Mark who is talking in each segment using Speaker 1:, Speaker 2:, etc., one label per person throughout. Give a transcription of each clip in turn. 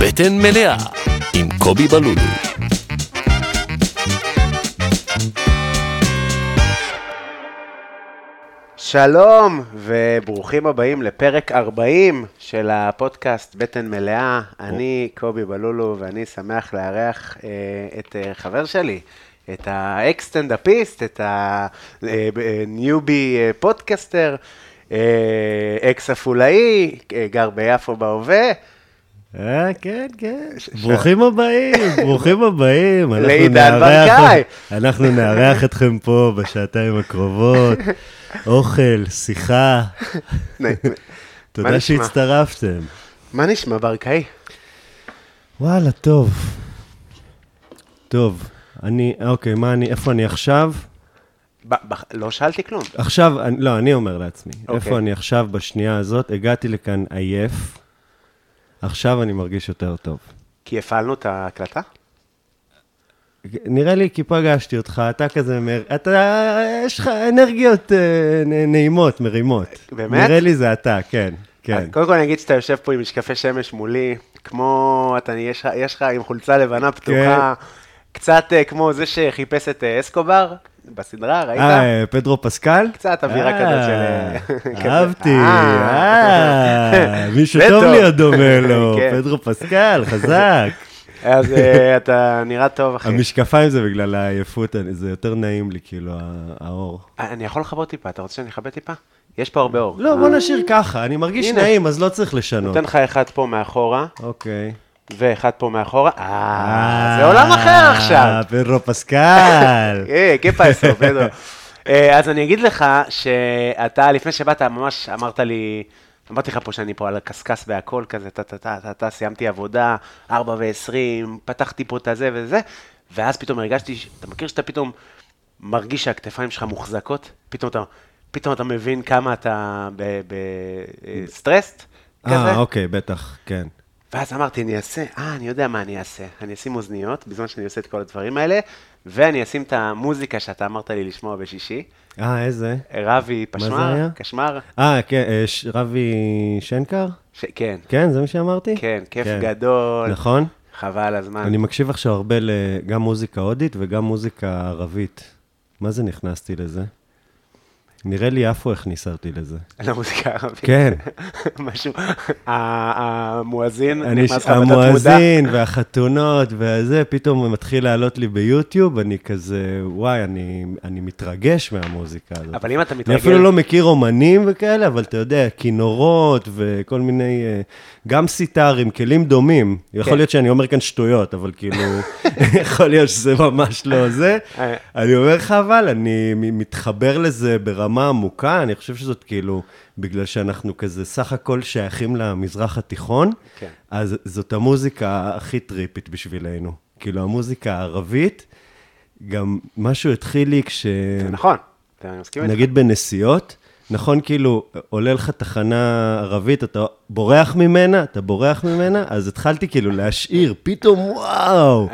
Speaker 1: בטן מלאה עם קובי בלולו.
Speaker 2: שלום, וברוכים הבאים לפרק 40 של הפודקאסט בטן מלאה. אני קובי בלולו, ואני שמח לארח אה, את אה, חבר שלי, את האקסטנדאפיסט, את אה, הניובי פודקסטר, אה, אקס עפולאי, אה, גר ביפו בהווה.
Speaker 3: אה, כן, כן. ברוכים הבאים, ברוכים הבאים. אנחנו
Speaker 2: לעידן
Speaker 3: נארח-
Speaker 2: ברקאי.
Speaker 3: אנחנו נארח אתכם פה בשעתיים הקרובות. אוכל, שיחה,
Speaker 2: מה
Speaker 3: תודה
Speaker 2: נשמע?
Speaker 3: שהצטרפתם.
Speaker 2: מה נשמע, ברקאי?
Speaker 3: וואלה, טוב. טוב, אני, אוקיי, מה אני, איפה אני עכשיו?
Speaker 2: ב- ב- לא שאלתי כלום.
Speaker 3: עכשיו, אני- לא, אני אומר לעצמי,
Speaker 2: אוקיי.
Speaker 3: איפה אני עכשיו בשנייה הזאת? הגעתי לכאן עייף, עכשיו אני מרגיש יותר טוב.
Speaker 2: כי הפעלנו את ההקלטה?
Speaker 3: נראה לי כי פגשתי אותך, אתה כזה, מר... אתה, יש לך אנרגיות אה, נ- נעימות, מרימות.
Speaker 2: באמת?
Speaker 3: נראה לי זה אתה, כן, כן.
Speaker 2: אז קודם כל אני אגיד שאתה יושב פה עם משקפי שמש מולי, כמו, אתה, יש, לך- יש לך עם חולצה
Speaker 3: כן.
Speaker 2: לבנה פתוחה, קצת אה, כמו זה שחיפש את אה, אסקובר בסדרה, ראית?
Speaker 3: אה, אה, פדרו פסקל?
Speaker 2: קצת אווירה
Speaker 3: אה,
Speaker 2: כזאת של, אה, כזה.
Speaker 3: אהבתי,
Speaker 2: אה.
Speaker 3: אה, מישהו
Speaker 2: זה
Speaker 3: טוב
Speaker 2: טוב.
Speaker 3: לי עוד דומה לו,
Speaker 2: כן.
Speaker 3: פדרו פסקל, חזק.
Speaker 2: אז אה, אתה נראה טוב, אחי.
Speaker 3: המשקפיים זה בגלל העייפות, אני- זה יותר נעים לי, כאילו, ה- האור.
Speaker 2: אה, אני יכול לכבות טיפה, אתה רוצה שאני אכבה טיפה? יש פה הרבה אור.
Speaker 3: לא, בוא נשאיר ככה, אני מרגיש
Speaker 2: אה. הנה.
Speaker 3: נעים, אז לא צריך לשנות.
Speaker 2: נותן לך אחד פה מאחורה,
Speaker 3: אוקיי.
Speaker 2: ואחד פה מאחורה. אה, זה עולם אחר עכשיו.
Speaker 3: אה, פדרו פסקל.
Speaker 2: אה, כיף עשו, בטח. אה, אז אני אגיד לך שאתה, לפני שבאת, ממש אמרת לי, אמרתי לך פה שאני פה על הקשקש והכל כזה, טה-טה-טה-טה, סיימתי עבודה, 4 ו-20, פתחתי פה את הזה וזה, ואז פתאום הרגשתי, ש- אתה מכיר שאתה פתאום מרגיש שהכתפיים שלך מוחזקות? פתאום אתה, פתאום אתה מבין כמה אתה בסטרסט כזה?
Speaker 3: אה, אוקיי, בטח, כן.
Speaker 2: ואז אמרתי, אני אעשה, אה, אני יודע מה אני אעשה. אני אשים אוזניות בזמן שאני עושה את כל הדברים האלה, ואני אשים את המוזיקה שאתה אמרת לי לשמוע בשישי.
Speaker 3: אה, איזה?
Speaker 2: רבי
Speaker 3: זה
Speaker 2: פשמר,
Speaker 3: היה?
Speaker 2: קשמר,
Speaker 3: אה, כן, אה, ש- רבי שנקר?
Speaker 2: ש... כן,
Speaker 3: כן, זה מה שאמרתי?
Speaker 2: כן, כיף גדול. אה.
Speaker 3: נכון.
Speaker 2: חבל הזמן.
Speaker 3: אני מקשיב עכשיו הרבה גם מוזיקה הודית וגם מוזיקה ערבית. מה זה נכנסתי לזה? נראה לי יפו הכניסה אותי לזה.
Speaker 2: למוזיקה הערבית.
Speaker 3: כן.
Speaker 2: משהו, ה- המואזין, אה,
Speaker 3: אני,
Speaker 2: נכנס לך בתת מודע.
Speaker 3: המואזין והחתונות והזה, פתאום מתחיל לעלות לי ביוטיוב, אני כזה, וואי, אני, אני מתרגש מהמוזיקה הזאת.
Speaker 2: אבל אם אתה
Speaker 3: אני
Speaker 2: מתרגל...
Speaker 3: אפילו לא מכיר אומנים וכאלה, אבל אתה יודע, כינורות וכל מיני, אה, גם סיטארים, כלים דומים. יכול
Speaker 2: כן.
Speaker 3: להיות שאני אומר כאן שטויות, אבל כאילו, יכול להיות שזה ממש לא זה.
Speaker 2: אה.
Speaker 3: אני אומר לך, אבל אני מ- מתחבר לזה ברמה עמוקה, אני חושב שזאת כאילו, בגלל שאנחנו כזה סך הכל שייכים למזרח התיכון,
Speaker 2: כן.
Speaker 3: אז זאת המוזיקה הכי טריפית בשבילנו. כאילו, המוזיקה הערבית, גם משהו התחיל לי כש...
Speaker 2: זה נכון, אתה- אני מסכים איתך.
Speaker 3: נגיד בנסיעות, נכון, כאילו, עולה לך תחנה ערבית, אתה בורח ממנה, אתה בורח ממנה, אז התחלתי כאילו להשאיר, פתאום וואו,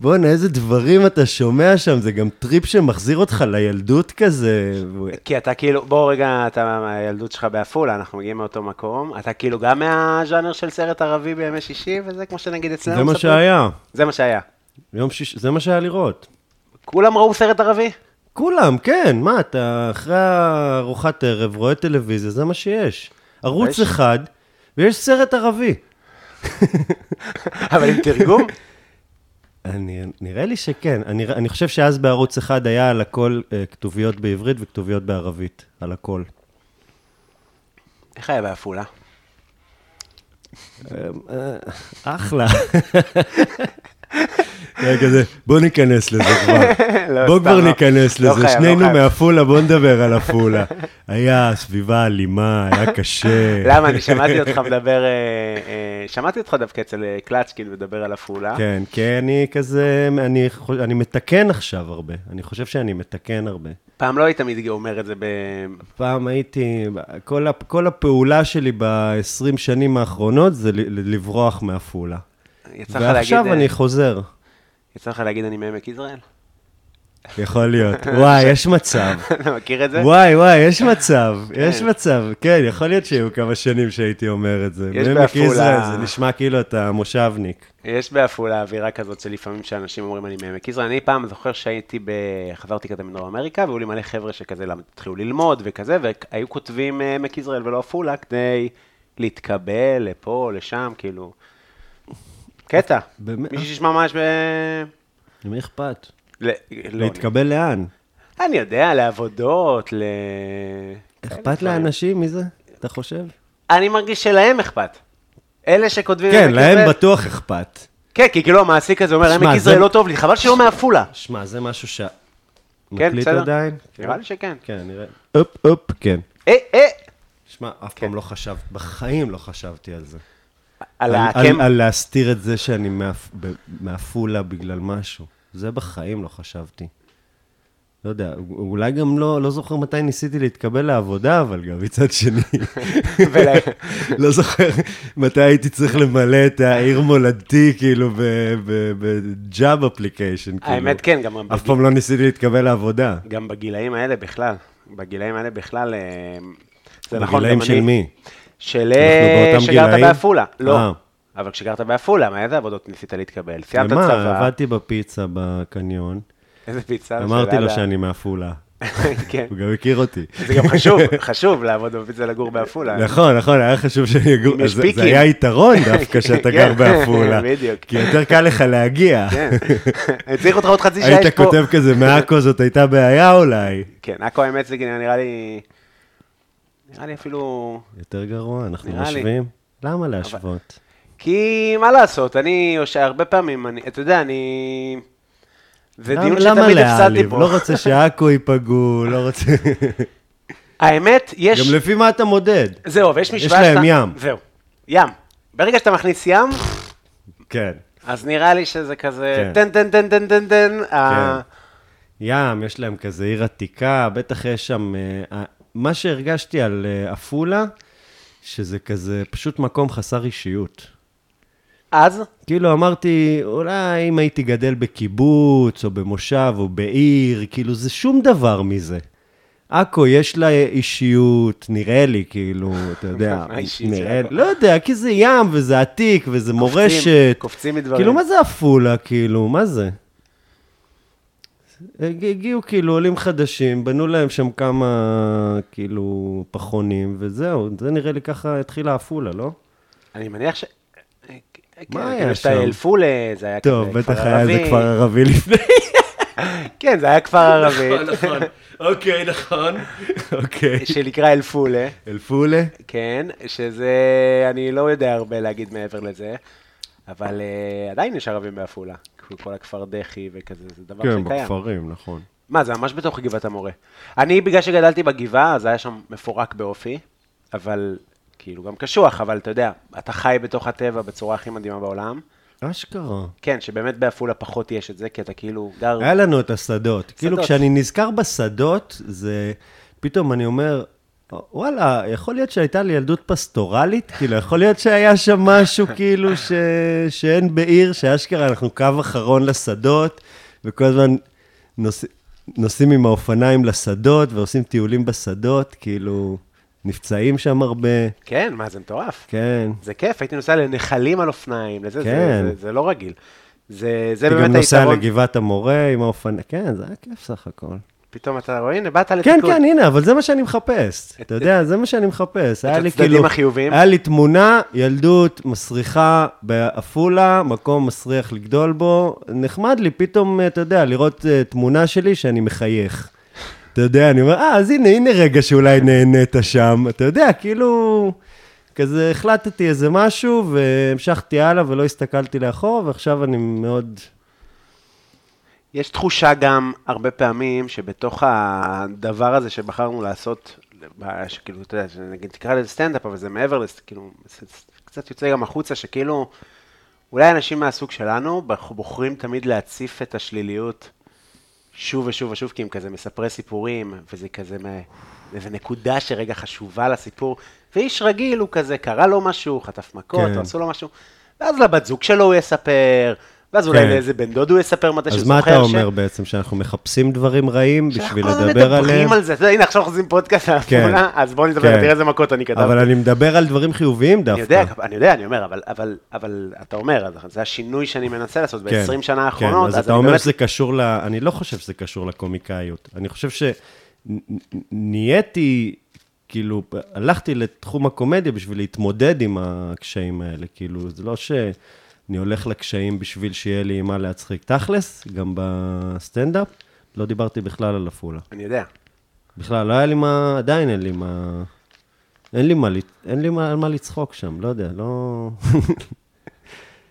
Speaker 3: בואנה, איזה דברים אתה שומע שם, זה גם טריפ שמחזיר אותך לילדות כזה. ו-
Speaker 2: כי אתה כאילו, בוא רגע, אתה מהילדות שלך בעפולה, אנחנו מגיעים מאותו מקום. אתה כאילו גם מהז'אנר של סרט ערבי בימי שישי, וזה כמו שנגיד אצלנו.
Speaker 3: זה מה
Speaker 2: מספרים?
Speaker 3: שהיה,
Speaker 2: זה מה שהיה.
Speaker 3: יום שיש, זה מה שהיה לראות.
Speaker 2: כולם ראו סרט ערבי?
Speaker 3: כולם, כן, מה, אתה אחרי ארוחת ערב רואה טלוויזיה, זה מה שיש.
Speaker 2: ויש-
Speaker 3: ערוץ אחד, ויש סרט ערבי.
Speaker 2: אבל עם תרגום?
Speaker 3: אני, נראה לי שכן. אני, אני חושב שאז בערוץ אחד היה על הכל אה, כתוביות בעברית וכתוביות בערבית, על הכל.
Speaker 2: איך היה בעפולה?
Speaker 3: אחלה. היה כזה, בוא ניכנס לזה כבר.
Speaker 2: לא,
Speaker 3: בוא
Speaker 2: סתם,
Speaker 3: כבר
Speaker 2: לא.
Speaker 3: ניכנס
Speaker 2: לא
Speaker 3: לזה.
Speaker 2: חייב, לא
Speaker 3: שנינו
Speaker 2: חייב.
Speaker 3: מעפולה, בוא נדבר על עפולה. היה סביבה אלימה, היה קשה.
Speaker 2: למה? אני שמעתי אותך מדבר, אה, אה, שמעתי אותך דווקא אצל אה, קלצ'קין מדבר על עפולה.
Speaker 3: כן, כי אני כזה, אני, חו- אני מתקן עכשיו הרבה. אני חושב שאני מתקן הרבה.
Speaker 2: פעם לא היית מתגאה אומר את זה ב...
Speaker 3: פעם הייתי, כל, הפ- כל הפעולה שלי ב-20 שנים האחרונות זה ל- ל- לברוח מעפולה.
Speaker 2: יצא לך להגיד...
Speaker 3: ועכשיו
Speaker 2: אה,
Speaker 3: אני חוזר.
Speaker 2: יצא לך להגיד אני מעמק יזרעאל?
Speaker 3: יכול להיות. וואי, יש מצב.
Speaker 2: אתה מכיר את זה?
Speaker 3: וואי, וואי, יש מצב, יש מצב, כן, יכול להיות שהיו כמה שנים שהייתי אומר את זה.
Speaker 2: יש
Speaker 3: בעמק
Speaker 2: בעפולה.
Speaker 3: יזרעאל, זה נשמע כאילו אתה מושבניק.
Speaker 2: יש בעפולה אווירה כזאת שלפעמים שאנשים אומרים אני מעמק יזרעאל. אני פעם זוכר שהייתי ב... חזרתי כזה מדרום אמריקה, והיו לי מלא חבר'ה שכזה למד- התחילו ללמוד וכזה, והיו כותבים אה, עמק יזרעאל ולא עפולה כדי להתקבל לפה, לשם, כאילו. קטע.
Speaker 3: באמת? אה?
Speaker 2: מישהו שישמע ממש ב...
Speaker 3: למי אכפת?
Speaker 2: ל- לא,
Speaker 3: להתקבל לאן?
Speaker 2: אני- אני יודע, לעבודות, ל...
Speaker 3: אכפת לאנשים מזה? אתה חושב?
Speaker 2: אני מרגיש שלהם אכפת. אלה שכותבים
Speaker 3: כן,
Speaker 2: עמק
Speaker 3: להם
Speaker 2: יזרעאל-
Speaker 3: בטוח אכפת.
Speaker 2: כן, כי כאילו המעסיק הזה אומר,
Speaker 3: שמע,
Speaker 2: עמק
Speaker 3: זה-
Speaker 2: יזרעאל לא טוב לי, חבל שלא מעפולה.
Speaker 3: שמע, זה משהו ש...
Speaker 2: כן,
Speaker 3: מקליט
Speaker 2: בסדר.
Speaker 3: עדיין?
Speaker 2: נראה לי שכן.
Speaker 3: כן, נראה. אופ, אופ, כן.
Speaker 2: אה, אה,
Speaker 3: שמע, אף
Speaker 2: כן.
Speaker 3: פעם לא חשבתי, בחיים לא חשבתי על זה.
Speaker 2: על כן.
Speaker 3: על-
Speaker 2: הקמפ,
Speaker 3: על- על להסתיר את זה שאני מעפ- ב- מעפולה בגלל משהו. זה בחיים לא חשבתי. לא יודע, א- אולי גם לא, לא זוכר מתי ניסיתי להתקבל לעבודה, אבל גם מצד שני,
Speaker 2: ול-
Speaker 3: לא זוכר מתי הייתי צריך למלא את העיר מולדתי, כאילו, בג'אב אפליקיישן, כאילו.
Speaker 2: האמת כן, גם
Speaker 3: אף פעם לא ניסיתי להתקבל לעבודה.
Speaker 2: גם בגילאים האלה בכלל, בגילאים האלה בכלל, אה, זה נכון,
Speaker 3: בגילאים
Speaker 2: גם
Speaker 3: של
Speaker 2: אני-
Speaker 3: מי?
Speaker 2: של
Speaker 3: אנחנו באותם
Speaker 2: שגרת
Speaker 3: גילאים?
Speaker 2: בעפולה, לא.
Speaker 3: אה.
Speaker 2: אבל כשגרת בעפולה, מאיזה עבודות ניסית להתקבל? סיימת
Speaker 3: למה?
Speaker 2: צבא,
Speaker 3: עבדתי בפיצה בקניון,
Speaker 2: איזה פיצה.
Speaker 3: אמרתי
Speaker 2: של
Speaker 3: לו
Speaker 2: עדה.
Speaker 3: שאני מעפולה.
Speaker 2: כן.
Speaker 3: הוא גם הכיר אותי.
Speaker 2: זה גם חשוב, חשוב לעבוד בפיצה לגור בעפולה.
Speaker 3: נכון, נכון, היה חשוב שאני אגור,
Speaker 2: אם יש
Speaker 3: אז זה
Speaker 2: פיקים.
Speaker 3: היה יתרון דווקא שאתה גר
Speaker 2: כן,
Speaker 3: בעפולה.
Speaker 2: בדיוק.
Speaker 3: כי יותר קל לך להגיע.
Speaker 2: כן. אני צריך אותך עוד חצי שעה, יש
Speaker 3: היית
Speaker 2: פה...
Speaker 3: כותב כזה, מעכו זאת הייתה בעיה אולי.
Speaker 2: כן, עכו האמת זה נראה לי... נראה לי אפילו...
Speaker 3: יותר גרוע, אנחנו
Speaker 2: נראה לי.
Speaker 3: משווים. למה להשוות?
Speaker 2: כי מה לעשות, אני, או שהרבה פעמים, אני, אתה יודע, אני... זה דיון
Speaker 3: למה- למה
Speaker 2: שתמיד הפסדתי
Speaker 3: להעליב?
Speaker 2: בו.
Speaker 3: לא רוצה שעכו ייפגעו, לא רוצה...
Speaker 2: האמת, יש...
Speaker 3: גם לפי מה אתה מודד?
Speaker 2: זהו, ויש
Speaker 3: יש
Speaker 2: משוואה
Speaker 3: להם ים.
Speaker 2: זהו, ים. ברגע שאתה מכניס ים,
Speaker 3: כן.
Speaker 2: אז נראה לי שזה כזה...
Speaker 3: כן.
Speaker 2: טן, טן, טן, טן, טן, טן. אה, ה-
Speaker 3: ים, יש להם כזה עיר עתיקה, בטח יש שם... אה, אה, מה שהרגשתי על אה, עפולה, שזה כזה פשוט מקום חסר אישיות.
Speaker 2: אז?
Speaker 3: כאילו אמרתי, אולי אם הייתי גדל בקיבוץ, או במושב, או בעיר, כאילו זה שום דבר מזה. עכו, יש לה אישיות, נראה לי, כאילו, אתה יודע,
Speaker 2: מה אישית של
Speaker 3: נראה,
Speaker 2: עכו?
Speaker 3: לא יודע, כי זה ים, וזה עתיק, וזה מורשת.
Speaker 2: קופצים מדברים.
Speaker 3: כאילו, מה זה עפולה, כאילו, מה זה? הג- הגיעו כאילו עולים חדשים, בנו להם שם כמה, כאילו, פחונים, וזהו, זה נראה לי ככה התחילה עפולה, לא?
Speaker 2: אני מניח ש... כן,
Speaker 3: היה
Speaker 2: כאילו שאתה
Speaker 3: שם?
Speaker 2: אלפול, זה היה
Speaker 3: טוב,
Speaker 2: כזה
Speaker 3: בטח היה איזה כפר ערבי לפני.
Speaker 2: כן, זה היה כפר ערבי,
Speaker 3: נכון. אוקיי, נכון. אוקיי.
Speaker 2: שנקרא אלפולה.
Speaker 3: אלפולה?
Speaker 2: כן, שזה, אני לא יודע הרבה להגיד מעבר לזה, אבל uh, עדיין יש ערבים בעפולה. כאילו, כל הכפר דחי וכזה, זה דבר
Speaker 3: כן,
Speaker 2: שקיים.
Speaker 3: בכפרים, נכון.
Speaker 2: מה, זה ממש בתוך גבעת המורה. אני, בגלל שגדלתי בגבעה, אז היה שם מפורק באופי, אבל, כאילו, גם קשוח, אבל אתה יודע, אתה חי בתוך הטבע בצורה הכי מדהימה בעולם.
Speaker 3: אשכרה.
Speaker 2: כן, שבאמת בעפולה פחות יש את זה, כי אתה כאילו גר...
Speaker 3: היה לנו את השדות. כאילו, כשאני נזכר בשדות, זה... פתאום אני אומר, וואלה, יכול להיות שהייתה לי ילדות פסטורלית? כאילו, יכול להיות שהיה שם משהו, כאילו, ש... שאין בעיר, שאשכרה אנחנו קו אחרון לשדות, וכל הזמן נוס... נוסעים עם האופניים לשדות, ועושים טיולים בשדות, כאילו, נפצעים שם הרבה.
Speaker 2: כן, מה, זה מטורף.
Speaker 3: כן.
Speaker 2: זה כיף, הייתי נוסע לנחלים על אופניים, לזה,
Speaker 3: כן.
Speaker 2: זה, זה, זה לא רגיל. זה, זה
Speaker 3: הייתי
Speaker 2: באמת
Speaker 3: גם נוסע
Speaker 2: היתרון.
Speaker 3: לגבעת המורה עם האופניים, כן, זה היה כיף סך הכל.
Speaker 2: פתאום אתה רואה, הנה, באת לתיקון.
Speaker 3: כן, כן, הנה, אבל זה מה שאני מחפש. אתה יודע, זה מה שאני מחפש. היה לי
Speaker 2: הצדדים
Speaker 3: כאילו...
Speaker 2: החיוביים?
Speaker 3: היה לי תמונה, ילדות מסריחה בעפולה, מקום מסריח לגדול בו. נחמד לי פתאום, אתה יודע, לראות אה, תמונה שלי שאני מחייך. אתה יודע, אני אומר, אה, אז הנה, הנה רגע שאולי נהנית שם. אתה יודע, כאילו... כזה החלטתי איזה משהו, והמשכתי הלאה ולא הסתכלתי לאחור, ועכשיו אני מאוד...
Speaker 2: יש תחושה גם, הרבה פעמים, שבתוך הדבר הזה שבחרנו לעשות, ב- שכאילו, אתה יודע, נגיד תקרא לזה סטנדאפ, אבל זה מעבר לזה, כאילו, זה זה קצת יוצא גם החוצה, שכאילו, אולי אנשים מהסוג שלנו בח- בוחרים תמיד להציף את השליליות שוב ושוב ושוב, כי הם כזה מספרי סיפורים, וזה כזה מ... איזו נקודה שרגע חשובה לסיפור, ואיש רגיל הוא כזה, קרה לו משהו, חטף מכות,
Speaker 3: כן.
Speaker 2: או עשו לו משהו, ואז לבת זוג שלו הוא יספר, ואז אולי
Speaker 3: כן.
Speaker 2: לאיזה בן דוד הוא יספר מתי שהוא
Speaker 3: אז
Speaker 2: זוכר.
Speaker 3: מה אתה
Speaker 2: ש-
Speaker 3: אומר בעצם, שאנחנו מחפשים דברים רעים
Speaker 2: שאנחנו
Speaker 3: בשביל
Speaker 2: כל הזמן
Speaker 3: לדבר עליהם?
Speaker 2: מדברים על זה, אתה יודע, הנה עכשיו אנחנו עושים פודקאסט על
Speaker 3: כן.
Speaker 2: התמונה, אז בואו נדבר,
Speaker 3: כן.
Speaker 2: תראה איזה מכות אני כתבתי.
Speaker 3: אבל אני מדבר על דברים חיוביים דווקא. כן.
Speaker 2: אני יודע, אני יודע, אני אומר, אבל, אבל, אבל אתה אומר, אז זה השינוי שאני מנסה לעשות
Speaker 3: כן,
Speaker 2: ב-20 שנה
Speaker 3: כן,
Speaker 2: האחרונות,
Speaker 3: אז אתה
Speaker 2: אני
Speaker 3: אומר
Speaker 2: באמת-
Speaker 3: שזה קשור ל... אני לא חושב שזה קשור לקומיקאיות. אני חושב שנהייתי, כאילו, הלכתי לתחום הקומדיה בשביל להתמודד עם הקשיים האלה. כאילו, זה לא שאני הולך לקשיים בשביל שיהיה לי מה להצחיק. תכלס, גם בסטנדאפ, לא דיברתי בכלל על עפולה.
Speaker 2: אני יודע.
Speaker 3: בכלל, לא היה לי מה, עדיין אין לי מה... אין לי מה, לת- אין לי מה, על מה לצחוק שם, לא יודע, לא...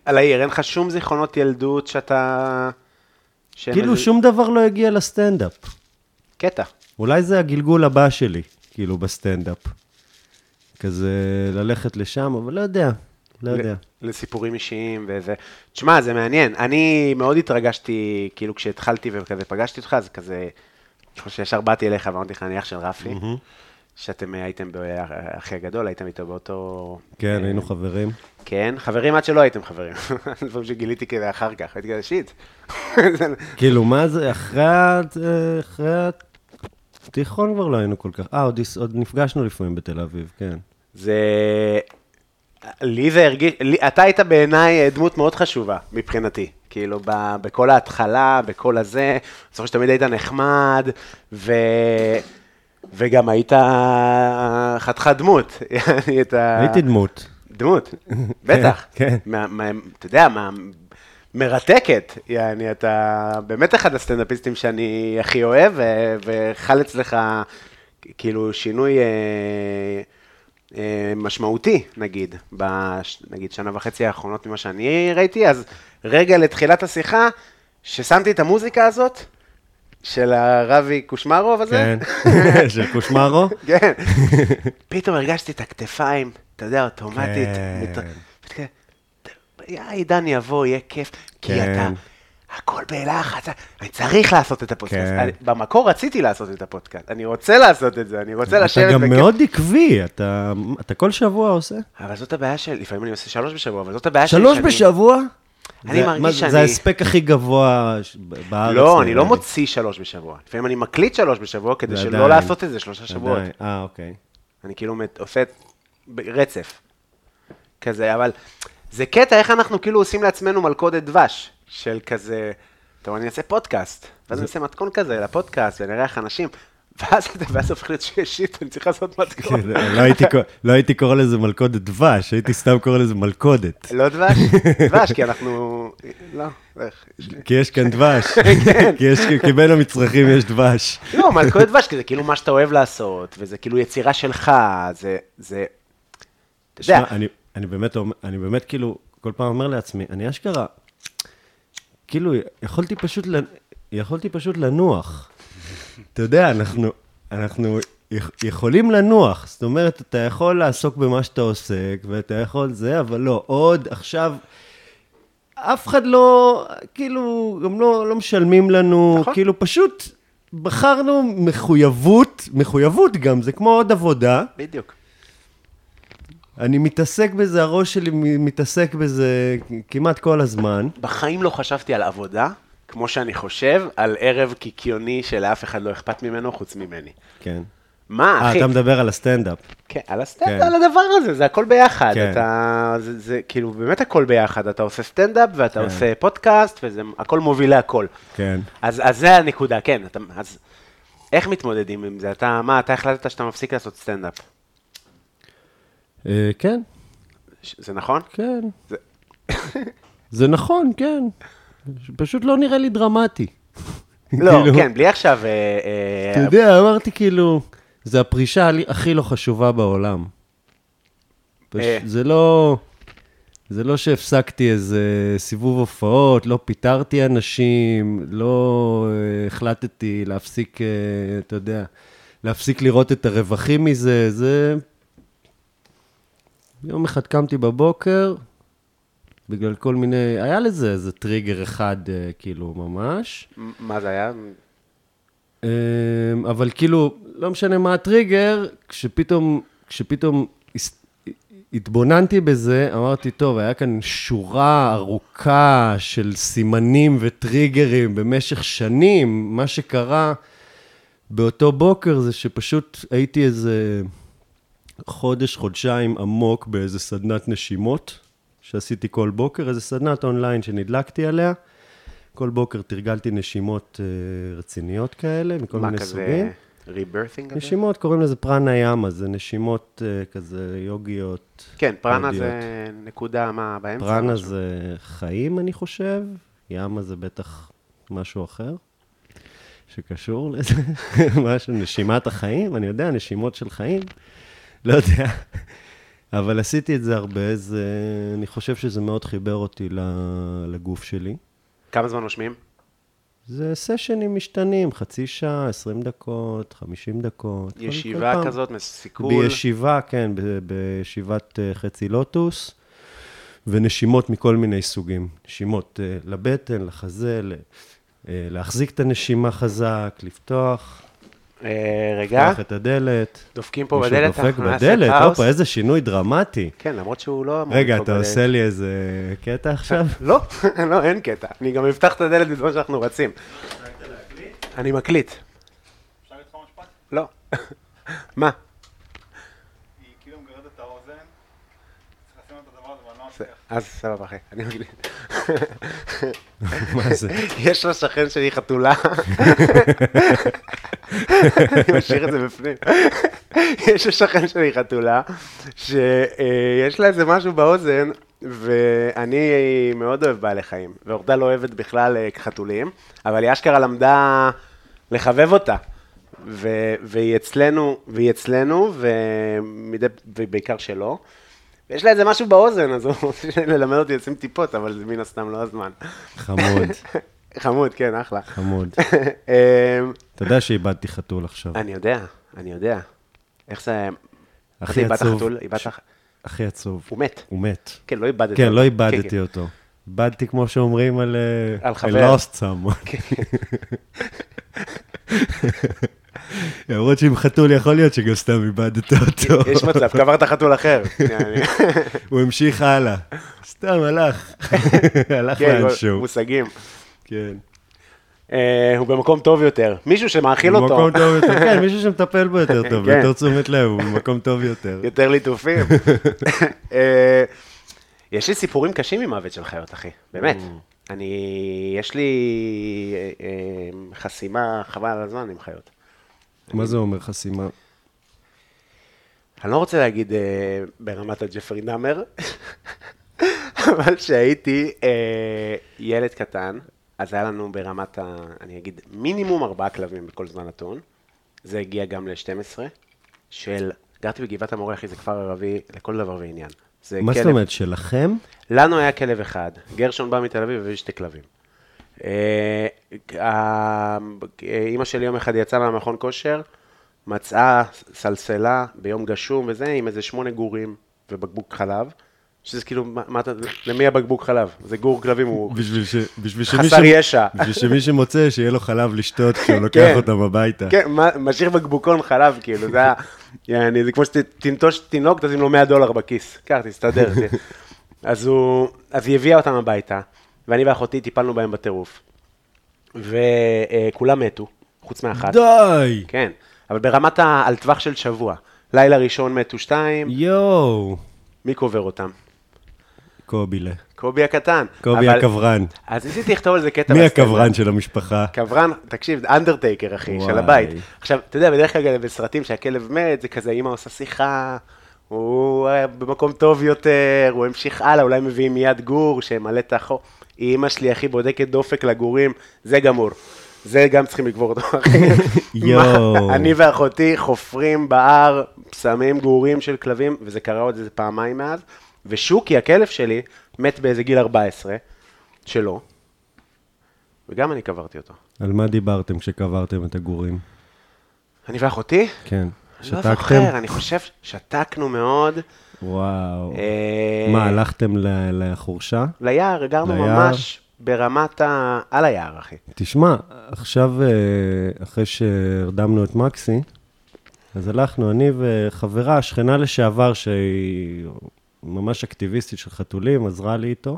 Speaker 2: על העיר, אין לך שום זיכרונות ילדות שאתה... שהם
Speaker 3: כאילו
Speaker 2: איזה-
Speaker 3: שום דבר לא הגיע לסטנדאפ.
Speaker 2: קטע.
Speaker 3: אולי זה הגלגול הבא שלי, כאילו, בסטנדאפ. כזה ללכת לשם, אבל לא יודע, לא יודע.
Speaker 2: ל- אה. לסיפורים אישיים וזה. תשמע, זה מעניין. אני מאוד התרגשתי, כאילו, כשהתחלתי וכזה פגשתי אותך, אז כזה, אני חושב שישר באתי אליך ואמרתי לך, אני אח של רפי, שאתם אה, הייתם, ב- אחי הגדול, הייתם איתו באותו...
Speaker 3: כן,
Speaker 2: אה,
Speaker 3: היינו חברים.
Speaker 2: כן, חברים עד שלא הייתם חברים. דברים שגיליתי כזה אחר כך, הייתי כזה שיט.
Speaker 3: כאילו, מה זה, אחרי ה- אה, אחרי התיכון כבר לא היינו כל כך... אה, עוד הס- עוד נפגשנו לפעמים בתל אביב, כן.
Speaker 2: זה... לי זה הרגיש, לי, אתה היית בעיניי אה, דמות מאוד חשובה מבחינתי, כאילו ב, בכל ההתחלה, בכל הזה, אני זוכר שתמיד היית נחמד, ו, וגם היית אה, חתיכת דמות, יעני, את ה-
Speaker 3: הייתי דמות.
Speaker 2: דמות, בטח,
Speaker 3: כן.
Speaker 2: מה, מה, אתה יודע, מה, מרתקת, יעני, אתה באמת אחד הסטנדאפיסטים שאני הכי אוהב, ו- וחל אצלך כאילו שינוי אה, אה, משמעותי, נגיד, בש, נגיד שנה וחצי האחרונות ממה שאני ראיתי, אז רגע לתחילת השיחה, ששמתי את המוזיקה הזאת, של הרבי קושמרוב הזה,
Speaker 3: כן, של קושמרו.
Speaker 2: כן. פתאום הרגשתי את הכתפיים, אתה יודע, אוטומטית.
Speaker 3: כן.
Speaker 2: מת- וכזה, די, דן יבוא, יהיה כיף, כי
Speaker 3: כן.
Speaker 2: אתה, הכל בלחץ, אני צריך לעשות את הפודקאסט.
Speaker 3: כן.
Speaker 2: אני- במקור רציתי לעשות את הפודקאסט, אני רוצה לעשות את זה, אני רוצה
Speaker 3: אתה
Speaker 2: לשבת
Speaker 3: גם
Speaker 2: בכיף.
Speaker 3: מאוד עקבי, אתה אתה כל שבוע עושה?
Speaker 2: אבל זאת הבעיה שלי, לפעמים אני עושה שלוש בשבוע, אבל זאת הבעיה שלי.
Speaker 3: שלוש
Speaker 2: שאני-
Speaker 3: בשבוע?
Speaker 2: אני
Speaker 3: זה-
Speaker 2: מרגיש
Speaker 3: מה זה-
Speaker 2: שאני-
Speaker 3: זה ההספק הכי גבוה ש- ב- בארץ.
Speaker 2: לא, אני
Speaker 3: נראה
Speaker 2: לא
Speaker 3: לי.
Speaker 2: מוציא שלוש בשבוע. לפעמים אני מקליט שלוש בשבוע, כדי
Speaker 3: זה
Speaker 2: שלא
Speaker 3: עדיין-
Speaker 2: לעשות את זה שלושה שבועות.
Speaker 3: עדיין, אה, אוקיי.
Speaker 2: אני כאילו מת- עושה ב- רצף כזה, אבל זה קטע איך אנחנו כאילו עושים לעצמנו מלכודת דבש של כזה, טוב, אני אעשה פודקאסט, ואז אני אעשה מתכון כזה לפודקאסט ונארח אנשים, ואז אתה ואז הופך להיות שיש שיט, אני צריך לעשות מתכון.
Speaker 3: כן, לא הייתי קורא- לא הייתי קורא לזה מלכודת דבש, הייתי סתם קורא לזה מלכודת.
Speaker 2: לא דבש? דבש, כי אנחנו... לא, איך?
Speaker 3: כי יש כאן דבש.
Speaker 2: כן.
Speaker 3: כי יש- כי בין המצרכים יש דבש.
Speaker 2: לא, מלכודת דבש, כי זה כאילו מה שאתה אוהב לעשות, וזה כאילו יצירה שלך, זה... זה... אתה יודע,
Speaker 3: תשמע, אני, אני באמת, אומר- אני באמת כאילו, כל פעם אומר לעצמי, אני אשכרה, כאילו, יכולתי פשוט, לנ- יכולתי פשוט לנוח. אתה יודע, אנחנו, אנחנו יכ- יכולים לנוח, זאת אומרת, אתה יכול לעסוק במה שאתה עוסק, ואתה יכול זה, אבל לא, עוד עכשיו... אף אחד לא, כאילו, גם לא, לא משלמים לנו,
Speaker 2: נכון.
Speaker 3: נכון. כאילו, פשוט בחרנו מחויבות, מחויבות גם, זה כמו עוד עבודה,
Speaker 2: בדיוק.
Speaker 3: אני מתעסק בזה, הראש שלי מ- מתעסק בזה כמעט כל הזמן.
Speaker 2: בחיים לא חשבתי על עבודה, כמו שאני חושב, על ערב קיקיוני שלאף אחד לא אכפת ממנו חוץ ממני.
Speaker 3: כן.
Speaker 2: מה,
Speaker 3: אה,
Speaker 2: אחי?
Speaker 3: אתה מדבר על הסטנדאפ.
Speaker 2: כן, על הסטנדאפ,
Speaker 3: כן.
Speaker 2: על הדבר הזה, זה הכל ביחד.
Speaker 3: כן.
Speaker 2: אתה, זה, זה כאילו באמת הכל ביחד. אתה עושה סטנדאפ ואתה
Speaker 3: כן.
Speaker 2: עושה פודקאסט, וזה הכל מוביל להכל.
Speaker 3: כן.
Speaker 2: אז, אז זה הנקודה, כן. אתה, אז איך מתמודדים עם זה? אתה, מה, אתה החלטת שאתה מפסיק לעשות סטנדאפ.
Speaker 3: אה, כן,
Speaker 2: ש- זה נכון?
Speaker 3: כן. זה נכון, כן. פשוט לא נראה לי דרמטי.
Speaker 2: לא,
Speaker 3: כאילו,
Speaker 2: כן, בלי עכשיו... אה, אה,
Speaker 3: אתה יודע, אמרתי כאילו, זה הפרישה הלי- הכי לא חשובה בעולם. פש-
Speaker 2: אה.
Speaker 3: זה לא... זה לא שהפסקתי איזה סיבוב הופעות, לא פיטרתי אנשים, לא אה, החלטתי להפסיק, אה, אתה יודע, להפסיק לראות את הרווחים מזה, זה... יום אחד קמתי בבוקר, בגלל כל מיני... היה לזה איזה טריגר אחד, אה, כאילו, ממש.
Speaker 2: מ- מה זה היה?
Speaker 3: אמ, אבל כאילו, לא משנה מה הטריגר, כשפתאום, כשפתאום הס- התבוננתי בזה, אמרתי, טוב, היה כאן שורה ארוכה של סימנים וטריגרים במשך שנים. מה שקרה באותו בוקר זה שפשוט הייתי איזה חודש, חודשיים עמוק באיזה סדנת נשימות, שעשיתי כל בוקר, איזה סדנת אונליין שנדלקתי עליה. כל בוקר תרגלתי נשימות אה, רציניות כאלה, מכל
Speaker 2: מה
Speaker 3: מיני סוגים.
Speaker 2: כזה? ריברת'ינג?
Speaker 3: נשימות, קוראים לזה פרנה ימה, זה נשימות אה, כזה יוגיות.
Speaker 2: כן, פרנה
Speaker 3: יוגיות.
Speaker 2: זה נקודה, מה, באמצע?
Speaker 3: פרנה
Speaker 2: משהו?
Speaker 3: זה חיים, אני חושב, ימה זה בטח משהו אחר, שקשור לזה, משהו, נשימת החיים, אני יודע, נשימות של חיים, לא יודע. אבל עשיתי את זה הרבה, זה, אני חושב שזה מאוד חיבר אותי ל- לגוף שלי.
Speaker 2: כמה זמן נושמים?
Speaker 3: זה סשנים משתנים, חצי שעה, 20 דקות, 50 דקות. כל- כל
Speaker 2: ישיבה
Speaker 3: פעם.
Speaker 2: כזאת, סיכול?
Speaker 3: בישיבה, כן, ב- בישיבת אה, חצי לוטוס, ונשימות מכל מיני סוגים. נשימות אה, לבטן, לחזה, ל- אה, להחזיק את הנשימה חזק, לפתוח,
Speaker 2: אה, רגע,
Speaker 3: לפתוח את הדלת.
Speaker 2: דופקים פה בדלת, אה,
Speaker 3: מישהו דופק
Speaker 2: אנחנו נעשה
Speaker 3: בדלת,
Speaker 2: פאוס.
Speaker 3: הופה, איזה שינוי דרמטי.
Speaker 2: כן, למרות שהוא לא אמור
Speaker 3: רגע,
Speaker 2: לדפוק
Speaker 3: אתה
Speaker 2: בדלת.
Speaker 3: עושה לי איזה קטע עכשיו?
Speaker 2: לא, לא, אין קטע. אני גם אפתח את הדלת בזמן שאנחנו רצים. אני מקליט.
Speaker 4: אפשר לתחום משפט?
Speaker 2: לא. מה?
Speaker 4: היא כאילו מגרדת את האוזן, צריך לשים לה את הדבר הזה, אבל אני לא
Speaker 2: זה-
Speaker 4: מצליח.
Speaker 2: אז סבבה, אחי, אני מקליט.
Speaker 3: מה זה?
Speaker 2: יש לשכן שלי חתולה. אני משאיר את זה בפנים. יש לשכן שלי חתולה, שיש לה איזה משהו באוזן, ואני מאוד אוהב בעלי חיים, ואורדל לא אוהבת בכלל אה, חתולים, אבל היא אשכרה למדה לחבב אותה. ו- והיא אצלנו, והיא אצלנו, ומדי, ובעיקר שלו. ויש לה איזה משהו באוזן, אז הוא רוצה ללמד אותי לשים טיפות, אבל זה מן הסתם לא הזמן.
Speaker 3: חמוד,
Speaker 2: חמוד, כן, אחלה.
Speaker 3: חמוד.
Speaker 2: אמ,
Speaker 3: אתה יודע שאיבדתי חתול עכשיו.
Speaker 2: אני יודע, אני יודע. איך זה...
Speaker 3: הכי
Speaker 2: איבדת
Speaker 3: עצוב.
Speaker 2: חתול? איבדת-
Speaker 3: ש- הכי עצוב.
Speaker 2: הוא מת.
Speaker 3: הוא מת.
Speaker 2: כן, לא איבדת.
Speaker 3: כן,
Speaker 2: אותו.
Speaker 3: לא
Speaker 2: כן,
Speaker 3: איבדתי
Speaker 2: כן.
Speaker 3: אותו. איבדתי, כמו שאומרים, על... אה,
Speaker 2: על חבר. כן.
Speaker 3: I lost someone. למרות שעם חתול יכול להיות שגם סתם איבדת אותו.
Speaker 2: יש מצב, קברת חתול אחר. אני-
Speaker 3: הוא המשיך הלאה. סתם הלך. הלך
Speaker 2: כן,
Speaker 3: לאנשהו.
Speaker 2: מושגים.
Speaker 3: כן.
Speaker 2: אה, הוא במקום טוב יותר. מישהו שמאכיל אותו.
Speaker 3: במקום טוב יותר. כן, מישהו שמטפל בו יותר טוב,
Speaker 2: כן.
Speaker 3: יותר תשומת לב, הוא במקום טוב יותר.
Speaker 2: יותר ליטופים. אה, יש לי סיפורים קשים ממוות של חיות, אחי, באמת. אני, יש לי אה, אה, חסימה חבל על הזמן עם חיות. כן.
Speaker 3: מה זה אומר חסימה?
Speaker 2: אני לא רוצה להגיד אה, ברמת הג'פרי נאמר, אבל כשהייתי אה, ילד קטן, אז היה לנו ברמת ה... אני אגיד, מינימום ארבעה כלבים בכל זמן נתון. זה הגיע גם ל-12, של... גרתי בגבעת המורה, אחי, זה כפר ערבי לכל דבר ועניין. זה
Speaker 3: מה זאת
Speaker 2: כלב-
Speaker 3: אומרת, שלכם?
Speaker 2: לנו היה כלב אחד, גרשון בא מתל אביב והביא שתי כלבים. אה, ה- אה, אימא שלי יום אחד יצאה מהמכון כושר, מצאה סלסלה ביום גשום וזה, עם איזה שמונה גורים ובקבוק חלב, שזה כאילו, מה, מה אתה, למי הבקבוק חלב? זה גור כלבים, הוא
Speaker 3: בשביל ש... בשביל שמי
Speaker 2: חסר
Speaker 3: ש-
Speaker 2: ישע.
Speaker 3: בשביל שמי שמוצא, שיהיה לו חלב לשתות כשהוא לוקח
Speaker 2: כן.
Speaker 3: אותם הביתה.
Speaker 2: כן, מה- משאיר בקבוקון חלב, כאילו, זה היה, יעני, זה כמו שתנטוש תינוק, תשים לו 100 דולר בכיס, קח, תסתדר. זה- אז הוא, אז היא הביאה אותם הביתה, ואני ואחותי טיפלנו בהם בטירוף. וכולם מתו, חוץ מאחת.
Speaker 3: די!
Speaker 2: כן, אבל ברמת ה... על טווח של שבוע. לילה ראשון מתו שתיים,
Speaker 3: יואו!
Speaker 2: מי קובר אותם?
Speaker 3: קובילה.
Speaker 2: קובי הקטן.
Speaker 3: קובי
Speaker 2: אבל-
Speaker 3: הקברן.
Speaker 2: אז ניסיתי לכתוב על זה קטע.
Speaker 3: מי
Speaker 2: בסטנדאפ.
Speaker 3: הקברן של המשפחה?
Speaker 2: קברן, תקשיב, זה אנדרטייקר, אחי, של
Speaker 3: וואי.
Speaker 2: הבית. עכשיו, אתה יודע, בדרך כלל בסרטים שהכלב מת, זה כזה, אמא עושה שיחה, הוא היה במקום טוב יותר, הוא המשיך הלאה, אולי מביאים מיד גור שימלא את החור. אמא שלי, אחי, בודקת דופק לגורים, זה גמור. זה גם צריכים לקבור אותו, אחי.
Speaker 3: יואו.
Speaker 2: מה, אני ואחותי חופרים בהר, שמים גורים של כלבים, וזה קרה עוד איזה פעמיים מאז. ושוקי, הכלב שלי, מת באיזה גיל 14, שלו, וגם אני קברתי אותו.
Speaker 3: על מה דיברתם כשקברתם את הגורים?
Speaker 2: אני ואחותי?
Speaker 3: כן.
Speaker 2: אני לא
Speaker 3: שתקתם?
Speaker 2: זוכר, אני חושב, שתקנו מאוד.
Speaker 3: וואו.
Speaker 2: אה,
Speaker 3: מה, הלכתם ל- לחורשה?
Speaker 2: ליער, גרנו
Speaker 3: ליער?
Speaker 2: ממש ברמת ה... על היער, אחי.
Speaker 3: תשמע, עכשיו, אה, אחרי שהרדמנו את מקסי, אז הלכנו, אני וחברה, שכנה לשעבר, שהיא ממש אקטיביסטית של חתולים, עזרה לי איתו.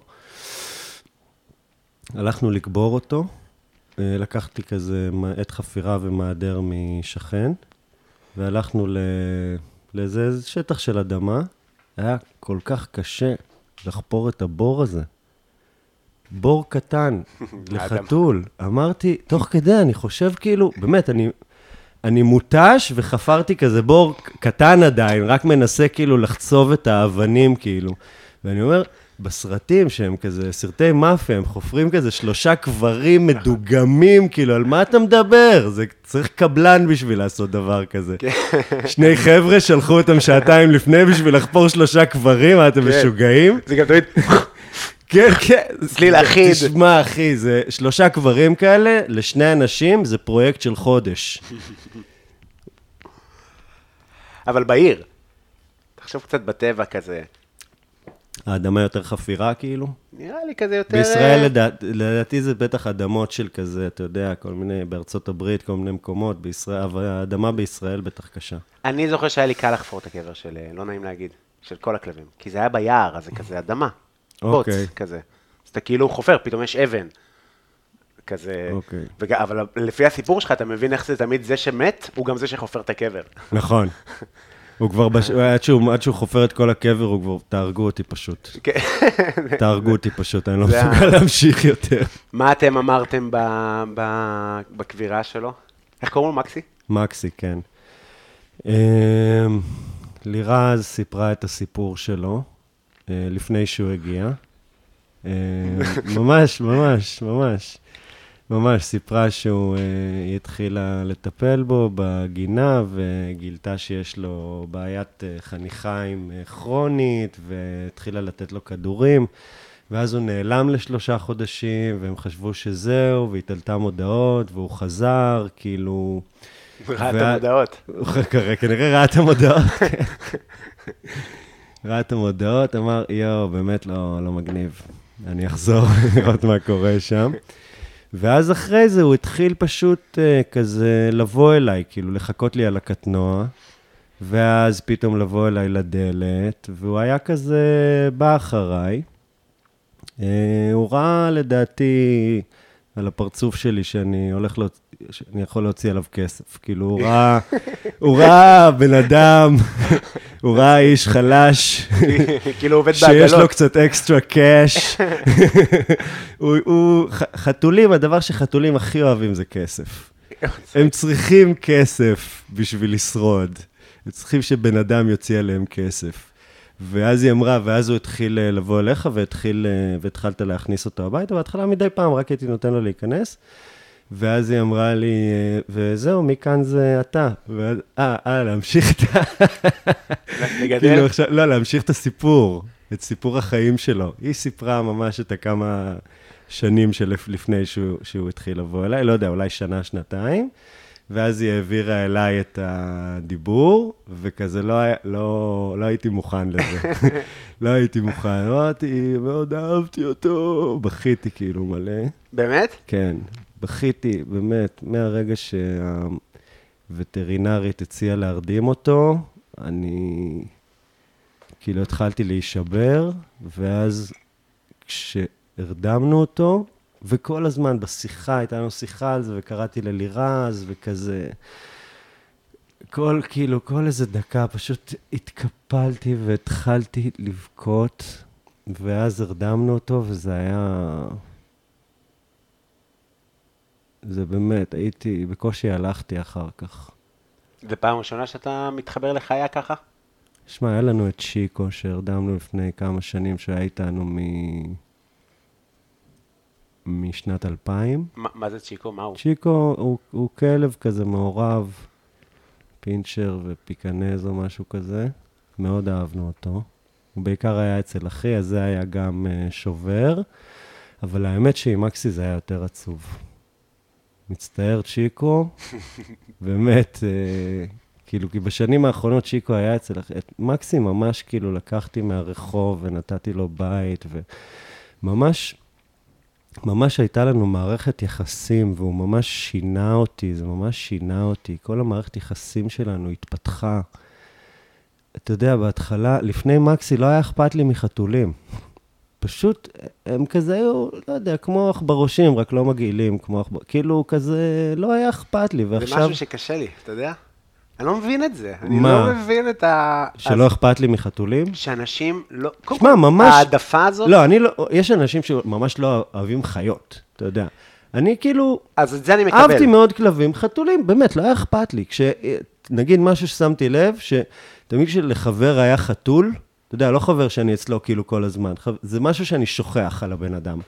Speaker 3: הלכנו לקבור אותו, אה, לקחתי כזה מ- עט חפירה ומעדר משכן, והלכנו ל... לאיזה שטח של אדמה. היה כל כך קשה לחפור את הבור הזה. בור קטן לחתול. אמרתי, תוך כדי, אני חושב כאילו, באמת, אני, אני מותש וחפרתי כזה בור ק- קטן עדיין, רק מנסה כאילו לחצוב את האבנים כאילו. ואני אומר, בסרטים שהם כזה, סרטי מאפיה, הם חופרים כזה שלושה קברים מדוגמים, כאילו, על מה אתה מדבר? זה צריך קבלן בשביל לעשות דבר כזה. שני חבר'ה שלחו אותם שעתיים לפני בשביל לחפור שלושה קברים, מה, אתם משוגעים?
Speaker 2: זה גם תמיד...
Speaker 3: כן, כן.
Speaker 2: צליל אחיד.
Speaker 3: תשמע, אחי, זה שלושה קברים כאלה, לשני אנשים, זה פרויקט של חודש.
Speaker 2: אבל בעיר. תחשוב קצת בטבע כזה.
Speaker 3: האדמה יותר חפירה, כאילו.
Speaker 2: נראה לי כזה יותר...
Speaker 3: בישראל,
Speaker 2: אה,
Speaker 3: לדעת- לדעתי, זה בטח אדמות של כזה, אתה יודע, כל מיני, בארצות הברית, כל מיני מקומות, בישראל, אבל האדמה בישראל בטח קשה.
Speaker 2: אני זוכר שהיה לי קל לחפור את הקבר של, אה, לא נעים להגיד, של כל הכלבים. כי זה היה ביער, אז זה כזה אדמה. בוץ
Speaker 3: אוקיי.
Speaker 2: כזה. אז אתה כאילו חופר, פתאום יש אבן. כזה...
Speaker 3: אוקיי.
Speaker 2: וג... אבל לפי הסיפור שלך, אתה מבין איך זה תמיד זה שמת, הוא גם זה שחופר את הקבר.
Speaker 3: נכון. הוא כבר, בש... עד, שהוא, עד שהוא חופר את כל הקבר, הוא כבר, תהרגו אותי פשוט.
Speaker 2: כן.
Speaker 3: תהרגו אותי פשוט, אני לא
Speaker 2: זה ה-
Speaker 3: מסוגל להמשיך יותר.
Speaker 2: מה אתם אמרתם ב... ב... בקבירה שלו? איך קוראים לו מקסי?
Speaker 3: מקסי, כן. אמ, לירז סיפרה את הסיפור שלו אה, לפני שהוא הגיע. אה, ממש, ממש, ממש. ממש סיפרה שהוא, אה, היא התחילה לטפל בו בגינה וגילתה שיש לו בעיית אה, חניכיים אה, כרונית והתחילה לתת לו כדורים. ואז הוא נעלם לשלושה חודשים, והם חשבו שזהו, והיא תלתה מודעות, והוא חזר, כאילו...
Speaker 2: ראה את
Speaker 3: וה-
Speaker 2: המודעות.
Speaker 3: הוא כנראה- כנראה ראה את המודעות. ראה את המודעות, אמר, יואו, באמת לא, לא מגניב. אני אחזור לראות מה קורה שם. ואז אחרי זה הוא התחיל פשוט אה, כזה לבוא אליי, כאילו לחכות לי על הקטנוע, ואז פתאום לבוא אליי לדלת, והוא היה כזה בא אחריי. אה, הוא ראה לדעתי על הפרצוף שלי שאני הולך להוצ... שאני יכול להוציא עליו כסף. כאילו, הוא ראה, הוא ראה בן אדם, הוא ראה איש חלש,
Speaker 2: כאילו הוא עובד
Speaker 3: שיש לו
Speaker 2: בעגלות.
Speaker 3: קצת אקסטרה קאש. הוא, הוא, ח- חתולים, הדבר שחתולים הכי אוהבים זה כסף.
Speaker 2: אוקיי.
Speaker 3: הם צריכים כסף בשביל לשרוד. הם צריכים שבן אדם יוציא עליהם כסף. ואז היא אמרה, ואז הוא התחיל אה, לבוא אליך, והתחיל, אה, והתחלת להכניס אותו הביתה, בהתחלה מדי פעם רק הייתי נותן לו להיכנס. ואז היא אמרה לי, אה, וזהו, מכאן זה אתה. ואז, אה, אה, להמשיך את ה... כאילו
Speaker 2: לגדל.
Speaker 3: עכשיו, לא, להמשיך את הסיפור, את סיפור החיים שלו. היא סיפרה ממש את הכמה שנים שלפני שהוא, שהוא התחיל לבוא אליי, לא יודע, אולי שנה, שנתיים, ואז היא העבירה אליי את הדיבור, וכזה לא, היה- לא, לא הייתי מוכן לזה. לא הייתי מוכן, אמרתי, מאוד אהבתי אותו, בכיתי כאילו מלא.
Speaker 2: באמת?
Speaker 3: כן, בכיתי, באמת, מהרגע שהווטרינרית הציעה להרדים אותו, אני כאילו התחלתי להישבר, ואז כשהרדמנו אותו, וכל הזמן בשיחה, הייתה לנו שיחה על זה, וקראתי ללירז, וכזה... כל, כאילו, כל איזה דקה פשוט התקפלתי והתחלתי לבכות, ואז הרדמנו אותו, וזה היה... זה באמת, הייתי, בקושי הלכתי אחר כך.
Speaker 2: זו פעם ראשונה שאתה מתחבר לחיה ככה?
Speaker 3: שמע, היה לנו את שיקו שהרדמנו לפני כמה שנים, שהיה איתנו מ... משנת 2000.
Speaker 2: מה מה זה צ'יקו? מה הוא?
Speaker 3: צ'יקו הוא, הוא כלב כזה מעורב, פינצ'ר ופיקנז או משהו כזה. מאוד אהבנו אותו. הוא בעיקר היה אצל אחי, אז זה היה גם אה, שובר, אבל האמת שעם מקסי זה היה יותר עצוב. מצטער, צ'יקו, באמת, אה, כאילו, כי בשנים האחרונות צ'יקו היה אצל אחי, את מקסי ממש כאילו לקחתי מהרחוב ונתתי לו בית, וממש ממש הייתה לנו מערכת יחסים, והוא ממש שינה אותי, זה ממש שינה אותי. כל המערכת יחסים שלנו התפתחה. אתה יודע, בהתחלה, לפני מקסי לא היה אכפת לי מחתולים. פשוט, הם כזה היו, לא יודע, כמו עכברושים, רק לא מגעילים, כמו עכבר... כאילו, כזה, לא היה אכפת לי,
Speaker 2: זה
Speaker 3: ועכשיו...
Speaker 2: משהו שקשה לי, אתה יודע? אני לא מבין את זה. אני
Speaker 3: מה?
Speaker 2: לא מבין את ה...
Speaker 3: שלא אכפת לי מחתולים?
Speaker 2: שאנשים לא... קודם
Speaker 3: שמע,
Speaker 2: כל,
Speaker 3: ממש...
Speaker 2: ההעדפה הזאת...
Speaker 3: לא, אני לא... יש אנשים שממש לא אוהבים חיות, אתה יודע. אני כאילו...
Speaker 2: אז את זה אני מקבל.
Speaker 3: אהבתי מאוד כלבים, חתולים, באמת, לא היה אכפת לי. כש... נגיד משהו ששמתי לב, שתמיד כשלחבר היה חתול, אתה יודע, לא חבר שאני אצלו כאילו כל הזמן, חב... זה משהו שאני שוכח על הבן אדם.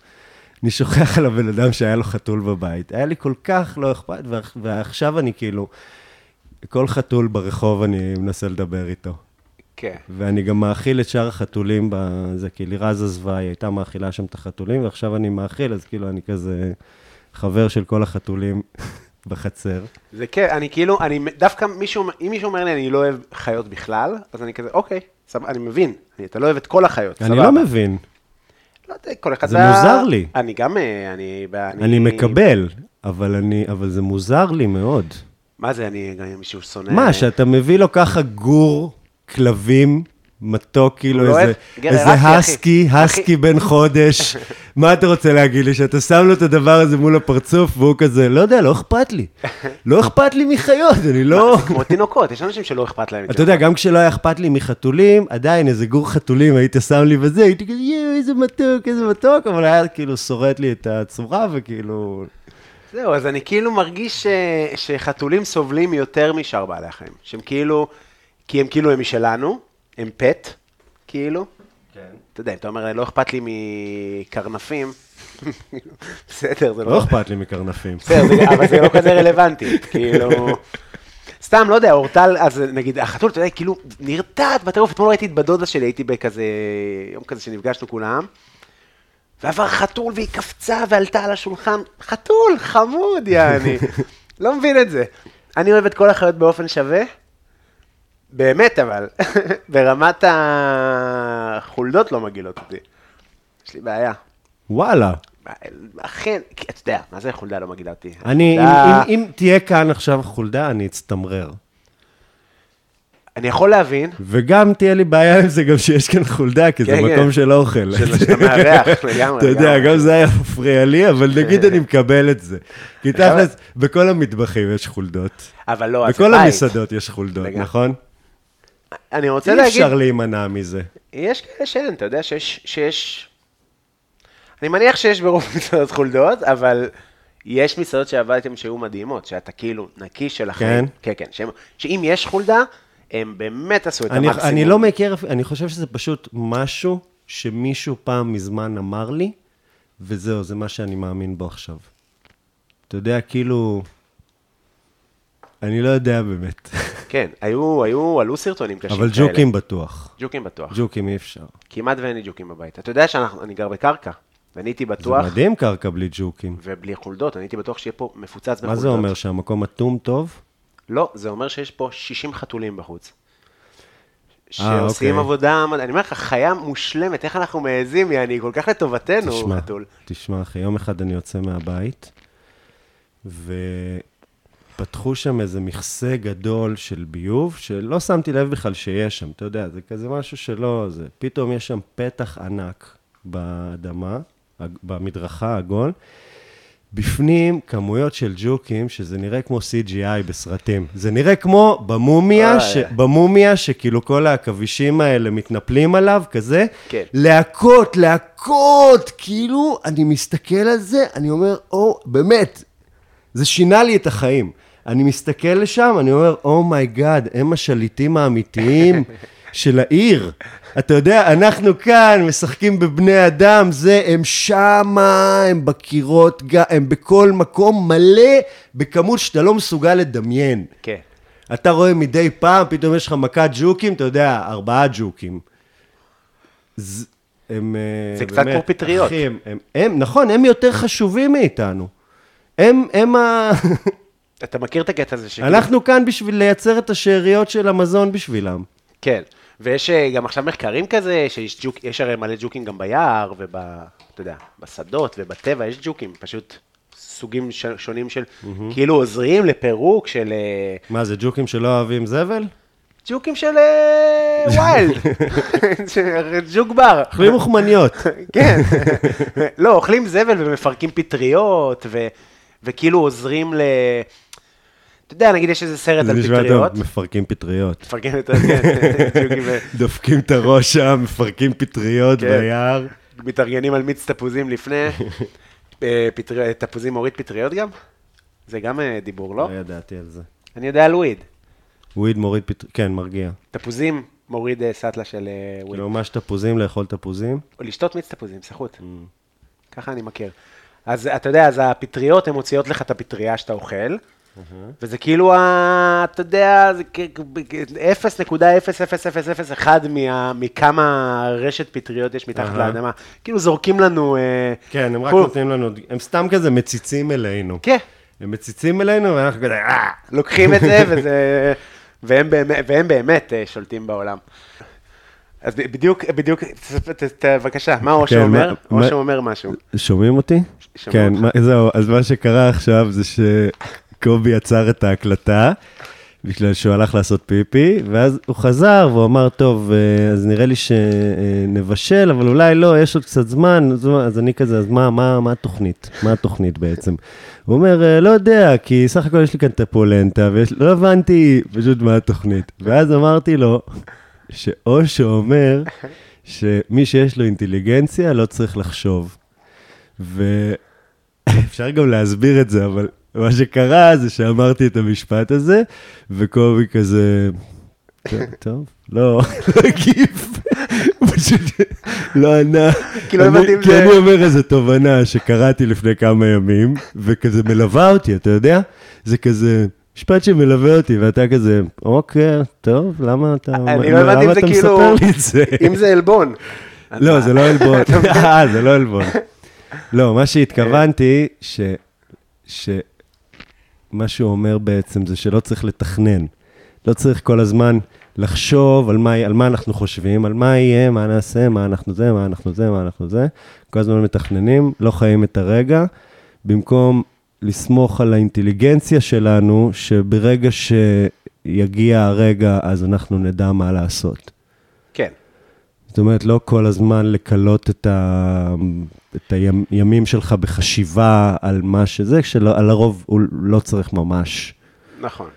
Speaker 3: אני שוכח על הבן אדם שהיה לו חתול בבית. היה לי כל כך לא אכפת, ועכ- ועכשיו אני כאילו, כל חתול ברחוב אני מנסה לדבר איתו.
Speaker 2: כן.
Speaker 3: ואני גם מאכיל את שאר החתולים בזה, כי לירז עזבה, היא הייתה מאכילה שם את החתולים, ועכשיו אני מאכיל, אז כאילו אני כזה חבר של כל החתולים בחצר.
Speaker 2: זה כן, אני כאילו, אני דווקא, מישהו, אם מישהו אומר לי, אני לא אוהב חיות בכלל, אז אני כזה, אוקיי, סבבה, אני מבין, אני- אתה לא אוהב את כל החיות, סבבה.
Speaker 3: אני לא מבין,
Speaker 2: לא יודע, כל אחד...
Speaker 3: זה
Speaker 2: וה-
Speaker 3: מוזר לי.
Speaker 2: אני גם, אה, אני... אני,
Speaker 3: אני מקבל, אבל אני- אבל זה מוזר לי מאוד.
Speaker 2: מה זה, אני גם מישהו שונא...
Speaker 3: מה, שאתה מביא לו ככה גור, כלבים, מתוק, כאילו
Speaker 2: לא
Speaker 3: איזה,
Speaker 2: אוהב- גבר
Speaker 3: איזה
Speaker 2: עיראקי, אחי.
Speaker 3: הסקי,
Speaker 2: אחי.
Speaker 3: הסקי בן חודש. מה אתה רוצה להגיד לי? שאתה שם לו את הדבר הזה מול הפרצוף, והוא כזה, לא יודע, לא אכפת לי. לא אכפת לי מחיות, אני לא...
Speaker 2: זה כמו תינוקות, יש אנשים שלא אכפת להם.
Speaker 3: אתה יודע, גם כשלא היה אכפת לי מחתולים, עדיין איזה גור חתולים היית שם לי וזה, הייתי כזה, יואו, איזה מתוק, איזה מתוק, אבל היה כאילו שורט לי את הצורה, וכאילו...
Speaker 2: זהו, אז אני כאילו מרגיש ש... שחתולים סובלים יותר משאר בעלי החיים. שהם כאילו, כי הם כאילו הם משלנו, הם פט, כאילו.
Speaker 3: כן.
Speaker 2: אתה יודע, אם אתה אומר, לא אכפת לי מקרנפים, כאילו, בסדר, זה לא...
Speaker 3: לא אכפת לי מקרנפים.
Speaker 2: בסדר, זה- אבל זה לא כזה רלוונטי, כאילו... סתם, לא יודע, אורטל, אז נגיד, החתול, אתה יודע, כאילו, נרתעת בטירוף, אתמול ראיתי את בת דודה שלי, הייתי בכזה, יום כזה שנפגשנו כולם, ועבר חתול והיא קפצה ועלתה על השולחן, חתול, חמוד, יעני. לא מבין את זה. אני אוהב את כל החיות באופן שווה, באמת אבל, ברמת החולדות לא מגעילות אותי. יש לי בעיה.
Speaker 3: וואלה.
Speaker 2: אכן, כי אתה יודע, מה זה חולדה לא מגעילה אותי?
Speaker 3: אני, אם,
Speaker 2: חולדה-
Speaker 3: אם, אם תהיה כאן עכשיו חולדה, אני אצטמרר.
Speaker 2: אני יכול להבין,
Speaker 3: וגם תהיה לי בעיה עם זה גם שיש כאן חולדה, כי זה
Speaker 2: כן, כן.
Speaker 3: מקום של אוכל.
Speaker 2: של- שאתה מארח, לגמרי,
Speaker 3: אתה יודע,
Speaker 2: לגמרי. כן.
Speaker 3: גם זה היה מפריע לי, אבל נגיד אני מקבל את זה. כי
Speaker 2: לגמרי.
Speaker 3: תכלס, בכל המטבחים יש חולדות.
Speaker 2: אבל לא, אז
Speaker 3: בכל
Speaker 2: בית.
Speaker 3: המסעדות יש חולדות,
Speaker 2: לגמרי.
Speaker 3: נכון?
Speaker 2: אני רוצה
Speaker 3: אי
Speaker 2: להגיד,
Speaker 3: אפשר להימנע מזה.
Speaker 2: יש כאלה שאין, אתה יודע שיש, שיש... אני מניח שיש ברוב המסעדות חולדות, אבל יש מסעדות שעבדתם שהיו מדהימות, שאתה כאילו נקי של החיים.
Speaker 3: כן?
Speaker 2: כן, כן, שהם- שאם יש חולדה, הם באמת עשו את
Speaker 3: אני,
Speaker 2: המקסימום.
Speaker 3: אני לא מכיר, אני חושב שזה פשוט משהו שמישהו פעם מזמן אמר לי, וזהו, זה מה שאני מאמין בו עכשיו. אתה יודע, כאילו... אני לא יודע באמת,
Speaker 2: כן, היו, היו, עלו סרטונים קשים כאלה.
Speaker 3: אבל ג'וקים בטוח.
Speaker 2: ג'וקים בטוח.
Speaker 3: ג'וקים אי אפשר.
Speaker 2: כמעט ואין לי ג'וקים בבית. אתה יודע שאני גר בקרקע, ואני הייתי
Speaker 3: זה
Speaker 2: בטוח,
Speaker 3: מדהים קרקע בלי ג'וקים.
Speaker 2: ובלי חולדות, אני הייתי בטוח שיהיה פה מפוצץ בחולדות.
Speaker 3: מה זה אומר, שהמקום אטום טוב?
Speaker 2: לא, זה אומר שיש פה 60 חתולים בחוץ.
Speaker 3: אוקיי.
Speaker 2: שעושים עבודה, מד- אני אומר לך, חיה מושלמת, איך אנחנו מעזים, יעני, כל כך לטובתנו,
Speaker 3: תשמע,
Speaker 2: חתול.
Speaker 3: תשמע, אחי, יום אחד אני יוצא מהבית, ופתחו שם איזה מכסה גדול של ביוב, שלא שמתי לב בכלל שיש שם, אתה יודע, זה כזה משהו שלא... זה... פתאום יש שם פתח ענק באדמה, הג- במדרכה, עגול. בפנים כמויות של ג'וקים, שזה נראה כמו CGI בסרטים. זה נראה כמו במומיה,
Speaker 2: אוי.
Speaker 3: ש... במומיה שכאילו כל העכבישים האלה מתנפלים עליו, כזה.
Speaker 2: כן.
Speaker 3: להכות, להכות, כאילו, אני מסתכל על זה, אני אומר, או, באמת, זה שינה לי את החיים. אני מסתכל לשם, אני אומר, אומייגאד, oh my God, הם השליטים האמיתיים של העיר. אתה יודע, אנחנו כאן משחקים בבני אדם, זה, הם שמה, הם בקירות, ג- הם בכל מקום מלא, בכמות שאתה לא מסוגל לדמיין.
Speaker 2: כן.
Speaker 3: אתה רואה מדי פעם, פתאום יש לך מכת ג'וקים, אתה יודע, ארבעה ג'וקים. ז- הם... אה,
Speaker 2: זה קצת
Speaker 3: באמת,
Speaker 2: כמו פטריות.
Speaker 3: אחי, הם, הם, הם, נכון, הם יותר חשובים מאיתנו. הם, הם ה...
Speaker 2: אתה מכיר את הקטע הזה שכאילו...
Speaker 3: אנחנו כאן בשביל לייצר את השאריות של המזון בשבילם.
Speaker 2: כן. ויש אה, גם עכשיו מחקרים כזה, שיש ג'וק, יש הרי מלא ג'וקים גם ביער, וב... אתה יודע, בשדות ובטבע יש ג'וקים, פשוט סוגים ש- שונים של... כאילו עוזרים לפירוק של... אה,
Speaker 3: מה, זה ג'וקים שלא אוהבים זבל?
Speaker 2: ג'וקים של... אה, אה, ויילד, ג'וק בר.
Speaker 3: אוכלים מוכמניות.
Speaker 2: כן. לא, אוכלים זבל ומפרקים פטריות, ו- וכאילו עוזרים ל... אתה יודע, נגיד יש איזה סרט
Speaker 3: זה
Speaker 2: על
Speaker 3: נשמע
Speaker 2: פטריות.
Speaker 3: טוב, מפרקים פטריות.
Speaker 2: מפרקים את ה... כן, ג'וקים ו-
Speaker 3: דופקים את הראש שם, מפרקים פטריות
Speaker 2: כן.
Speaker 3: ביער.
Speaker 2: מתארגנים על מיץ תפוזים לפני. אה, פטרי- תפוזים מוריד פטריות גם? זה גם אה, דיבור, לא?
Speaker 3: לא ידעתי על זה.
Speaker 2: אני יודע על וויד.
Speaker 3: וויד מוריד פטריות, כן, מרגיע.
Speaker 2: תפוזים מוריד אה, סטלה של אה, וויד.
Speaker 3: כאילו, ממש תפוזים, לאכול תפוזים.
Speaker 2: או לשתות מיץ תפוזים, סחוט.
Speaker 3: Mm.
Speaker 2: ככה אני מכיר. אז אתה יודע, אז הפטריות, הן מוציאות לך את הפטריה שאתה אוכל, וזה כאילו, ה- אתה יודע, זה כ- כ- 0.00001 מה- מכמה רשת פטריות יש מתחת
Speaker 3: אהה.
Speaker 2: לאדמה. כאילו זורקים לנו... אה,
Speaker 3: כן, הם רק
Speaker 2: כאילו-
Speaker 3: נותנים לנו, הם סתם כזה מציצים אלינו.
Speaker 2: כן,
Speaker 3: הם מציצים אלינו, ואנחנו כזה, אה!
Speaker 2: לוקחים את זה, וזה... והם באמת, והם באמת אה, שולטים בעולם. אז ב- בדיוק, בדיוק, ת- ת- ת- בבקשה, מה אושר
Speaker 3: מה-
Speaker 2: אומר?
Speaker 3: כן, מה-
Speaker 2: אושר אומר משהו.
Speaker 3: שומעים אותי?
Speaker 2: שומעים
Speaker 3: כן,
Speaker 2: אותך.
Speaker 3: מה- זהו, אז מה שקרה עכשיו זה שקובי עצר את ההקלטה, בגלל שהוא הלך לעשות פיפי, ואז הוא חזר והוא אמר, טוב, אה, אז נראה לי שנבשל, אבל אולי לא, יש עוד קצת זמן, אז- אז אני כזה, אז מה, מה, מה התוכנית? מה התוכנית בעצם? הוא אומר, "אה, לא יודע, כי סך הכל יש לי כאן את הפולנטה, ולא הבנתי פשוט מה התוכנית. ואז אמרתי לו, שאושו אומר שמי שיש לו אינטליגנציה לא צריך לחשוב. ואפשר גם להסביר את זה, אבל מה שקרה זה שאמרתי את המשפט הזה, וקובי כזה, "טוב, טוב, לא, לא הגיב, הוא פשוט לא ענה.
Speaker 2: כי לא
Speaker 3: אני-
Speaker 2: הבנתי אם
Speaker 3: כי
Speaker 2: זה-
Speaker 3: אני אומר איזו תובנה שקראתי לפני כמה ימים, וכזה מלווה אותי, אתה יודע? זה כזה... משפט שמלווה אותי, ואתה כזה, אוקיי, טוב, למה אתה,
Speaker 2: אני לא הבנתי אם
Speaker 3: למה
Speaker 2: זה
Speaker 3: אתה
Speaker 2: כאילו-
Speaker 3: מספר לי את זה?
Speaker 2: אם זה עלבון.
Speaker 3: לא, זה לא עלבון. אה, זה לא עלבון. לא, מה שהתכוונתי, ש... ש... מה שהוא אומר בעצם זה שלא צריך לתכנן. לא צריך כל הזמן לחשוב על מה, על מה אנחנו חושבים, על מה יהיה, מה נעשה, מה אנחנו זה, מה אנחנו זה, מה אנחנו זה. כל הזמן מתכננים, לא חיים את הרגע. במקום לסמוך על האינטליגנציה שלנו, שברגע שיגיע הרגע, אז אנחנו נדע מה לעשות.
Speaker 2: כן.
Speaker 3: זאת אומרת, לא כל הזמן לכלות את, ה... את הימים שלך בחשיבה על מה שזה, כשלרוב הוא לא צריך ממש.
Speaker 2: נכון.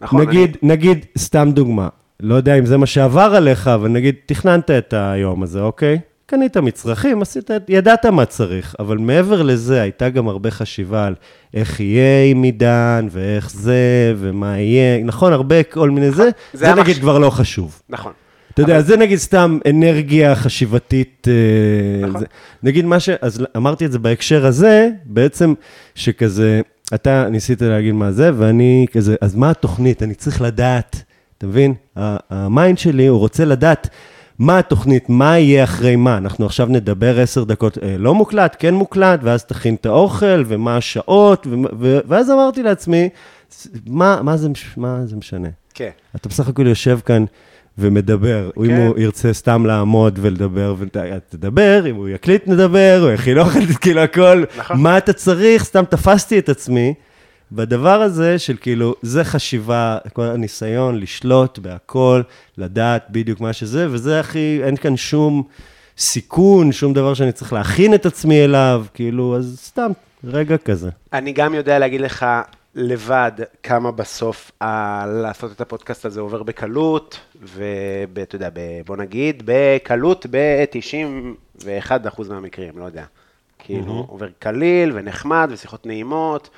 Speaker 2: נכון.
Speaker 3: נגיד, אני... נגיד, סתם דוגמה, לא יודע אם זה מה שעבר עליך, אבל נגיד, תכננת את היום הזה, אוקיי? קנית מצרכים, עשית, את- ידעת מה צריך, אבל מעבר לזה, הייתה גם הרבה חשיבה על איך יהיה עם עידן, ואיך זה, ומה יהיה, נכון, הרבה כל מיני זה,
Speaker 2: זה
Speaker 3: זה נגיד
Speaker 2: המחש-
Speaker 3: כבר לא חשוב.
Speaker 2: אני, נכון.
Speaker 3: אתה יודע, זה נגיד סתם אנרגיה חשיבתית. אה,
Speaker 2: נכון.
Speaker 3: זה- נגיד מה ש... אז אמרתי את זה בהקשר הזה, בעצם שכזה, אתה ניסית להגיד מה זה, ואני כזה, אז מה התוכנית? אני צריך לדעת, אתה מבין? ה- המיינד שלי, הוא רוצה לדעת מה התוכנית, מה יהיה אחרי מה. אנחנו עכשיו נדבר עשר דקות, אה, לא מוקלט, כן מוקלט, ואז תכין את האוכל, ומה השעות, ומה- ו- ואז אמרתי לעצמי, "ס- מה, מה, זה, מש- מה זה משנה?
Speaker 2: כן.
Speaker 3: אתה בסך הכל יושב כאן ומדבר. כן. אם הוא ירצה סתם לעמוד ולדבר, ותדבר, אם הוא יקליט נדבר, הוא יכין אוכל, כאילו הכל.
Speaker 2: נכון.
Speaker 3: מה אתה צריך? סתם תפסתי את עצמי. בדבר הזה של כאילו, זה חשיבה, כל הניסיון לשלוט בהכל, לדעת בדיוק מה שזה, וזה הכי, אין כאן שום סיכון, שום דבר שאני צריך להכין את עצמי אליו, כאילו, אז סתם, רגע כזה.
Speaker 2: אני גם יודע להגיד לך לבד כמה בסוף ה- לעשות את הפודקאסט הזה עובר בקלות, ואתה יודע, ב- בוא נגיד, בקלות ב-91% מהמקרים, לא יודע. כאילו, עובר קליל ונחמד ושיחות נעימות.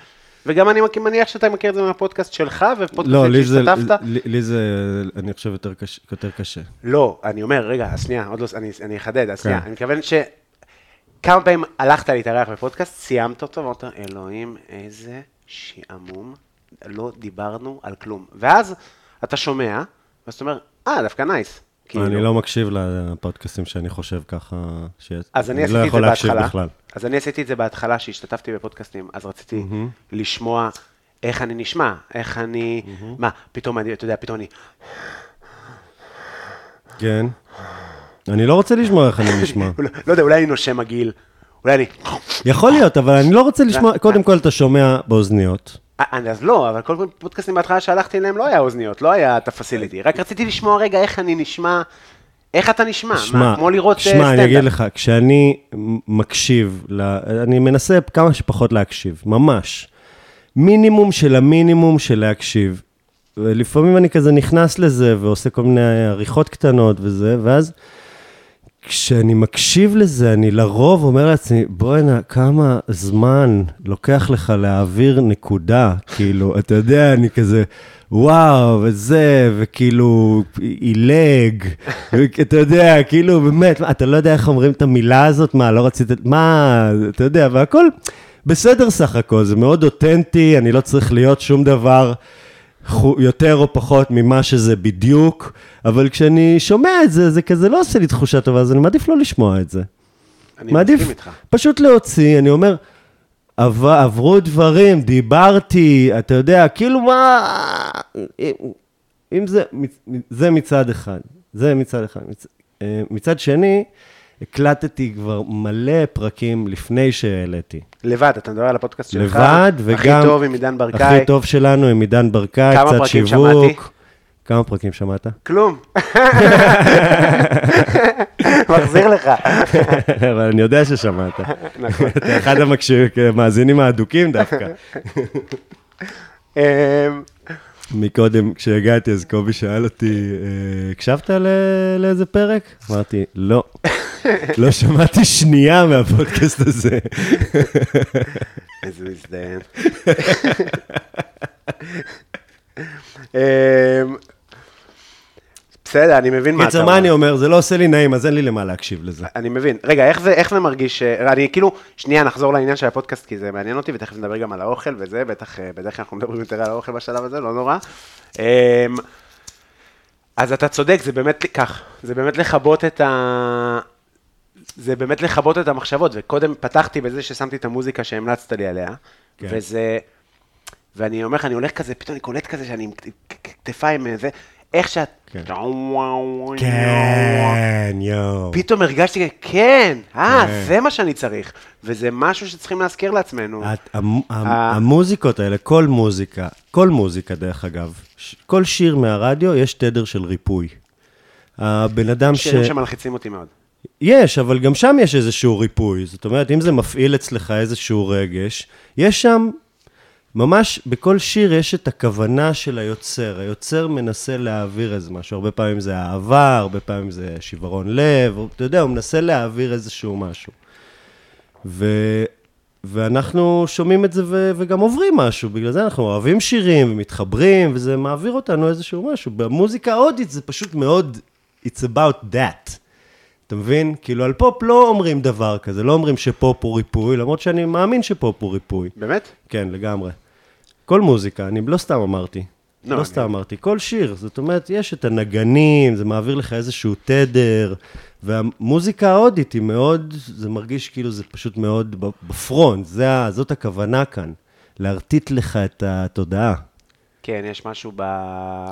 Speaker 2: וגם אני מכיר- מניח שאתה מכיר את זה מהפודקאסט שלך,
Speaker 3: לא,
Speaker 2: ופודקאסטים
Speaker 3: לי זה,
Speaker 2: שהשתתפת.
Speaker 3: לי, לי זה, אני חושב, יותר קשה. יותר קשה.
Speaker 2: לא, אני אומר, רגע, אז שנייה, עוד לא, אני, אני אחדד, אז
Speaker 3: כן.
Speaker 2: שנייה, אני מתכוון ש... כמה פעמים הלכת להתארח בפודקאסט, סיימת אותו, ואמרת, אלוהים, איזה שעמום, לא דיברנו על כלום. ואז אתה שומע, ואז אתה אומר, אה, דווקא נייס. כאילו.
Speaker 3: אני לא מקשיב לפודקאסטים שאני חושב ככה, ש...
Speaker 2: אז אני,
Speaker 3: לא
Speaker 2: עשיתי את
Speaker 3: יכול
Speaker 2: זה
Speaker 3: להקשיב
Speaker 2: בהתחלה.
Speaker 3: בכלל.
Speaker 2: אז אני עשיתי את זה בהתחלה, שהשתתפתי בפודקאסטים, אז רציתי mm-hmm. לשמוע איך אני נשמע, איך אני... Mm-hmm. מה, פתאום אני, אתה יודע, פתאום אני...
Speaker 3: כן. אני לא רוצה לשמוע איך אני נשמע.
Speaker 2: לא, לא יודע, אולי אני נושם מגעיל, אולי אני...
Speaker 3: יכול להיות, אבל אני לא רוצה לשמוע, קודם כל אתה שומע באוזניות.
Speaker 2: אני- אז לא, אבל כל מיני פודקאסטים בהתחלה שהלכתי אליהם לא היה אוזניות, לא היה את הפסיליטי. רק רציתי לשמוע רגע איך אני נשמע, איך אתה נשמע, מה, כמו לראות אה,
Speaker 3: שמע, אני אגיד לך, כשאני מקשיב, ל... אני מנסה כמה שפחות להקשיב, ממש. מינימום של המינימום של להקשיב. ולפעמים אני כזה נכנס לזה ועושה כל מיני עריכות קטנות וזה, ואז כשאני מקשיב לזה, אני לרוב אומר לעצמי, בוא'נה, כמה זמן לוקח לך להעביר נקודה, כאילו, אתה יודע, אני כזה, וואו, וזה, וכאילו, עילג, אתה יודע, כאילו, באמת, מה, אתה לא יודע איך אומרים את המילה הזאת, מה, לא רצית, מה, אתה יודע, והכל בסדר סך הכל, זה מאוד אותנטי, אני לא צריך להיות שום דבר. חו- יותר או פחות ממה שזה בדיוק, אבל כשאני שומע את זה, זה כזה לא עושה לי תחושה טובה, אז אני מעדיף לא לשמוע את זה.
Speaker 2: אני
Speaker 3: מעדיף
Speaker 2: מסכים איתך.
Speaker 3: פשוט להוציא, אני אומר, עב, עברו דברים, דיברתי, אתה יודע, כאילו מה... אם- אם זה, זה מצד אחד, זה מצד אחד. מצ, אה, מצד שני, הקלטתי כבר מלא פרקים לפני שהעליתי.
Speaker 2: לבד, אתה מדבר על הפודקאסט שלך.
Speaker 3: לבד, וגם...
Speaker 2: הכי טוב עם עידן ברקאי.
Speaker 3: הכי טוב שלנו עם עידן ברקאי,
Speaker 2: כמה
Speaker 3: קצת
Speaker 2: פרקים
Speaker 3: שיווק.
Speaker 2: שמעתי?
Speaker 3: כמה פרקים שמעת?
Speaker 2: כלום. מחזיר לך.
Speaker 3: אבל אני יודע ששמעת.
Speaker 2: נכון.
Speaker 3: אתה אחד המקשיב- המאזינים האדוקים דווקא.
Speaker 2: אמ,
Speaker 3: מקודם, כשהגעתי, אז קובי שאל אותי, "אה, הקשבת ל- לאיזה פרק? אמרתי, לא. לא שמעתי שנייה מהפודקאסט הזה.
Speaker 2: איזה מזדיין. אמ, בסדר, אני מבין מה אתה
Speaker 3: קיצר, מה אני אומר? זה לא עושה לי נעים, אז אין לי למה להקשיב לזה.
Speaker 2: אני מבין. רגע, איך זה, איך זה מרגיש? ש- אני כאילו, שנייה, נחזור לעניין של הפודקאסט, כי זה מעניין אותי, ותכף נדבר גם על האוכל וזה, בטח, אה, בדרך כלל אנחנו מדברים יותר על האוכל בשלב הזה, לא נורא. אמ, אז אתה צודק, זה באמת כך, זה באמת לכבות את ה... זה באמת לכבות את המחשבות, וקודם פתחתי בזה ששמתי את המוזיקה שהמלצת לי עליה,
Speaker 3: כן.
Speaker 2: כן. וזה... ואני אומר לך, אני הולך כזה, פתאום אני קולט כזה שאני עם כ- כ- כתפיים אה, זה, איך שאת...
Speaker 3: כן. כן, יואו.
Speaker 2: פתאום הרגשתי, כן, אה,
Speaker 3: כן.
Speaker 2: זה מה שאני צריך. וזה משהו שצריכים להזכיר לעצמנו.
Speaker 3: את- המ- המ- המוזיקות האלה, כל מוזיקה, כל מוזיקה דרך אגב, ש- כל שיר מהרדיו יש תדר של ריפוי. הבן אדם ש...
Speaker 2: שירים שמלחיצים אותי מאוד.
Speaker 3: יש, אבל גם שם יש איזשהו ריפוי. זאת אומרת, אם זה מפעיל אצלך איזשהו רגש, יש שם, ממש בכל שיר יש את הכוונה של היוצר. היוצר מנסה להעביר איזה משהו. הרבה פעמים זה אהבה, הרבה פעמים זה שיוורון לב, או- אתה יודע, הוא מנסה להעביר איזשהו משהו. ו... ואנחנו שומעים את זה ו... וגם עוברים משהו, בגלל זה אנחנו אוהבים שירים ומתחברים, וזה מעביר אותנו איזשהו משהו. במוזיקה ההודית זה פשוט מאוד, it's about that. אתה מבין? כאילו, על פופ לא אומרים דבר כזה, לא אומרים שפופ הוא ריפוי, למרות שאני מאמין שפופ הוא ריפוי.
Speaker 2: באמת?
Speaker 3: כן, לגמרי. כל מוזיקה, אני לא סתם אמרתי.
Speaker 2: לא,
Speaker 3: לא, לא
Speaker 2: אני-
Speaker 3: סתם אמרתי, כל שיר, זאת אומרת, יש את הנגנים, זה מעביר לך איזשהו תדר, והמוזיקה ההודית היא מאוד, זה מרגיש כאילו זה פשוט מאוד ב- בפרונט, זה, ה- זאת הכוונה כאן, להרטיט לך את התודעה.
Speaker 2: כן, יש משהו ב...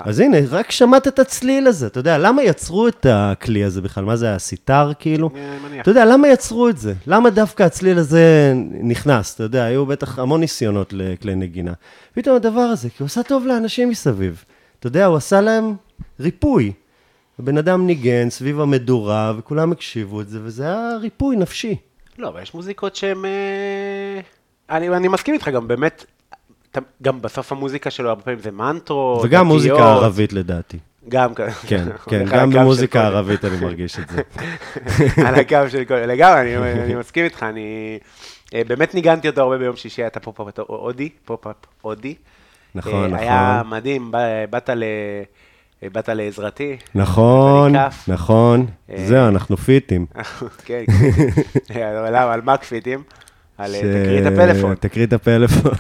Speaker 3: אז הנה, רק שמעת את הצליל הזה, אתה יודע, למה יצרו את הכלי הזה בכלל? מה זה, הסיטר כאילו?
Speaker 2: אני מניח.
Speaker 3: אתה יודע, למה יצרו את זה? למה דווקא הצליל הזה נכנס? אתה יודע, היו בטח המון ניסיונות לכלי נגינה. פתאום הדבר הזה, כי הוא עשה טוב לאנשים מסביב. אתה יודע, הוא עשה להם ריפוי. הבן אדם ניגן סביב המדורה, וכולם הקשיבו את זה, וזה היה ריפוי נפשי.
Speaker 2: לא, אבל יש מוזיקות שהן... אה, אני אני מסכים איתך, גם באמת, אתה- גם בסוף המוזיקה שלו הרבה פעמים זה מנטרות,
Speaker 3: וגם
Speaker 2: דתיות,
Speaker 3: מוזיקה ערבית לדעתי.
Speaker 2: גם כזה.
Speaker 3: כן, כן,
Speaker 2: הולך על
Speaker 3: גם
Speaker 2: הקו של
Speaker 3: במוזיקה
Speaker 2: כל-
Speaker 3: ערבית אני מרגיש את זה.
Speaker 2: על הקו של כל... לגמרי, אני- אני מסכים איתך, אני... אה, באמת ניגנתי אותו הרבה ביום שישי, היה את הפופ-אפ הודי, פופ-אפ הודי.
Speaker 3: נכון,
Speaker 2: אה, היה
Speaker 3: נכון.
Speaker 2: מדהים, ב- באת ל... באת לעזרתי.
Speaker 3: נכון,
Speaker 2: אני כף.
Speaker 3: נכון.
Speaker 2: אה,
Speaker 3: זהו, אנחנו פיטים.
Speaker 2: כן, כן. אה, אבל למה, על מה קפיטים? על אה, תקריא את הפלאפון.
Speaker 3: תקריא את הפלאפון.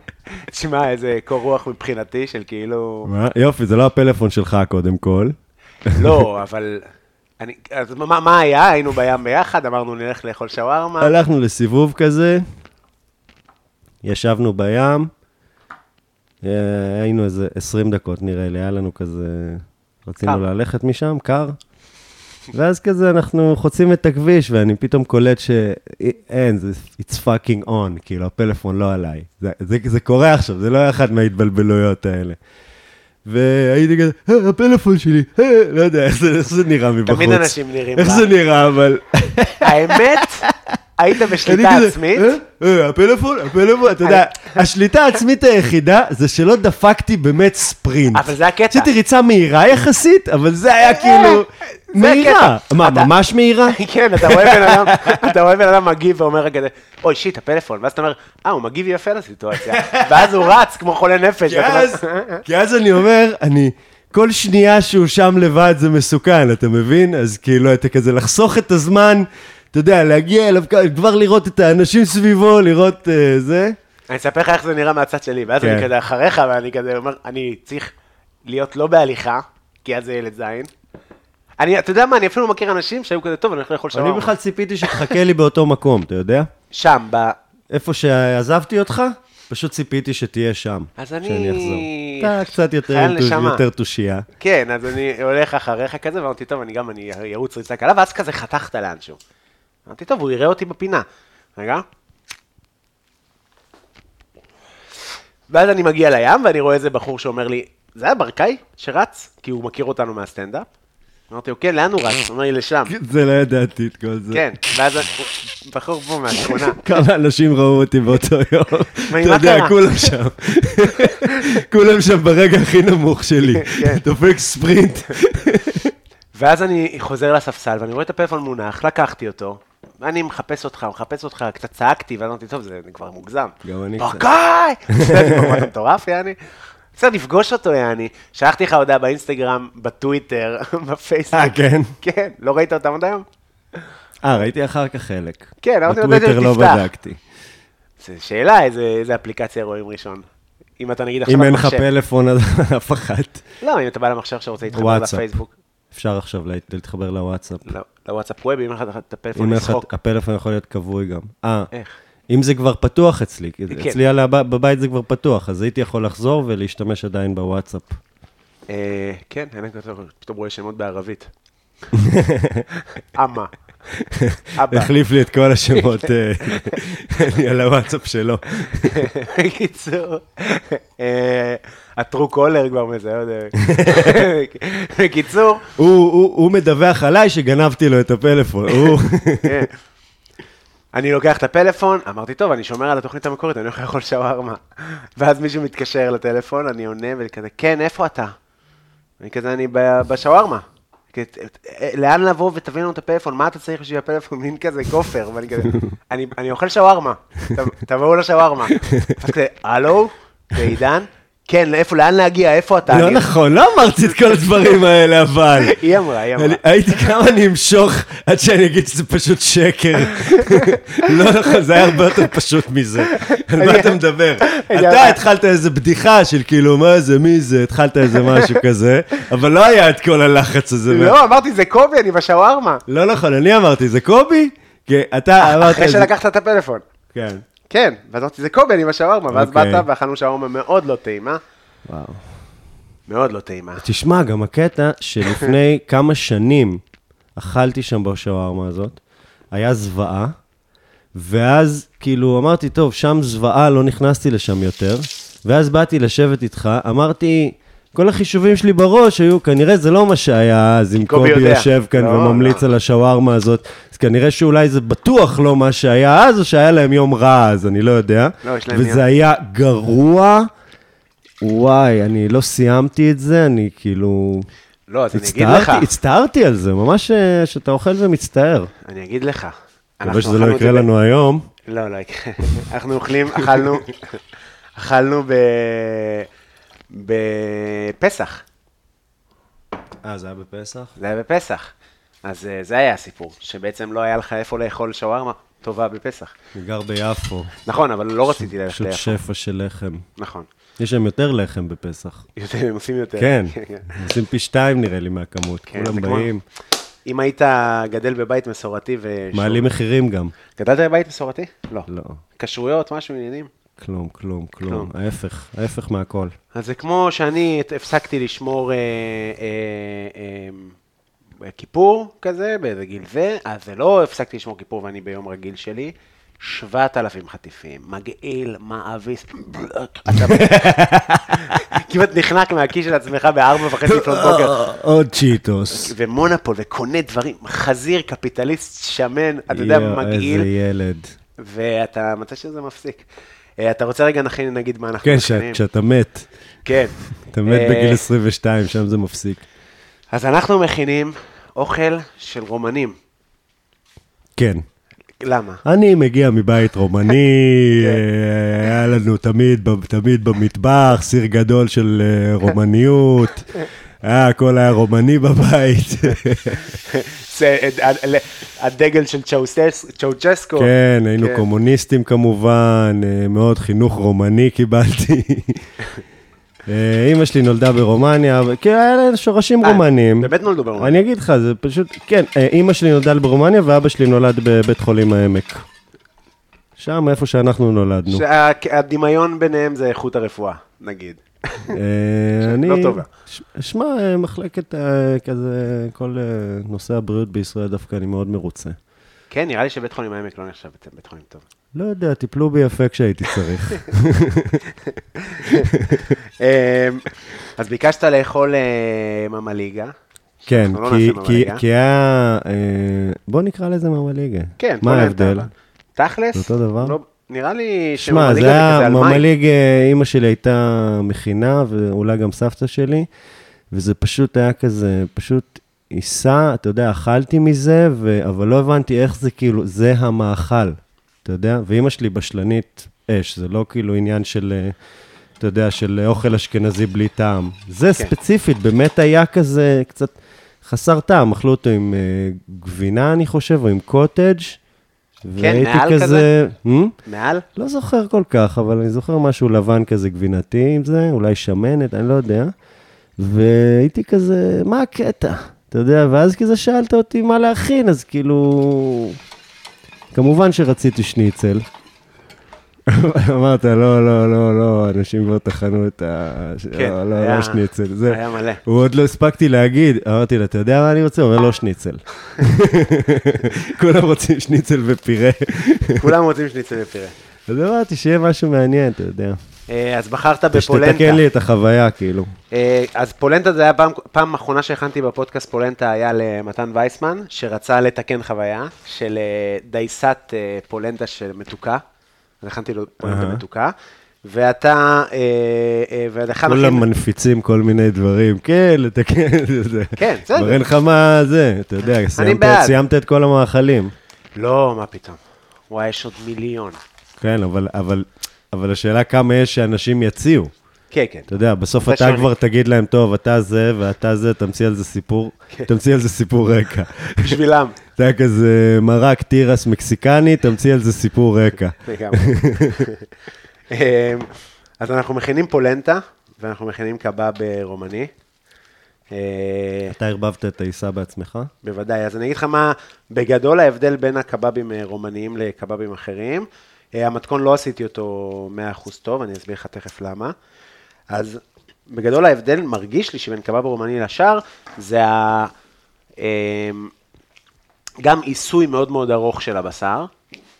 Speaker 2: תשמע, איזה קור רוח מבחינתי של כאילו...
Speaker 3: מה? יופי, זה לא הפלאפון שלך קודם כל.
Speaker 2: לא, אבל... אני, אז מה, מה היה? היינו בים ביחד, אמרנו נלך לאכול שווארמה.
Speaker 3: הלכנו לסיבוב כזה, ישבנו בים, אה, היינו איזה 20 דקות נראה לי, היה לנו כזה, רצינו
Speaker 2: קר.
Speaker 3: ללכת משם, קר. ואז כזה אנחנו חוצים את הכביש, ואני פתאום קולט שאין, זה it's fucking on, כאילו, הפלאפון לא עליי. זה, זה, זה קורה עכשיו, זה לא היה אחת מההתבלבלויות האלה. והייתי כזה, "אה, הפלאפון שלי, אה", לא יודע איך זה, איך זה נראה מבחוץ.
Speaker 2: תמיד אנשים נראים
Speaker 3: איך
Speaker 2: רע.
Speaker 3: זה נראה, אבל...
Speaker 2: האמת, היית בשליטה
Speaker 3: אני כזה,
Speaker 2: עצמית,
Speaker 3: "אה, אה, הפלאפון, הפלאפון, אתה יודע, השליטה העצמית היחידה זה שלא דפקתי באמת ספרינט.
Speaker 2: אבל זה הקטע.
Speaker 3: עשיתי ריצה מהירה יחסית, אבל זה היה כאילו... מהירה.
Speaker 2: הקטע.
Speaker 3: מה,
Speaker 2: אתה-
Speaker 3: ממש מהירה?
Speaker 2: כן, אתה רואה בן אדם, אתה רואה בן אדם מגיב ואומר כזה, אוי שיט, הפלאפון, ואז אתה אומר, אה, הוא מגיב יפה לסיטואציה, ואז הוא רץ כמו חולה נפש,
Speaker 3: כי
Speaker 2: ואתה אומר, "אה,
Speaker 3: אז- כי אז אני אומר, אני... כל שנייה שהוא שם לבד זה מסוכן, אתה מבין? אז כאילו, אתה כזה לחסוך את הזמן, אתה יודע, להגיע אליו, כבר לראות את האנשים סביבו, לראות אה, זה.
Speaker 2: אני אספר לך איך זה נראה מהצד שלי, ואז אני
Speaker 3: כן.
Speaker 2: כזה אחריך, ואני כזה אומר, אני צריך להיות לא בהליכה, כי אז זה ילד זין. אני, אתה יודע מה, אני אפילו מכיר אנשים שהיו כזה, טוב, אני הולך לאכול
Speaker 3: אני
Speaker 2: שווארמה.
Speaker 3: בכלל ציפיתי שתחכה לי באותו מקום, אתה יודע?
Speaker 2: שם, ב...
Speaker 3: איפה שעזבתי אותך, פשוט ציפיתי שתהיה שם.
Speaker 2: אז אני-
Speaker 3: שאני אחזור. אתה קצת יותר,
Speaker 2: חייל
Speaker 3: אינטו-
Speaker 2: נשמה.
Speaker 3: יותר תושייה.
Speaker 2: כן, אז אני הולך אחריך כזה, ואמרתי, טוב, אני גם, אני ארוץ ריצה קלה, ואז כזה חתכת לאנשהו. אמרתי, טוב, הוא יראה אותי בפינה. רגע. ואז אני מגיע לים, ואני רואה איזה בחור שאומר לי, זה היה ברקאי שרץ? כי הוא מכיר אותנו מהסטנדאפ. אמרתי לו, כן, לאן הוא רץ? הוא אומר לי, לשם.
Speaker 3: זה לא ידעתי את כל זה.
Speaker 2: כן, ואז הוא- בחור פה מהשכונה.
Speaker 3: כמה אנשים ראו אותי באותו יום. אתה
Speaker 2: מה
Speaker 3: יודע,
Speaker 2: קרה?
Speaker 3: כולם שם. כולם שם ברגע הכי נמוך שלי.
Speaker 2: כן.
Speaker 3: דופק ספרינט.
Speaker 2: ואז אני חוזר לספסל, ואני רואה את הפלאפון מונח, לקחתי אותו, ואני מחפש אותך, מחפש אותך, קצת צעקתי, ואז אמרתי, טוב, זה כבר מוגזם.
Speaker 3: גם אני קצת.
Speaker 2: ברקאי! זה כבר אתה מטורף, יעני. בסדר, נפגוש אותו, יעני. שלחתי לך הודעה באינסטגרם, בטוויטר, בפייסבוק.
Speaker 3: אה, כן?
Speaker 2: כן, לא ראית אותם עוד היום?
Speaker 3: אה, ראיתי אחר כך חלק.
Speaker 2: כן, אמרתי לו,
Speaker 3: בטוויטר
Speaker 2: "תפתח".
Speaker 3: לא בדקתי.
Speaker 2: זו שאלה, איזה, איזה אפליקציה רואים ראשון. אם אתה נגיד עכשיו
Speaker 3: אם
Speaker 2: על
Speaker 3: אין לך
Speaker 2: מחשב.
Speaker 3: פלאפון, אז אף אחת.
Speaker 2: לא, אם אתה בא למחשב שרוצה להתחבר
Speaker 3: וואטסאפ.
Speaker 2: לפייסבוק.
Speaker 3: אפשר עכשיו לה- להתחבר לוואטסאפ.
Speaker 2: לא, לוואטסאפ ווב, אם אין לך את
Speaker 3: אם
Speaker 2: הפלאפון
Speaker 3: אין לך,
Speaker 2: לשחוק.
Speaker 3: הפלאפון יכול להיות כבוי גם. אה,
Speaker 2: איך?
Speaker 3: אם זה כבר פתוח אצלי, כי זה-
Speaker 2: כן.
Speaker 3: אצלי על הב- בבית זה כבר פתוח, אז הייתי יכול לחזור ולהשתמש עדיין בוואטסאפ.
Speaker 2: אה, כן, האמת, אתה פתאום רואה שמות בערבית. אמה. אבא.
Speaker 3: החליף לי את כל השמות אה, אני על הוואטסאפ שלו.
Speaker 2: בקיצור, אה, הטרו קולר כבר מזהה אה, עוד... בקיצור,
Speaker 3: הוא- הוא הוא מדווח עליי שגנבתי לו את הפלאפון. הוא-
Speaker 2: אה, אני לוקח את הפלאפון, אמרתי, טוב, אני שומר על התוכנית המקורית, אני הולך לאכול שווארמה. ואז מישהו מתקשר לטלפון, אני עונה, וכזה, כן, איפה אתה? אני כזה, אני ב- בשווארמה. כ- ת- ת- אה, לאן לבוא ותביא לנו את הפלאפון, מה אתה צריך בשביל הפלאפון, מין כזה כופר, ואני כזה, אני, אני אוכל שווארמה, ת- תבואו לשווארמה. אז כזה, הלו, זה עידן? כן, לאיפה, לאן להגיע, איפה אתה?
Speaker 3: לא
Speaker 2: אני-
Speaker 3: נכון, לא אמרתי את כל הדברים האלה, אבל.
Speaker 2: היא אמרה, היא אמרה.
Speaker 3: אני- הייתי כמה אני אמשוך עד שאני אגיד שזה פשוט שקר. לא נכון, זה היה הרבה יותר פשוט מזה. על מה
Speaker 2: אני-
Speaker 3: אתה מדבר?
Speaker 2: אני-
Speaker 3: אתה התחלת איזה בדיחה של כאילו, מה זה, מי זה, התחלת איזה משהו כזה, אבל לא היה את כל הלחץ הזה. מה-
Speaker 2: לא, אמרתי, זה קובי, אני בשווארמה.
Speaker 3: לא נכון, אני אמרתי, זה קובי? כי אתה אמרת...
Speaker 2: אה, אחרי
Speaker 3: זה-
Speaker 2: שלקחת את הפלאפון.
Speaker 3: כן.
Speaker 2: כן, ואז אמרתי, זה קובי, אני בשווארמה, ואז
Speaker 3: אוקיי.
Speaker 2: באת ואכלנו שווארמה מאוד לא טעימה,
Speaker 3: וואו.
Speaker 2: מאוד לא טעימה.
Speaker 3: תשמע, גם הקטע שלפני כמה שנים אכלתי שם בשווארמה הזאת, היה זוועה, ואז כאילו אמרתי, טוב, שם זוועה, לא נכנסתי לשם יותר, ואז באתי לשבת איתך, אמרתי, כל החישובים שלי בראש היו, כנראה זה לא מה שהיה אז, אם
Speaker 2: קובי
Speaker 3: קובי
Speaker 2: יודע.
Speaker 3: יושב כאן
Speaker 2: לא,
Speaker 3: וממליץ
Speaker 2: לא.
Speaker 3: על השווארמה הזאת, אז כנראה שאולי זה בטוח לא מה שהיה אז, או שהיה להם יום רע אז, אני לא יודע.
Speaker 2: לא, יש להם יום.
Speaker 3: וזה היה גרוע. וואי, אני לא סיימתי את זה, אני כאילו...
Speaker 2: לא, אז אני אגיד לך,
Speaker 3: הצטערתי, הצטערתי על זה, ממש אה, שאתה אוכל ומצטער.
Speaker 2: אני אגיד לך. אנחנו
Speaker 3: מקווה שזה לא
Speaker 2: אכלנו את
Speaker 3: יקרה
Speaker 2: זה ב-
Speaker 3: לנו היום.
Speaker 2: לא, לא יקרה. אנחנו אוכלים, אכלנו, אכלנו ב- בפסח.
Speaker 3: אה, זה היה בפסח?
Speaker 2: זה היה בפסח. אז אה, זה היה הסיפור, שבעצם לא היה לך איפה לאכול שווארמה טובה בפסח.
Speaker 3: אני גר ביפו,
Speaker 2: נכון, אבל לא רציתי ללכת
Speaker 3: פשוט
Speaker 2: ליפו.
Speaker 3: שפע של לחם.
Speaker 2: נכון.
Speaker 3: יש שם יותר לחם בפסח.
Speaker 2: יותר, הם עושים יותר.
Speaker 3: כן, עושים פי שתיים נראה לי מהכמות,
Speaker 2: כן,
Speaker 3: כולם
Speaker 2: זה כמו-
Speaker 3: באים,
Speaker 2: אם היית גדל בבית מסורתי ו...
Speaker 3: מעלים מחירים גם.
Speaker 2: גדלת בבית מסורתי? לא.
Speaker 3: לא,
Speaker 2: כשרויות, משהו, עניינים?
Speaker 3: כלום, כלום, כלום,
Speaker 2: כלום.
Speaker 3: ההפך, ההפך מהכל.
Speaker 2: אז זה כמו שאני הפסקתי לשמור אה, אה, אה, כיפור כזה, באיזה גיל זה, אז זה לא הפסקתי לשמור כיפור ואני ביום רגיל שלי. 7,000 חטיפים, מגעיל, מאביס, אתה כמעט נחנק מהכיס של עצמך בארבע וחצי לפנות בוקר.
Speaker 3: אה, עוד צ'יטוס.
Speaker 2: ומונופול, וקונה דברים, חזיר, קפיטליסט, שמן, אתה יודע,
Speaker 3: יואו,
Speaker 2: מגעיל,
Speaker 3: איזה ילד.
Speaker 2: ואתה, מתי שזה מפסיק. אה, אתה רוצה רגע נכין, נגיד מה אנחנו
Speaker 3: כן,
Speaker 2: מכינים?
Speaker 3: כשה- כשאתה מת.
Speaker 2: כן.
Speaker 3: אתה מת
Speaker 2: אה,
Speaker 3: בגיל 22, שם זה מפסיק.
Speaker 2: אז אנחנו מכינים אוכל של רומנים.
Speaker 3: כן.
Speaker 2: למה?
Speaker 3: אני מגיע מבית רומני,
Speaker 2: כן.
Speaker 3: אה, היה לנו תמיד, ב- תמיד במטבח סיר גדול של אה, רומניות, היה, הכל היה רומני בבית.
Speaker 2: זה אה, אה, ל- הדגל של צ'אוסטס- צ'אוצ'סקו.
Speaker 3: כן, היינו
Speaker 2: כן.
Speaker 3: קומוניסטים כמובן, אה, מאוד חינוך רומני קיבלתי. אה, אימא שלי נולדה ברומניה, אבל- כאילו היה לה שורשים
Speaker 2: אה,
Speaker 3: רומנים.
Speaker 2: באמת נולדו ברומניה.
Speaker 3: אני אגיד לך, זה פשוט, כן, אה, אימא שלי נולדה ברומניה ואבא שלי נולד בבית חולים העמק. שם, איפה שאנחנו נולדנו.
Speaker 2: שהדמיון ביניהם זה איכות הרפואה, נגיד.
Speaker 3: אה, אני...
Speaker 2: לא טובה.
Speaker 3: ש- שמע, אה, מחלקת אה, כזה, כל אה, נושא הבריאות בישראל דווקא אני מאוד מרוצה.
Speaker 2: כן, נראה לי שבית חולים העמק לא נחשב בית- בית חולים טוב.
Speaker 3: לא יודע, טיפלו בי יפה כשהייתי צריך.
Speaker 2: אמ, אז ביקשת לאכול אה, ממליגה.
Speaker 3: כן,
Speaker 2: אנחנו לא
Speaker 3: כי-
Speaker 2: נעשה
Speaker 3: כי-
Speaker 2: ממליגה.
Speaker 3: כי היה... אה, בוא נקרא לזה ממליגה.
Speaker 2: כן, בוא
Speaker 3: מה
Speaker 2: נעשה,
Speaker 3: ההבדל?
Speaker 2: אבל. תכלס?
Speaker 3: זה אותו דבר?
Speaker 2: לא- נראה לי
Speaker 3: שמע, זה
Speaker 2: שממליגה זה
Speaker 3: היה
Speaker 2: כזה על מים.
Speaker 3: ממליג, אה, אימא שלי הייתה מכינה, ואולי גם סבתא שלי, וזה פשוט היה כזה, פשוט עיסה, אתה יודע, אכלתי מזה, ו... אבל לא הבנתי איך זה כאילו, זה המאכל, אתה יודע? ואימא שלי בשלנית אש, זה לא כאילו עניין של, אה, אתה יודע, של אוכל אשכנזי בלי טעם. זה כן. ספציפית, באמת היה כזה קצת חסר טעם, אכלו אותו עם אה, גבינה, אני חושב, או עם קוטג'. והייתי
Speaker 2: כן, נעל כזה?
Speaker 3: Hmm?
Speaker 2: מעל?
Speaker 3: לא זוכר כל כך, אבל אני זוכר משהו לבן כזה גבינתי עם זה, אולי שמנת, אני לא יודע. והייתי כזה, מה הקטע? אתה יודע, ואז כזה שאלת אותי מה להכין, אז כאילו... כמובן שרציתי שניצל. אמרת, לא, לא, לא, לא, אנשים כבר טחנו את ה...
Speaker 2: כן,
Speaker 3: לא, לא,
Speaker 2: היה-
Speaker 3: לא שניצל. זה...
Speaker 2: היה מלא.
Speaker 3: הוא עוד לא הספקתי להגיד, אמרתי לו, אתה יודע מה אני רוצה? הוא אומר, לא שניצל. כולם רוצים שניצל ופירה.
Speaker 2: כולם רוצים שניצל ופירה.
Speaker 3: אז אמרתי שיהיה משהו מעניין, אתה יודע.
Speaker 2: אה, אז בחרת בפולנטה.
Speaker 3: שתתקן לי את החוויה, כאילו.
Speaker 2: אה, אז פולנטה זה היה פעם, פעם אחרונה שהכנתי בפודקאסט פולנטה היה למתן וייסמן, שרצה לתקן חוויה של אה, דייסת אה, פולנטה של מתוקה. אז הכנתי לו פולנטה
Speaker 3: אהה.
Speaker 2: מתוקה. ואתה, אה, אה, ואחד
Speaker 3: כולם מנפיצים כל מיני דברים, כן, לתקן את זה.
Speaker 2: כן, בסדר.
Speaker 3: מראה לך מה זה, אתה יודע, סיימת-
Speaker 2: בעד.
Speaker 3: סיימת את כל המאכלים.
Speaker 2: לא, מה פתאום. וואי, יש עוד מיליון.
Speaker 3: כן, אבל- אבל- אבל השאלה כמה יש שאנשים יציעו.
Speaker 2: כן, כן.
Speaker 3: אתה יודע, בסוף
Speaker 2: אתה
Speaker 3: אתה
Speaker 2: שונה.
Speaker 3: כבר תגיד להם, טוב, אתה זה ואתה זה, תמציא על זה סיפור,
Speaker 2: כן.
Speaker 3: תמציא על זה סיפור רקע.
Speaker 2: בשבילם.
Speaker 3: אתה יודע, כזה מרק תירס מקסיקני, תמציא על זה סיפור רקע.
Speaker 2: לגמרי. אמ, אז אנחנו מכינים פולנטה, ואנחנו מכינים קבב אה, רומני. אה,
Speaker 3: אתה ערבבת את העיסה בעצמך?
Speaker 2: בוודאי. אז אני אגיד לך מה, בגדול ההבדל בין הקבבים אה, רומניים לקבבים אחרים. אה, המתכון לא עשיתי אותו 100% טוב, אני אסביר לך תכף למה. אז בגדול ההבדל, מרגיש לי שבין קבב רומני לשאר, זה ה... אמ, גם עיסוי מאוד מאוד ארוך של הבשר,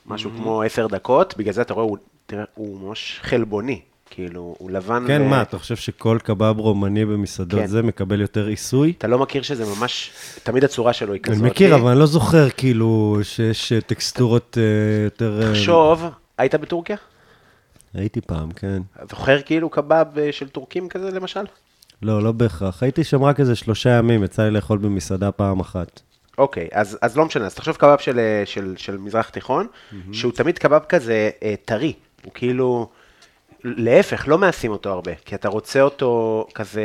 Speaker 2: משהו
Speaker 3: Mm-hmm.
Speaker 2: כמו עשר דקות, בגלל זה אתה רואה, הוא, תראה, הוא ממש חלבוני, כאילו, הוא לבן.
Speaker 3: כן,
Speaker 2: ו-
Speaker 3: מה, אתה חושב שכל קבב רומני במסעדות
Speaker 2: כן.
Speaker 3: זה מקבל יותר עיסוי?
Speaker 2: אתה לא מכיר שזה ממש, תמיד הצורה שלו היא כזאת. אה,
Speaker 3: אני מכיר, אבל אני לא זוכר כאילו שיש אה, טקסטורות אה, יותר... אה,
Speaker 2: תחשוב, היית בטורקיה?
Speaker 3: הייתי פעם, כן.
Speaker 2: זוכר כאילו קבב אה, של טורקים כזה למשל?
Speaker 3: לא, לא בהכרח. הייתי שם רק איזה שלושה ימים, יצא לי לאכול במסעדה פעם אחת.
Speaker 2: אוקיי, אז, אז לא משנה, אז תחשוב קבב של, אה, של, של מזרח תיכון, שהוא תמיד קבב כזה אה, טרי, הוא כאילו, להפך, לא מאסים אותו הרבה, כי אתה רוצה אותו כזה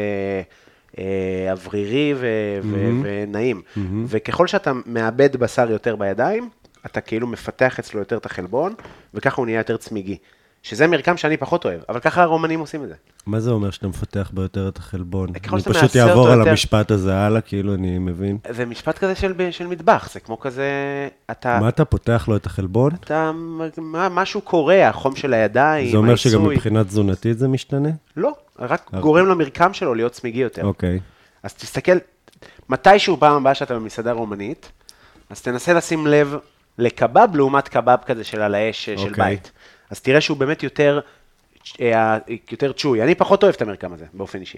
Speaker 2: אה, אוורירי ו, ו, ונעים, וככל שאתה מאבד בשר יותר בידיים, אתה כאילו מפתח אצלו יותר את החלבון, וככה הוא נהיה יותר צמיגי, שזה מרקם שאני פחות אוהב, אבל ככה הרומנים עושים את זה.
Speaker 3: מה זה אומר שאתה מפתח ביותר את החלבון?
Speaker 2: אה, ככל
Speaker 3: אני
Speaker 2: שאתה
Speaker 3: פשוט
Speaker 2: מעשר אותו
Speaker 3: אעבור על
Speaker 2: יותר-
Speaker 3: המשפט הזה הלאה, כאילו, אני מבין.
Speaker 2: זה משפט כזה של, של מטבח, זה כמו כזה, אתה...
Speaker 3: מה אתה פותח לו את החלבון?
Speaker 2: אתה, מה, משהו קורה, החום של הידיים,
Speaker 3: זה אומר שגם
Speaker 2: אה, העיסוי.
Speaker 3: מבחינה תזונתית זה משתנה?
Speaker 2: לא, רק גורם למרקם שלו להיות צמיגי יותר.
Speaker 3: אוקיי.
Speaker 2: אז תסתכל, מתישהו פעם הבאה שאתה במסעדה רומנית, אז תנסה לשים לב לקבב לעומת קבב כזה של על האש okay. של
Speaker 3: אוקיי.
Speaker 2: בית. אז תראה שהוא באמת יותר, אה, יותר צ'וי. אני פחות אוהב את המרקם הזה, באופן אישי.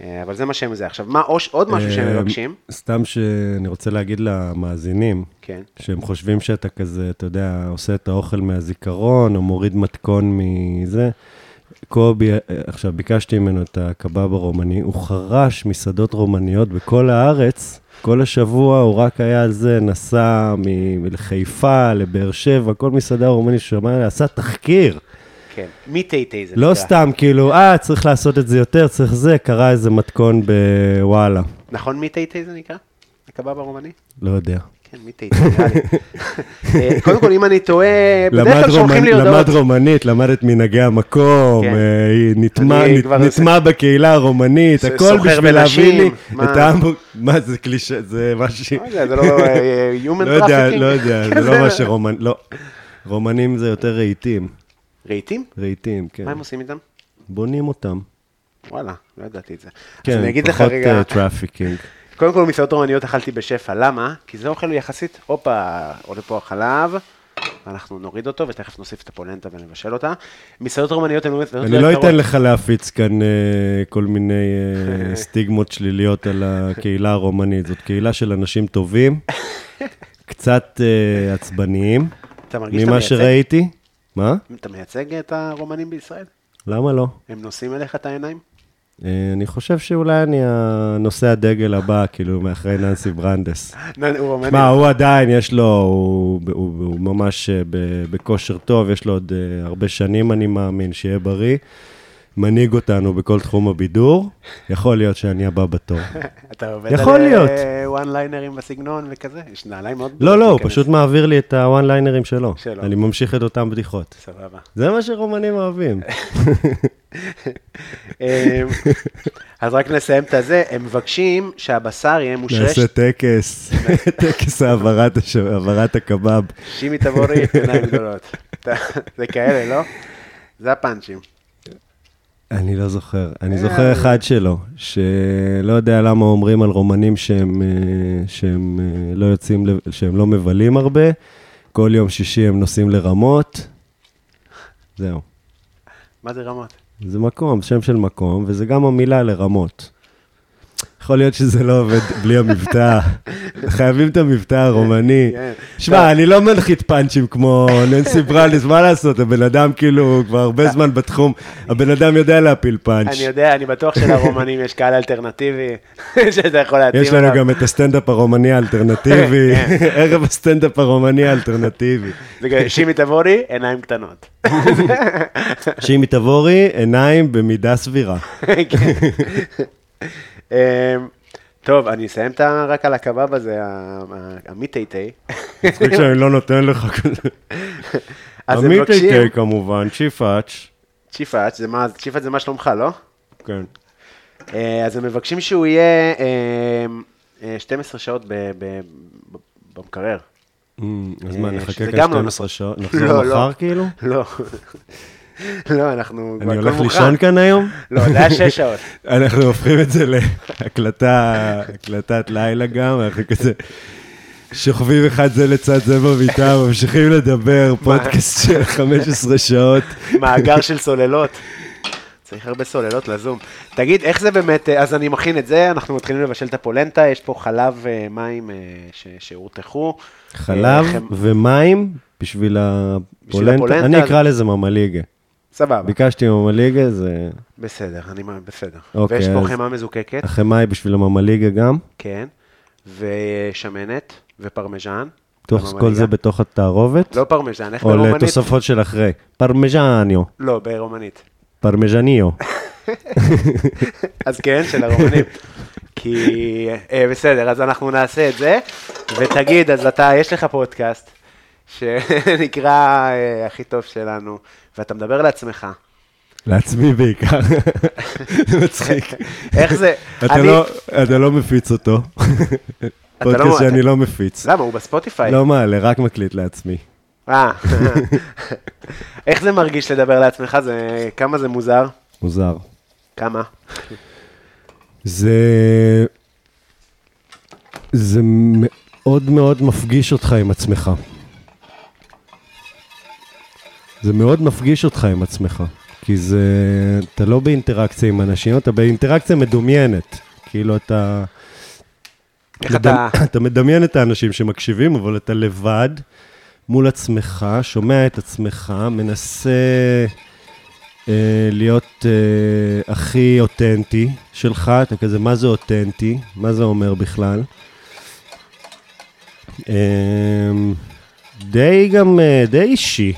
Speaker 2: אה, אבל זה מה שהם זה. עכשיו, מה עוד, עוד משהו שהם
Speaker 3: אה,
Speaker 2: מבקשים?
Speaker 3: סתם שאני רוצה להגיד למאזינים,
Speaker 2: כן.
Speaker 3: שהם חושבים שאתה כזה, אתה יודע, עושה את האוכל מהזיכרון, או מוריד מתכון מזה. קובי, אה, עכשיו ביקשתי ממנו את הקבב הרומני, הוא חרש מסעדות רומניות בכל הארץ. כל השבוע הוא רק היה על זה, נסע מ- מחיפה לבאר שבע, כל מסעדה רומנית ששמע, עליה, עשה תחקיר.
Speaker 2: כן. מי תה תה זה
Speaker 3: לא
Speaker 2: נקרא.
Speaker 3: סתם, כאילו, אה, צריך לעשות את זה יותר, צריך זה, קרה איזה מתכון בוואלה.
Speaker 2: נכון מי תה תה זה נקרא? הקבב הרומני?
Speaker 3: לא יודע.
Speaker 2: כן, מי תה תה, נראה לי. אה, קודם כל, אם אני טועה, בדרך
Speaker 3: למד,
Speaker 2: כלל שולחים
Speaker 3: רומנ...
Speaker 2: לי הודעות.
Speaker 3: למד רומנית, למד את מנהגי המקום,
Speaker 2: כן.
Speaker 3: אה, היא נטמע,
Speaker 2: אני
Speaker 3: נת...
Speaker 2: כבר-
Speaker 3: נטמע בקהילה הרומנית,
Speaker 2: ס-
Speaker 3: הכל
Speaker 2: סוחר
Speaker 3: בשביל להביא לי
Speaker 2: בנשים, מה?
Speaker 3: את ההמבורג... מה זה קלישה, זה מה ש...
Speaker 2: לא יודע, זה לא אה, human
Speaker 3: לא יודע,
Speaker 2: trafficking.
Speaker 3: לא יודע,
Speaker 2: כן,
Speaker 3: זה לא מה שרומנ... לא. רומנים זה יותר רהיטים,
Speaker 2: רהיטים?
Speaker 3: רהיטים, כן.
Speaker 2: מה הם עושים איתם?
Speaker 3: בונים אותם.
Speaker 2: וואלה, לא ידעתי את זה. אז אני
Speaker 3: כן,
Speaker 2: אגיד לך
Speaker 3: פחות
Speaker 2: רגע,
Speaker 3: טראפיקינג.
Speaker 2: קודם כל מסעדות רומניות אכלתי בשפע, למה? כי זה אוכל יחסית, הופה, עולה פה החלב, אנחנו נוריד אותו ותכף נוסיף את הפולנטה ונבשל אותה. מסעדות רומניות הן באמת...
Speaker 3: אני לא אתן לך להפיץ כאן אה, כל מיני אה, סטיגמות שליליות על הקהילה הרומנית. זאת קהילה של אנשים טובים, קצת אה, עצבניים,
Speaker 2: אתה מרגיש שאתה
Speaker 3: ממה
Speaker 2: מייצג?
Speaker 3: שראיתי. מה?
Speaker 2: אתה מייצג את הרומנים בישראל?
Speaker 3: למה לא?
Speaker 2: הם נושאים אליך את העיניים?
Speaker 3: אה, אני חושב שאולי אני הנושא הדגל הבא, כאילו, מאחרי ננסי ברנדס.
Speaker 2: נ- לא, הוא רומני.
Speaker 3: שמע, הוא עדיין, יש לו, הוא, הוא, הוא ממש אה, ב- בכושר טוב, יש לו עוד אה, הרבה שנים, אני מאמין, שיהיה בריא. מנהיג אותנו בכל תחום הבידור, יכול להיות שאני הבא בתור.
Speaker 2: אתה עובד
Speaker 3: יכול
Speaker 2: על
Speaker 3: להיות.
Speaker 2: וואן ליינרים בסגנון וכזה? יש נעליים מאוד...
Speaker 3: לא, לא, הוא
Speaker 2: להיכנס.
Speaker 3: פשוט מעביר לי את הוואן ליינרים שלו.
Speaker 2: שלו.
Speaker 3: אני ממשיך את אותן בדיחות.
Speaker 2: סבבה.
Speaker 3: זה מה שרומנים אוהבים.
Speaker 2: אמ, אז רק נסיים את הזה, הם מבקשים שהבשר יהיה מושרש,
Speaker 3: נעשה טקס, טקס העברת הש- העברת הקבב.
Speaker 2: שימי תבורי, עיניים גדולות. אתה- זה כאלה, לא? זה הפאנצ'ים.
Speaker 3: אני לא זוכר.
Speaker 2: אה.
Speaker 3: אני זוכר אחד שלו, שלא יודע למה אומרים על רומנים שהם, אה, שהם אה, לא יוצאים, לב- שהם לא מבלים הרבה. כל יום שישי הם נוסעים לרמות. זהו.
Speaker 2: מה זה רמות?
Speaker 3: זה מקום, שם של מקום, וזה גם המילה לרמות. יכול להיות שזה לא עובד בלי המבטא. חייבים את המבטא הרומני.
Speaker 2: כן.
Speaker 3: שמע, אני לא מנחית פאנצ'ים כמו ננסי ברליס, מה לעשות? הבן אדם כאילו כבר הרבה זמן בתחום, הבן אדם יודע להפיל פאנץ'.
Speaker 2: אני יודע, אני בטוח שלרומנים יש קהל אלטרנטיבי, שאתה יכול להתאים
Speaker 3: יש לנו גם את הסטנדאפ הרומני האלטרנטיבי,
Speaker 2: כן,
Speaker 3: ערב הסטנדאפ הרומני האלטרנטיבי.
Speaker 2: זה גם שימי תבורי, עיניים קטנות.
Speaker 3: שימי תבורי, עיניים במידה סבירה.
Speaker 2: כן. אמ, טוב, אני אסיים את ה- רק על הקבב הזה, המיטייטי.
Speaker 3: מצחיק שאני לא נותן לך כזה.
Speaker 2: אז הם
Speaker 3: עמית
Speaker 2: מבקשים,
Speaker 3: איתי כמובן, צ'יפאץ'.
Speaker 2: צ'יפאץ', זה מה- צ'יפאץ' זה מה שלומך, לא?
Speaker 3: כן.
Speaker 2: אה, אז הם מבקשים שהוא יהיה אה, אה, 12 שעות ב- ב- ב- במקרר.
Speaker 3: אז מה,
Speaker 2: אה,
Speaker 3: נחכה
Speaker 2: שזה
Speaker 3: כאן
Speaker 2: גם לא
Speaker 3: 12
Speaker 2: נכון.
Speaker 3: שעות?
Speaker 2: לא,
Speaker 3: נחזור
Speaker 2: לא.
Speaker 3: מחר כאילו?
Speaker 2: לא, לא, אנחנו... כבר
Speaker 3: אני
Speaker 2: הכל
Speaker 3: הולך
Speaker 2: מוכן.
Speaker 3: לישון כאן היום?
Speaker 2: לא, זה היה 6 שעות.
Speaker 3: אנחנו הופכים את זה להקלטה, הקלטת לילה גם, אנחנו כזה שוכבים אחד זה לצד זה במיטה, ממשיכים לדבר, פודקאסט של 15 שעות.
Speaker 2: מאגר של סוללות. צריך הרבה סוללות לזום. תגיד, איך זה באמת, אה, אז אני מכין את זה, אנחנו מתחילים לבשל את הפולנטה, יש פה חלב, אה, מים אה, ש- שהורתחו.
Speaker 3: חלב
Speaker 2: אה, חמ-
Speaker 3: ומים בשביל
Speaker 2: הפולנטה. אה.
Speaker 3: הפולנטה. אני אקרא לזה ממליגה.
Speaker 2: סבבה,
Speaker 3: ביקשתי ממליגה, זה...
Speaker 2: בסדר, אני מה- בסדר.
Speaker 3: אוקיי,
Speaker 2: ויש פה
Speaker 3: אז-
Speaker 2: חמאה מזוקקת,
Speaker 3: החמאה היא בשביל הממליגה גם.
Speaker 2: כן, ושמנת, ופרמיז'ן.
Speaker 3: תוך- כל זה בתוך התערובת.
Speaker 2: לא פרמיז'ן, איך
Speaker 3: או
Speaker 2: ברומנית?
Speaker 3: לתוספות של אחרי. פרמיז'ניו,
Speaker 2: לא, ברומנית.
Speaker 3: פרמיז'ניו.
Speaker 2: אז כן, של הרומנים. כי, אה, בסדר, אז אנחנו נעשה את זה, ותגיד, אז אתה, יש לך פודקאסט, שנקרא אה, הכי טוב שלנו, ואתה מדבר לעצמך.
Speaker 3: לעצמי בעיקר. זה מצחיק.
Speaker 2: איך זה?
Speaker 3: אתה
Speaker 2: אני-
Speaker 3: לא- אתה לא מפיץ אותו. פודקאסט שאני לא מפיץ.
Speaker 2: למה, הוא בספוטיפיי.
Speaker 3: לא מעלה, רק מקליט לעצמי.
Speaker 2: אה. איך זה מרגיש לדבר לעצמך? זה, כמה זה מוזר?
Speaker 3: מוזר.
Speaker 2: כמה?
Speaker 3: זה... זה מאוד מאוד מפגיש אותך עם עצמך. זה מאוד מפגיש אותך עם עצמך, כי זה... אתה לא באינטראקציה עם אנשים, אתה באינטראקציה מדומיינת. כאילו אתה...
Speaker 2: איך אתה...
Speaker 3: אתה מדמיין את האנשים שמקשיבים, אבל אתה לבד, מול עצמך, שומע את עצמך, מנסה אה, להיות אה, הכי אותנטי שלך, אתה כזה, מה זה אותנטי? מה זה אומר בכלל? אה, די גם, אה, די אישי.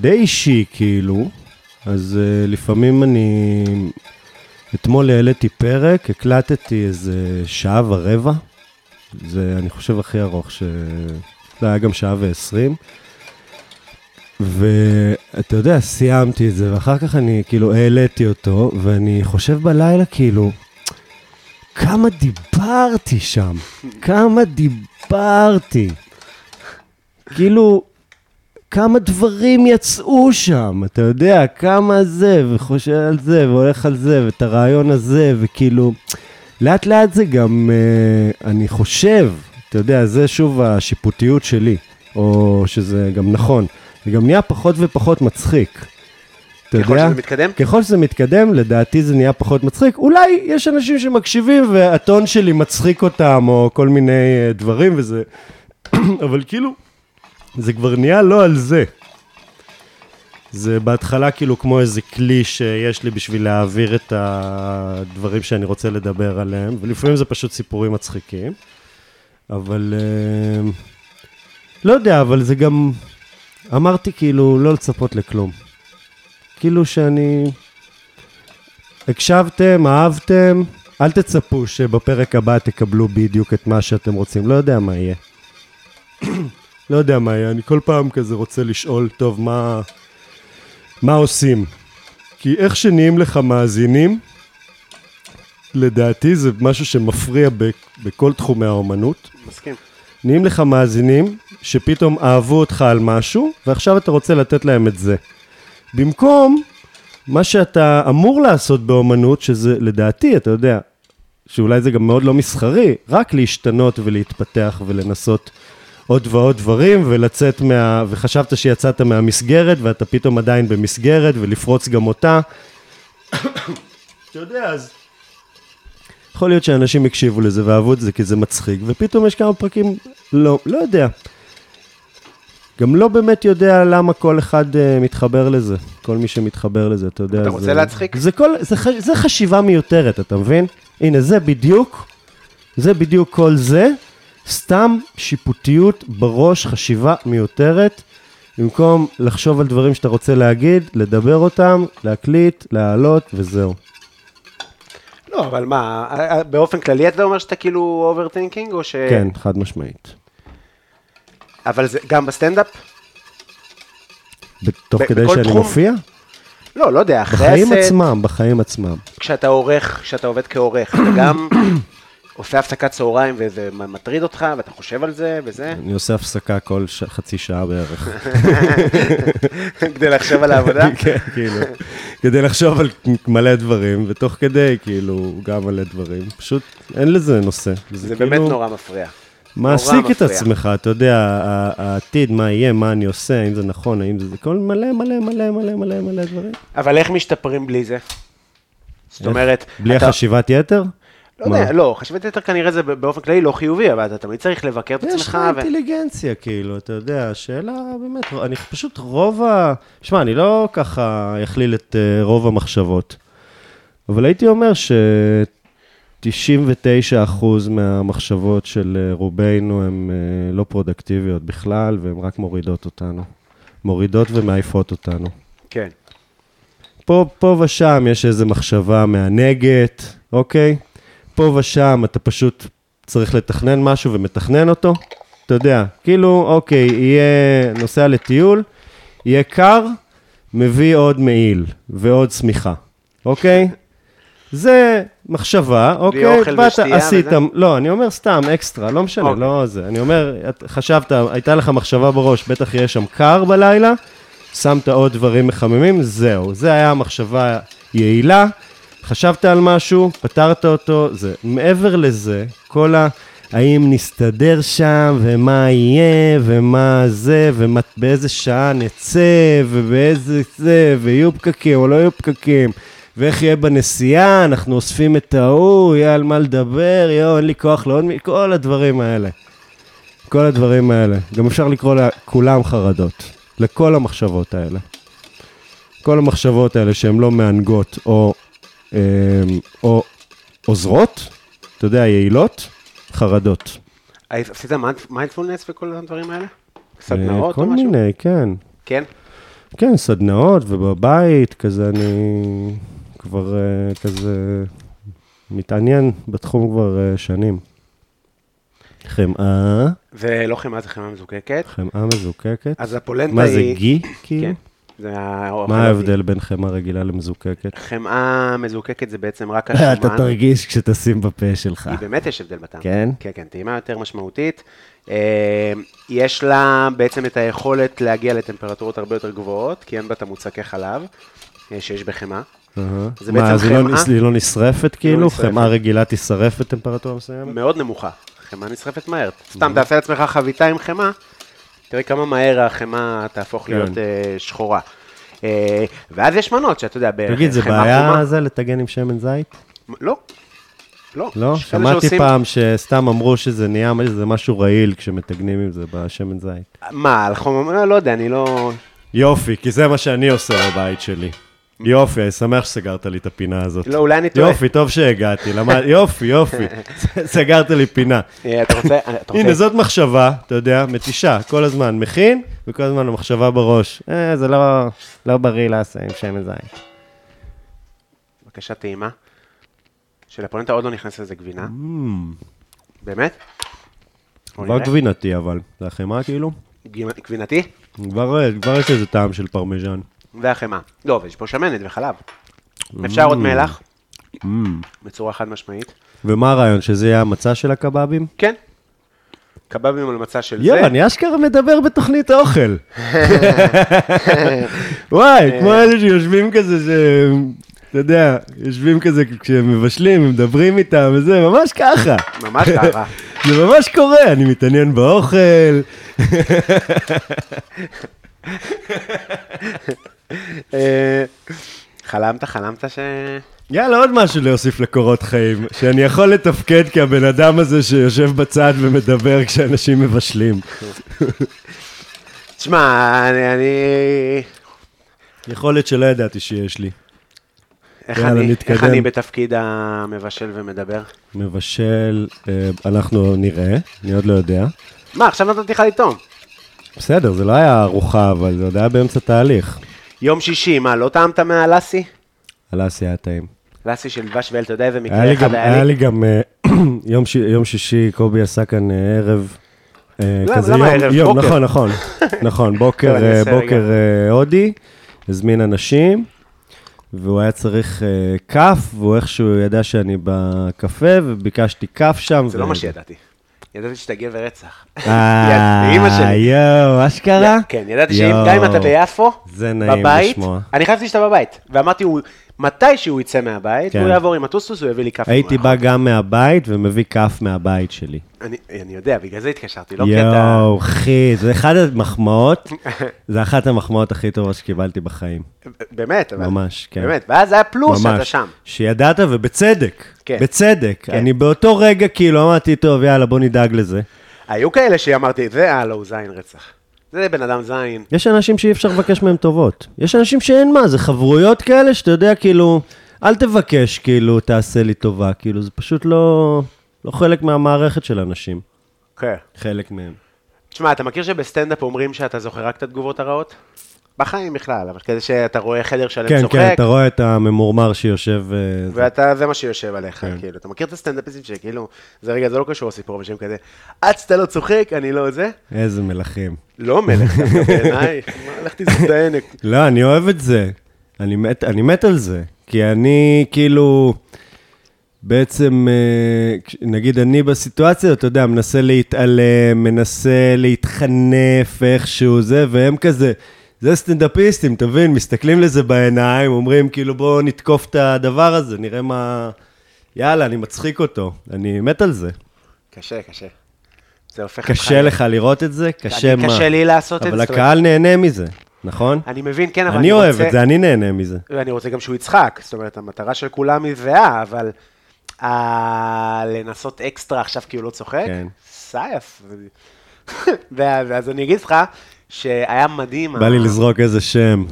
Speaker 3: די אישי, כאילו. אז אה, לפעמים אני... אתמול העליתי פרק, הקלטתי איזה שעה ורבע. זה, אני חושב, הכי ארוך ש... זה היה גם שעה ועשרים. ואתה יודע, סיימתי את זה, ואחר כך אני כאילו העליתי אותו, ואני חושב בלילה כאילו, כמה דיברתי שם, כמה דיברתי. כאילו, כמה דברים יצאו שם, אתה יודע, כמה זה, וחושב על זה, והולך על זה, ואת הרעיון הזה, וכאילו, לאט לאט זה גם, אה, אני חושב, אתה יודע, זה שוב השיפוטיות שלי, או שזה גם נכון, זה גם נהיה פחות ופחות מצחיק. אתה
Speaker 2: ככל
Speaker 3: יודע?
Speaker 2: שזה מתקדם?
Speaker 3: ככל שזה מתקדם, לדעתי זה נהיה פחות מצחיק. אולי יש אנשים שמקשיבים והטון שלי מצחיק אותם, או כל מיני אה, דברים וזה, אבל כאילו, זה כבר נהיה לא על זה. זה בהתחלה כאילו כמו איזה כלי שיש לי בשביל להעביר את הדברים שאני רוצה לדבר עליהם, ולפעמים זה פשוט סיפורים מצחיקים, אבל אה, לא יודע, אבל זה גם, אמרתי כאילו לא לצפות לכלום. כאילו שאני... הקשבתם, אהבתם, אל תצפו שבפרק הבא תקבלו בדיוק את מה שאתם רוצים, לא יודע מה יהיה. לא יודע מה יהיה, אני כל פעם כזה רוצה לשאול, טוב, מה, מה עושים? כי איך שנהיים לך מאזינים, לדעתי זה משהו שמפריע ב, בכל תחומי האומנות.
Speaker 2: מסכים.
Speaker 3: נהיים לך מאזינים שפתאום אהבו אותך על משהו, ועכשיו אתה רוצה לתת להם את זה. במקום מה שאתה אמור לעשות באומנות, שזה לדעתי, אתה יודע, שאולי זה גם מאוד לא מסחרי, רק להשתנות ולהתפתח ולנסות עוד ועוד דברים ולצאת מה... וחשבת שיצאת מהמסגרת ואתה פתאום עדיין במסגרת ולפרוץ גם אותה. אתה יודע, אז... יכול להיות שאנשים הקשיבו לזה ואהבו את זה כי זה מצחיק, ופתאום יש כמה פרקים, לא, לא יודע. גם לא באמת יודע למה כל אחד אה, מתחבר לזה, כל מי שמתחבר לזה, אתה יודע.
Speaker 2: אתה
Speaker 3: זה-
Speaker 2: רוצה להצחיק?
Speaker 3: זה, כל, זה, ח- זה חשיבה מיותרת, אתה מבין? הנה, זה בדיוק, זה בדיוק כל זה, סתם שיפוטיות בראש, חשיבה מיותרת, במקום לחשוב על דברים שאתה רוצה להגיד, לדבר אותם, להקליט, להעלות, וזהו.
Speaker 2: לא, אבל מה, באופן כללי אתה אומר שאתה כאילו אוברטינקינג, או ש...
Speaker 3: כן, חד משמעית.
Speaker 2: אבל זה גם בסטנדאפ?
Speaker 3: תוך
Speaker 2: ב-
Speaker 3: כדי
Speaker 2: בכל
Speaker 3: שאני
Speaker 2: תחום?
Speaker 3: מופיע?
Speaker 2: לא, לא יודע, אחרי
Speaker 3: בחיים
Speaker 2: הסט, כן.
Speaker 3: עצמם, בחיים עצמם.
Speaker 2: כשאתה עורך, כשאתה עובד כעורך, אתה גם עושה הפסקת צהריים וזה מטריד אותך, ואתה חושב על זה, וזה,
Speaker 3: אני עושה הפסקה כל ש... חצי שעה בערך.
Speaker 2: כדי לחשוב על העבודה.
Speaker 3: כן, כאילו, כדי לחשוב על מלא דברים, ותוך כדי, כאילו, גם מלא דברים. פשוט אין לזה נושא. כאילו
Speaker 2: זה באמת נורא מפריע.
Speaker 3: מעסיק את
Speaker 2: מפריע.
Speaker 3: עצמך, אתה יודע, ה- העתיד, מה יהיה, מה אני עושה, האם זה נכון, האם זה... זה כל מלא מלא מלא מלא מלא מלא דברים.
Speaker 2: אבל איך משתפרים בלי זה? זאת אומרת,
Speaker 3: בלי
Speaker 2: אתה-
Speaker 3: החשיבת יתר?
Speaker 2: לא יודע, לא, חשבת יותר כנראה זה באופן כללי לא חיובי, אבל אתה תמיד צריך לבקר את
Speaker 3: יש לך
Speaker 2: עצמך. ו-
Speaker 3: אינטליגנציה, כאילו, אתה יודע, השאלה באמת, אני פשוט רוב ה... שמע, אני לא ככה אכליל את אה, רוב המחשבות, אבל הייתי אומר ש... 99% מהמחשבות של אה, רובנו הן אה, לא פרודקטיביות בכלל, והן רק מורידות אותנו. מורידות ומעיפות אותנו.
Speaker 2: כן.
Speaker 3: פה, פה ושם יש איזו מחשבה מענגת, אוקיי? פה ושם אתה פשוט צריך לתכנן משהו ומתכנן אותו. אתה יודע, כאילו, אוקיי, יהיה, נוסע לטיול, יהיה קר, מביא עוד מעיל ועוד שמיכה, אוקיי? זה מחשבה, אוקיי?
Speaker 2: אוכל
Speaker 3: באת,
Speaker 2: ושתייה
Speaker 3: עשית,
Speaker 2: וזה?
Speaker 3: לא, אני אומר סתם, אקסטרה, לא משנה,
Speaker 2: אוקיי.
Speaker 3: לא זה. אני אומר, את, חשבת, הייתה לך מחשבה בראש, בטח יהיה שם קר בלילה, שמת עוד דברים מחממים, זהו. זה היה מחשבה יעילה, חשבת על משהו, פתרת אותו, זה. מעבר לזה, כל ה... האם נסתדר שם, ומה יהיה, ומה זה, ובאיזה שעה נצא, ובאיזה זה, ויהיו פקקים או לא יהיו פקקים, ואיך יהיה בנסיעה, אנחנו אוספים את ההוא, יהיה על מה לדבר, יואו, אין לי כוח לעוד מי... כל הדברים האלה. כל הדברים האלה. גם אפשר לקרוא לכולם חרדות. לכל המחשבות האלה. כל המחשבות האלה שהן לא מהנגות או, אה, או עוזרות, אתה יודע, יעילות, חרדות.
Speaker 2: אה, עשית מיינד- מיינדפולנס וכל הדברים האלה?
Speaker 3: אה,
Speaker 2: סדנאות
Speaker 3: כל
Speaker 2: או משהו?
Speaker 3: מיני, כן.
Speaker 2: כן?
Speaker 3: כן, סדנאות ובבית, כזה אני כבר אה, כזה מתעניין בתחום כבר אה, שנים. חמאה,
Speaker 2: ולא חמאה זה חמאה מזוקקת.
Speaker 3: חמאה מזוקקת.
Speaker 2: אז הפולנטה היא...
Speaker 3: מה זה, גי? כאילו?
Speaker 2: כן. זה האוכל
Speaker 3: מה
Speaker 2: הלביא.
Speaker 3: ההבדל בין חמאה רגילה למזוקקת?
Speaker 2: חמאה מזוקקת זה בעצם רק השומן.
Speaker 3: אתה תרגיש כשתשים בפה שלך.
Speaker 2: היא באמת יש הבדל בטעם.
Speaker 3: כן?
Speaker 2: כן, כן, טעימה יותר משמעותית. אה, יש לה בעצם את היכולת להגיע לטמפרטורות הרבה יותר גבוהות, כי אין בה את המוצקי חלב אה, שיש בחמאה.
Speaker 3: אהה.
Speaker 2: זה
Speaker 3: מה,
Speaker 2: בעצם
Speaker 3: אז היא לא
Speaker 2: חמאה?
Speaker 3: נס- היא לא נשרפת כאילו?
Speaker 2: נשרפת.
Speaker 3: חמאה רגילה תישרף בטמפרטורה מסוימת?
Speaker 2: מאוד נמוכה. חמאה נשרפת מהר.
Speaker 3: Mm-hmm.
Speaker 2: סתם, תעשה לעצמך חביתה עם חמאה, תראה כמה מהר החמאה תהפוך
Speaker 3: כן.
Speaker 2: להיות אה, שחורה. אה, ואז יש מנות שאתה יודע, בחמאה
Speaker 3: תגיד, זה בעיה זה לטגן עם שמן זית?
Speaker 2: לא. לא.
Speaker 3: לא?
Speaker 2: יש כאלה
Speaker 3: שמעתי
Speaker 2: שעושים-
Speaker 3: פעם שסתם אמרו שזה נהיה איזה משהו רעיל כשמטגנים עם זה בשמן זית.
Speaker 2: מה, על חום... לא, לא יודע, אני לא...
Speaker 3: יופי, כי זה מה שאני עושה בבית שלי. יופי, אני שמח שסגרת לי את הפינה הזאת.
Speaker 2: לא, אולי אני טועה.
Speaker 3: יופי, טוב שהגעתי, למד- יופי, יופי, סגרת לי פינה.
Speaker 2: אה, אתה רוצה... אתה
Speaker 3: הנה,
Speaker 2: רוצה-
Speaker 3: זאת מחשבה, אתה יודע, מתישה, כל הזמן מכין, וכל הזמן המחשבה בראש. אה, זה לא, לא בריא לעשות עם שמן זית.
Speaker 2: בבקשה טעימה. שלפולנטה עוד לא נכנסת לזה גבינה. באמת? בוא
Speaker 3: Mm. כבר
Speaker 2: נראה.
Speaker 3: גבינתי, אבל. זה החמאה כאילו?
Speaker 2: גבינה- גבינתי?
Speaker 3: כבר, אה, כבר יש איזה טעם של פרמיז'ן.
Speaker 2: והחמאה. לא, ויש פה שמנת וחלב.
Speaker 3: Mm.
Speaker 2: אפשר עוד מלח? בצורה חד משמעית.
Speaker 3: ומה הרעיון, שזה יהיה המצע של הקבבים?
Speaker 2: כן. קבבים על מצע של
Speaker 3: יואו,
Speaker 2: זה.
Speaker 3: אני אשכרה מדבר בתוכנית אוכל. וואי, כמו
Speaker 2: אה.
Speaker 3: אלה שיושבים כזה, ש... אתה יודע, יושבים כזה כשהם מבשלים, הם מדברים איתם וזה, ממש ככה.
Speaker 2: ממש ככה.
Speaker 3: זה ממש קורה, אני מתעניין באוכל.
Speaker 2: אה, חלמת, חלמת ש...
Speaker 3: יאללה, עוד משהו להוסיף לקורות חיים, שאני יכול לתפקד כהבן אדם הזה שיושב בצד ומדבר כשאנשים מבשלים.
Speaker 2: תשמע, אני... אני-
Speaker 3: יכולת שלא ידעתי שיש לי.
Speaker 2: איך
Speaker 3: יאללה,
Speaker 2: אני- איך
Speaker 3: נתקדם.
Speaker 2: אני בתפקיד המבשל ומדבר?
Speaker 3: מבשל, אה, אנחנו נראה, אני עוד לא יודע.
Speaker 2: מה, עכשיו נתתי לך לטעום.
Speaker 3: בסדר, זה לא היה ארוחה, אבל זה עוד היה באמצע תהליך.
Speaker 2: יום שישי, מה, לא טעמת מהלסי?
Speaker 3: הלאס היה טעים.
Speaker 2: לאסי של דבש ואל, אתה יודע איזה
Speaker 3: היה
Speaker 2: מקרה
Speaker 3: לי
Speaker 2: אחד
Speaker 3: גם, היה לי גם, אה, יום ש- יום שישי, קובי עשה כאן אה, ערב. אה,
Speaker 2: למה-
Speaker 3: כזה
Speaker 2: למה
Speaker 3: יום-
Speaker 2: ערב?
Speaker 3: יום,
Speaker 2: בוקר.
Speaker 3: נכון, נכון, נכון, בוקר,
Speaker 2: אני
Speaker 3: אה,
Speaker 2: אעשה
Speaker 3: בוקר אה, הודי, הזמין אנשים, והוא היה צריך אה, כף, והוא איכשהו ידע שאני בקפה, וביקשתי כף שם.
Speaker 2: זה
Speaker 3: ו-
Speaker 2: לא מה שידעתי. ידעתי שאתה גבר רצח.
Speaker 3: אה,
Speaker 2: יד- לאמא שלי.
Speaker 3: יואו, אשכרה?
Speaker 2: כן, ידעתי שאם
Speaker 3: יואו.
Speaker 2: גם אם אתה ביפו,
Speaker 3: זה נעים
Speaker 2: בבית,
Speaker 3: לשמוע.
Speaker 2: אני חשבתי שאתה בבית. ואמרתי, הוא- מתי שהוא יצא מהבית,
Speaker 3: כן.
Speaker 2: הוא יעבור עם הטוסטוס, הוא יביא לי כף.
Speaker 3: הייתי
Speaker 2: במערב.
Speaker 3: בא גם מהבית ומביא כף מהבית שלי.
Speaker 2: אני- אני יודע, בגלל זה התקשרתי, לא כי אתה...
Speaker 3: יואו, אחי, זה אחת המחמאות, זה אחת המחמאות הכי טובות שקיבלתי בחיים.
Speaker 2: באמת, אבל...
Speaker 3: ממש, כן.
Speaker 2: באמת, ואז היה פלוס שאתה
Speaker 3: ממש.
Speaker 2: שם.
Speaker 3: שידעת, ובצדק.
Speaker 2: כן.
Speaker 3: בצדק.
Speaker 2: כן.
Speaker 3: אני באותו רגע כאילו אמרתי, טוב, יאללה, בוא נדאג לזה.
Speaker 2: היו כאלה שאמרתי, זה הלו, הוא זין רצח. זה בן אדם זין.
Speaker 3: יש אנשים שאי אפשר לבקש מהם טובות. יש אנשים שאין מה, זה חברויות כאלה שאתה יודע, כאילו, אל תבקש, כאילו, תעשה לי טובה. כאילו, זה פשוט לא, לא חלק מהמערכת של אנשים.
Speaker 2: כן.
Speaker 3: חלק מהם.
Speaker 2: תשמע, אתה מכיר שבסטנדאפ אומרים שאתה זוכר רק את התגובות הרעות? בחיים בכלל, אבל כזה שאתה רואה חדר שלם
Speaker 3: כן,
Speaker 2: צוחק.
Speaker 3: כן, אתה רואה את הממורמר שיושב... אה, זה.
Speaker 2: ואתה, זה מה שיושב עליך, כן. כאילו, אתה מכיר את הסטנדאפיסטים שכאילו, זה רגע, זה לא קשור לסיפור, אבל שהם כזה, אץ אתה לא צוחק, אני לא זה,
Speaker 3: איזה מלכים.
Speaker 2: לא מלך, דווקא בעיניי, מה, לך תזרוק את הענק.
Speaker 3: לא, אני אוהב את זה. אני מת, אני מת על זה. כי אני כאילו, בעצם, אה, כש- נגיד אני בסיטואציה, אתה יודע, מנסה להתעלם, מנסה להתחנף איכשהו זה, והם כזה, זה סטנדאפיסטים, תבין, מסתכלים לזה בעיניים, אומרים כאילו בואו נתקוף את הדבר הזה, נראה מה... יאללה, אני מצחיק אותו, אני מת על זה.
Speaker 2: קשה, קשה. זה הופך אותך...
Speaker 3: קשה לך לראות את זה, קשה
Speaker 2: אני-
Speaker 3: מה.
Speaker 2: קשה לי לעשות את זה,
Speaker 3: אבל
Speaker 2: זאת אומרת-
Speaker 3: הקהל נהנה מזה, נכון?
Speaker 2: אני מבין, כן, אבל
Speaker 3: אני
Speaker 2: אני רוצה...
Speaker 3: אוהב את זה, אני נהנה מזה.
Speaker 2: ואני רוצה גם שהוא יצחק, זאת אומרת, המטרה של כולם היא זהה, אבל ה... לנסות אקסטרה עכשיו כי הוא לא צוחק,
Speaker 3: כן.
Speaker 2: סייף. ואז אז אני אגיד לך שהיה מדהים.
Speaker 3: בא לי
Speaker 2: ה-
Speaker 3: לזרוק איזה שם.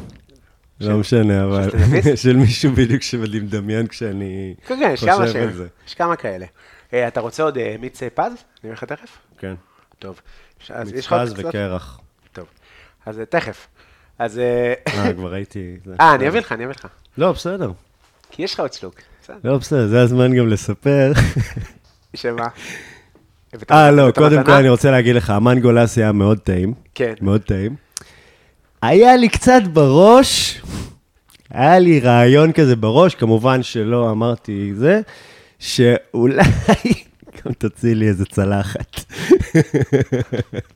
Speaker 3: לא משנה, אבל...
Speaker 2: סטנדאפיסט?
Speaker 3: של מישהו בדיוק שאני מדמיין כשאני
Speaker 2: כן, כן, יש כמה,
Speaker 3: חושב
Speaker 2: ש...
Speaker 3: על זה.
Speaker 2: יש כמה כאלה. אה, אתה רוצה עוד אה, מיץ אה, פז? אני אומר לך תכף?
Speaker 3: כן.
Speaker 2: טוב. אז יש לך עוד
Speaker 3: מצפז
Speaker 2: קצת?
Speaker 3: וקרח.
Speaker 2: טוב. אז אה, תכף. אז... אה,
Speaker 3: אה, כבר הייתי... זה.
Speaker 2: אה, אני אביא לך, אני אביא לך.
Speaker 3: לא, בסדר.
Speaker 2: כי יש לך עוד שלוק. בסדר.
Speaker 3: לא, בסדר, זה הזמן גם לספר.
Speaker 2: שמה? הבאת-
Speaker 3: אה, לא,
Speaker 2: הבאת
Speaker 3: קודם כל
Speaker 2: מתנה?
Speaker 3: אני רוצה להגיד לך, המנגו לאסי היה מאוד טעים.
Speaker 2: כן.
Speaker 3: מאוד טעים. היה לי קצת בראש, היה לי רעיון כזה בראש, כמובן שלא אמרתי זה, שאולי גם תוציא לי איזה צלחת.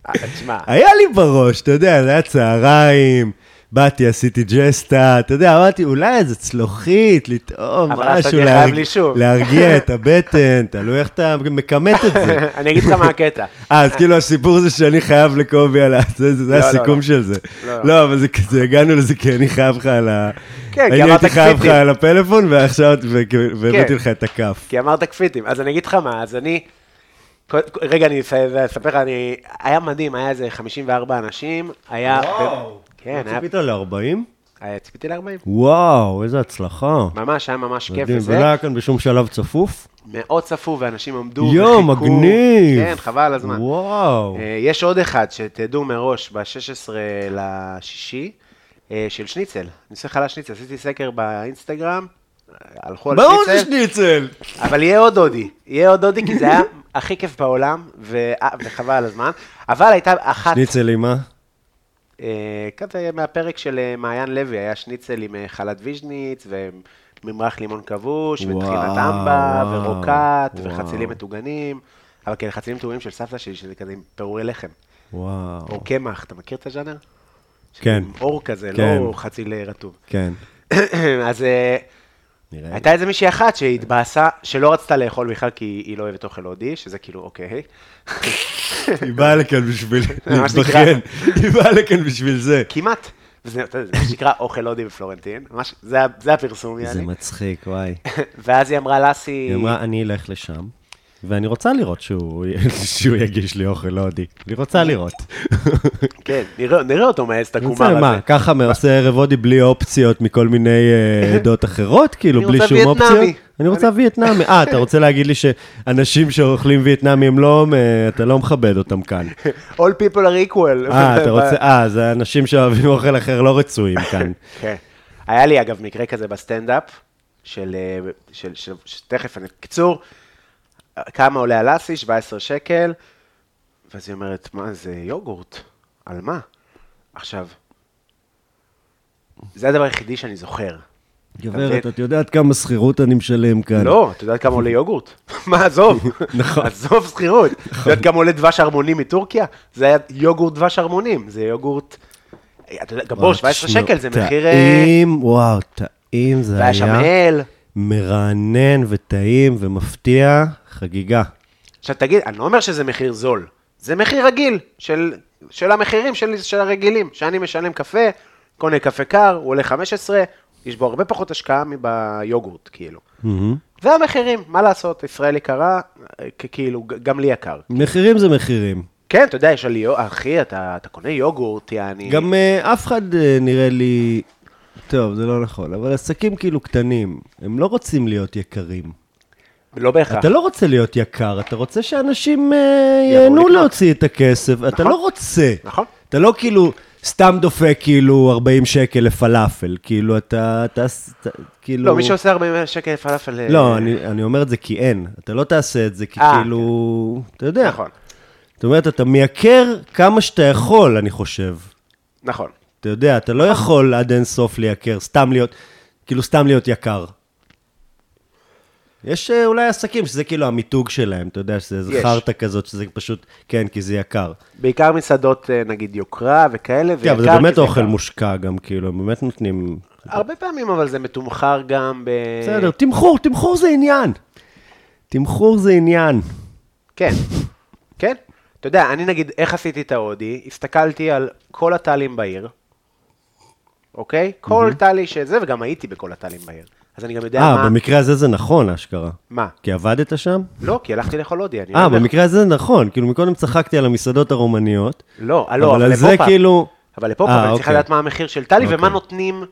Speaker 2: אה, תשמע,
Speaker 3: היה לי בראש, אתה יודע, זה היה צהריים, באתי, עשיתי ג'סטה, אתה יודע, אמרתי, אולי איזה צלוחית, לטעום
Speaker 2: אבל אז אתה
Speaker 3: משהו,
Speaker 2: תהיה
Speaker 3: להרג-
Speaker 2: חייב לי שוב.
Speaker 3: להרגיע את הבטן, תלוי איך אתה מכמת את זה.
Speaker 2: אני אגיד לך מה הקטע.
Speaker 3: אה, אז כאילו הסיפור זה שאני חייב לקובי על ה... זה, זה, זה
Speaker 2: לא, לא,
Speaker 3: הסיכום
Speaker 2: לא.
Speaker 3: של זה.
Speaker 2: לא, לא.
Speaker 3: לא, אבל זה כזה, הגענו לזה כי אני חייב לך על ה...
Speaker 2: כן, כי
Speaker 3: אני
Speaker 2: אמרת כן.
Speaker 3: הייתי חייב לך
Speaker 2: קפיטי.
Speaker 3: על הפלאפון, ועכשיו, וכאילו- והבאתי לך את הכף.
Speaker 2: כי אמרת קפיטים, אז אני אגיד לך מה, אז אני... קוד- רגע, אני אס- אספר לך, אני... היה מדהים, היה איזה 54 אנשים, היה... אה, כן, היה...
Speaker 3: ציפית ל-40?
Speaker 2: היה- ציפיתי ל-40.
Speaker 3: וואו, איזה הצלחה.
Speaker 2: ממש, היה ממש כיף
Speaker 3: מדהים,
Speaker 2: וזה.
Speaker 3: ולא היה כאן בשום שלב צפוף?
Speaker 2: מאוד צפוף, ואנשים עמדו
Speaker 3: יואו, מגניב.
Speaker 2: כן, חבל על הזמן.
Speaker 3: וואו.
Speaker 2: אה, יש עוד אחד, שתדעו מראש, ב-16 לשישי, אה, של שניצל. אני עושה חלש שניצל, עשיתי סקר באינסטגרם, אה, הלכו על
Speaker 3: ברור זה
Speaker 2: שניצל.
Speaker 3: שניצל.
Speaker 2: אבל יהיה עוד הודי, יהיה עוד הודי, כי זה היה הכי כיף בעולם, ו- אה, וחבל על הזמן. אבל הייתה אחת,
Speaker 3: שניצל עם מה?
Speaker 2: אה, כזה מהפרק של אה, מעיין לוי, היה שניצל עם אה, חלת ויז'ניץ, וממרח לימון כבוש,
Speaker 3: וואו,
Speaker 2: וטחינת אמבה,
Speaker 3: וואו,
Speaker 2: ורוקט,
Speaker 3: וואו.
Speaker 2: וחצילים מטוגנים, אבל כן, חצילים מטוגנים של סבתא שלי, שזה כזה עם פירורי לחם,
Speaker 3: וואו.
Speaker 2: או קמח, אתה מכיר את הז'אנר?
Speaker 3: כן.
Speaker 2: עם אור כזה,
Speaker 3: כן.
Speaker 2: לא חציל אה, רטוב.
Speaker 3: כן,
Speaker 2: אז אה,
Speaker 3: נראה לי.
Speaker 2: הייתה איזה מישהי אחת שהתבאסה, שלא רצתה לאכול בכלל כי היא לא אוהבת אוכל הודי, שזה כאילו, אוקיי.
Speaker 3: היא באה לכאן בשביל
Speaker 2: ממש נקרע.
Speaker 3: להתבכיין. היא באה לכאן בשביל זה.
Speaker 2: כמעט. זה אתה יודע, זה מה שנקרא אוכל הודי בפלורנטין, ממש, זה ה- זה הפרסום,
Speaker 3: זה
Speaker 2: יעני.
Speaker 3: מצחיק, וואי.
Speaker 2: ואז היא אמרה לאסי,
Speaker 3: היא אמרה, אני אלך לשם, ואני רוצה לראות שהוא שהוא יגיש לי אוכל הודי. אני רוצה לראות.
Speaker 2: כן, נראה- נראה אותו מעז את
Speaker 3: אני רוצה,
Speaker 2: הקומר הזה.
Speaker 3: מה, ככה עושה ערב הודי בלי אופציות מכל מיני אה, עדות אחרות? כאילו,
Speaker 2: אני
Speaker 3: בלי
Speaker 2: רוצה
Speaker 3: שום
Speaker 2: וייטנאמי.
Speaker 3: אופציות? אני רוצה וייטנאמי. אה, אתה רוצה להגיד לי שאנשים שאוכלים וייטנאמי הם לא, אה, אתה לא מכבד אותם כאן.
Speaker 2: All people are equal.
Speaker 3: אה, אתה רוצה, אה, זה אנשים שאוהבים אוכל אחר לא רצויים כאן.
Speaker 2: כן. היה לי אגב מקרה כזה בסטנדאפ, של, אה, של, של, של תכף, אני, קיצור, כמה עולה הלאסי? 17 שקל, ואז היא אומרת, מה זה יוגורט? על מה? עכשיו, זה הדבר היחידי שאני זוכר.
Speaker 3: גברת, את יודעת כמה שכירות אני משלם כאן.
Speaker 2: לא, את יודעת כמה עולה יוגורט? מה, עזוב,
Speaker 3: כן. נכון.
Speaker 2: עזוב שכירות. את יודעת כמה עולה דבש ערמונים מטורקיה? זה היה יוגורט דבש ערמונים, זה יוגורט... אה, אתה יודע, גם בוא,
Speaker 3: וואו,
Speaker 2: 17
Speaker 3: תשמע,
Speaker 2: שקל, זה מחיר... אה,
Speaker 3: טעים, וואו, טעים זה היה.
Speaker 2: והיה שם אה? אל.
Speaker 3: מרענן וטעים ומפתיע, חגיגה.
Speaker 2: עכשיו תגיד, אני לא אומר שזה מחיר זול, זה מחיר רגיל של, של המחירים של, של הרגילים, שאני משלם קפה, קונה קפה קר, הוא עולה 15, יש בו הרבה פחות השקעה מביוגורט, כאילו. זה המחירים, מה לעשות, ישראל יקרה, אה, כ- כאילו, ג- גם לי יקר. מחירים
Speaker 3: זה מחירים.
Speaker 2: כן, אתה יודע, יש לי, אחי, אתה, אתה קונה יוגורט, יעני.
Speaker 3: גם אה, אף אחד אה, נראה לי... טוב, זה לא נכון, אבל עסקים כאילו קטנים, הם לא רוצים להיות יקרים.
Speaker 2: לא בהכרח.
Speaker 3: אתה לא רוצה להיות יקר, אתה רוצה שאנשים אה, ייהנו
Speaker 2: לקנות.
Speaker 3: להוציא את הכסף, אתה
Speaker 2: נכון.
Speaker 3: לא רוצה.
Speaker 2: נכון.
Speaker 3: אתה לא כאילו סתם דופק כאילו 40 שקל לפלאפל, כאילו אתה... אתה, אתה כאילו...
Speaker 2: לא, מי שעושה 40 שקל פלאפל... אה,
Speaker 3: לא, אני, אני אומר את זה כי אין. אתה לא תעשה את זה כי
Speaker 2: אה,
Speaker 3: כאילו... אתה יודע.
Speaker 2: נכון,
Speaker 3: זאת אומרת, אתה מייקר כמה שאתה יכול, אני חושב.
Speaker 2: נכון.
Speaker 3: אתה יודע, אתה לא יכול עד אין סוף לייקר, סתם להיות, כאילו סתם להיות יקר. יש אה, אולי עסקים שזה כאילו המיתוג שלהם, אתה יודע, שזה איזה
Speaker 2: יש.
Speaker 3: חרטא כזאת, שזה פשוט, כן, כי זה יקר.
Speaker 2: בעיקר מסעדות, אה, נגיד, יוקרה וכאלה,
Speaker 3: כן, אבל זה
Speaker 2: ויקר,
Speaker 3: באמת
Speaker 2: כי
Speaker 3: אוכל
Speaker 2: יקר. אה.
Speaker 3: מושקע גם, כאילו, הם באמת נותנים...
Speaker 2: הרבה פעמים, אבל זה מתומחר גם ב...
Speaker 3: בסדר, תמחור, תמחור זה עניין. תמחור זה עניין.
Speaker 2: כן, כן. אתה יודע, אני נגיד, איך עשיתי את ההודי? הסתכלתי על כל הטלים בעיר, אוקיי? כל טלי שזה, וגם הייתי בכל הטלים בעיר. אז אני גם יודע
Speaker 3: אה,
Speaker 2: מה...
Speaker 3: במקרה הזה זה נכון, אשכרה.
Speaker 2: מה?
Speaker 3: כי עבדת שם?
Speaker 2: לא, כי הלכתי לאכול הודי. אני
Speaker 3: אה,
Speaker 2: אומר לך.
Speaker 3: במקרה הזה זה נכון. כאילו, מקודם צחקתי על המסעדות הרומניות.
Speaker 2: לא, אה, לא,
Speaker 3: אבל
Speaker 2: אבל
Speaker 3: על זה
Speaker 2: לפופ-אפ.
Speaker 3: כאילו-
Speaker 2: אבל לפופ-אפ,
Speaker 3: אה,
Speaker 2: אני צריך
Speaker 3: אוקיי.
Speaker 2: לדעת מה המחיר של טלי ומה
Speaker 3: אוקיי.
Speaker 2: נותנים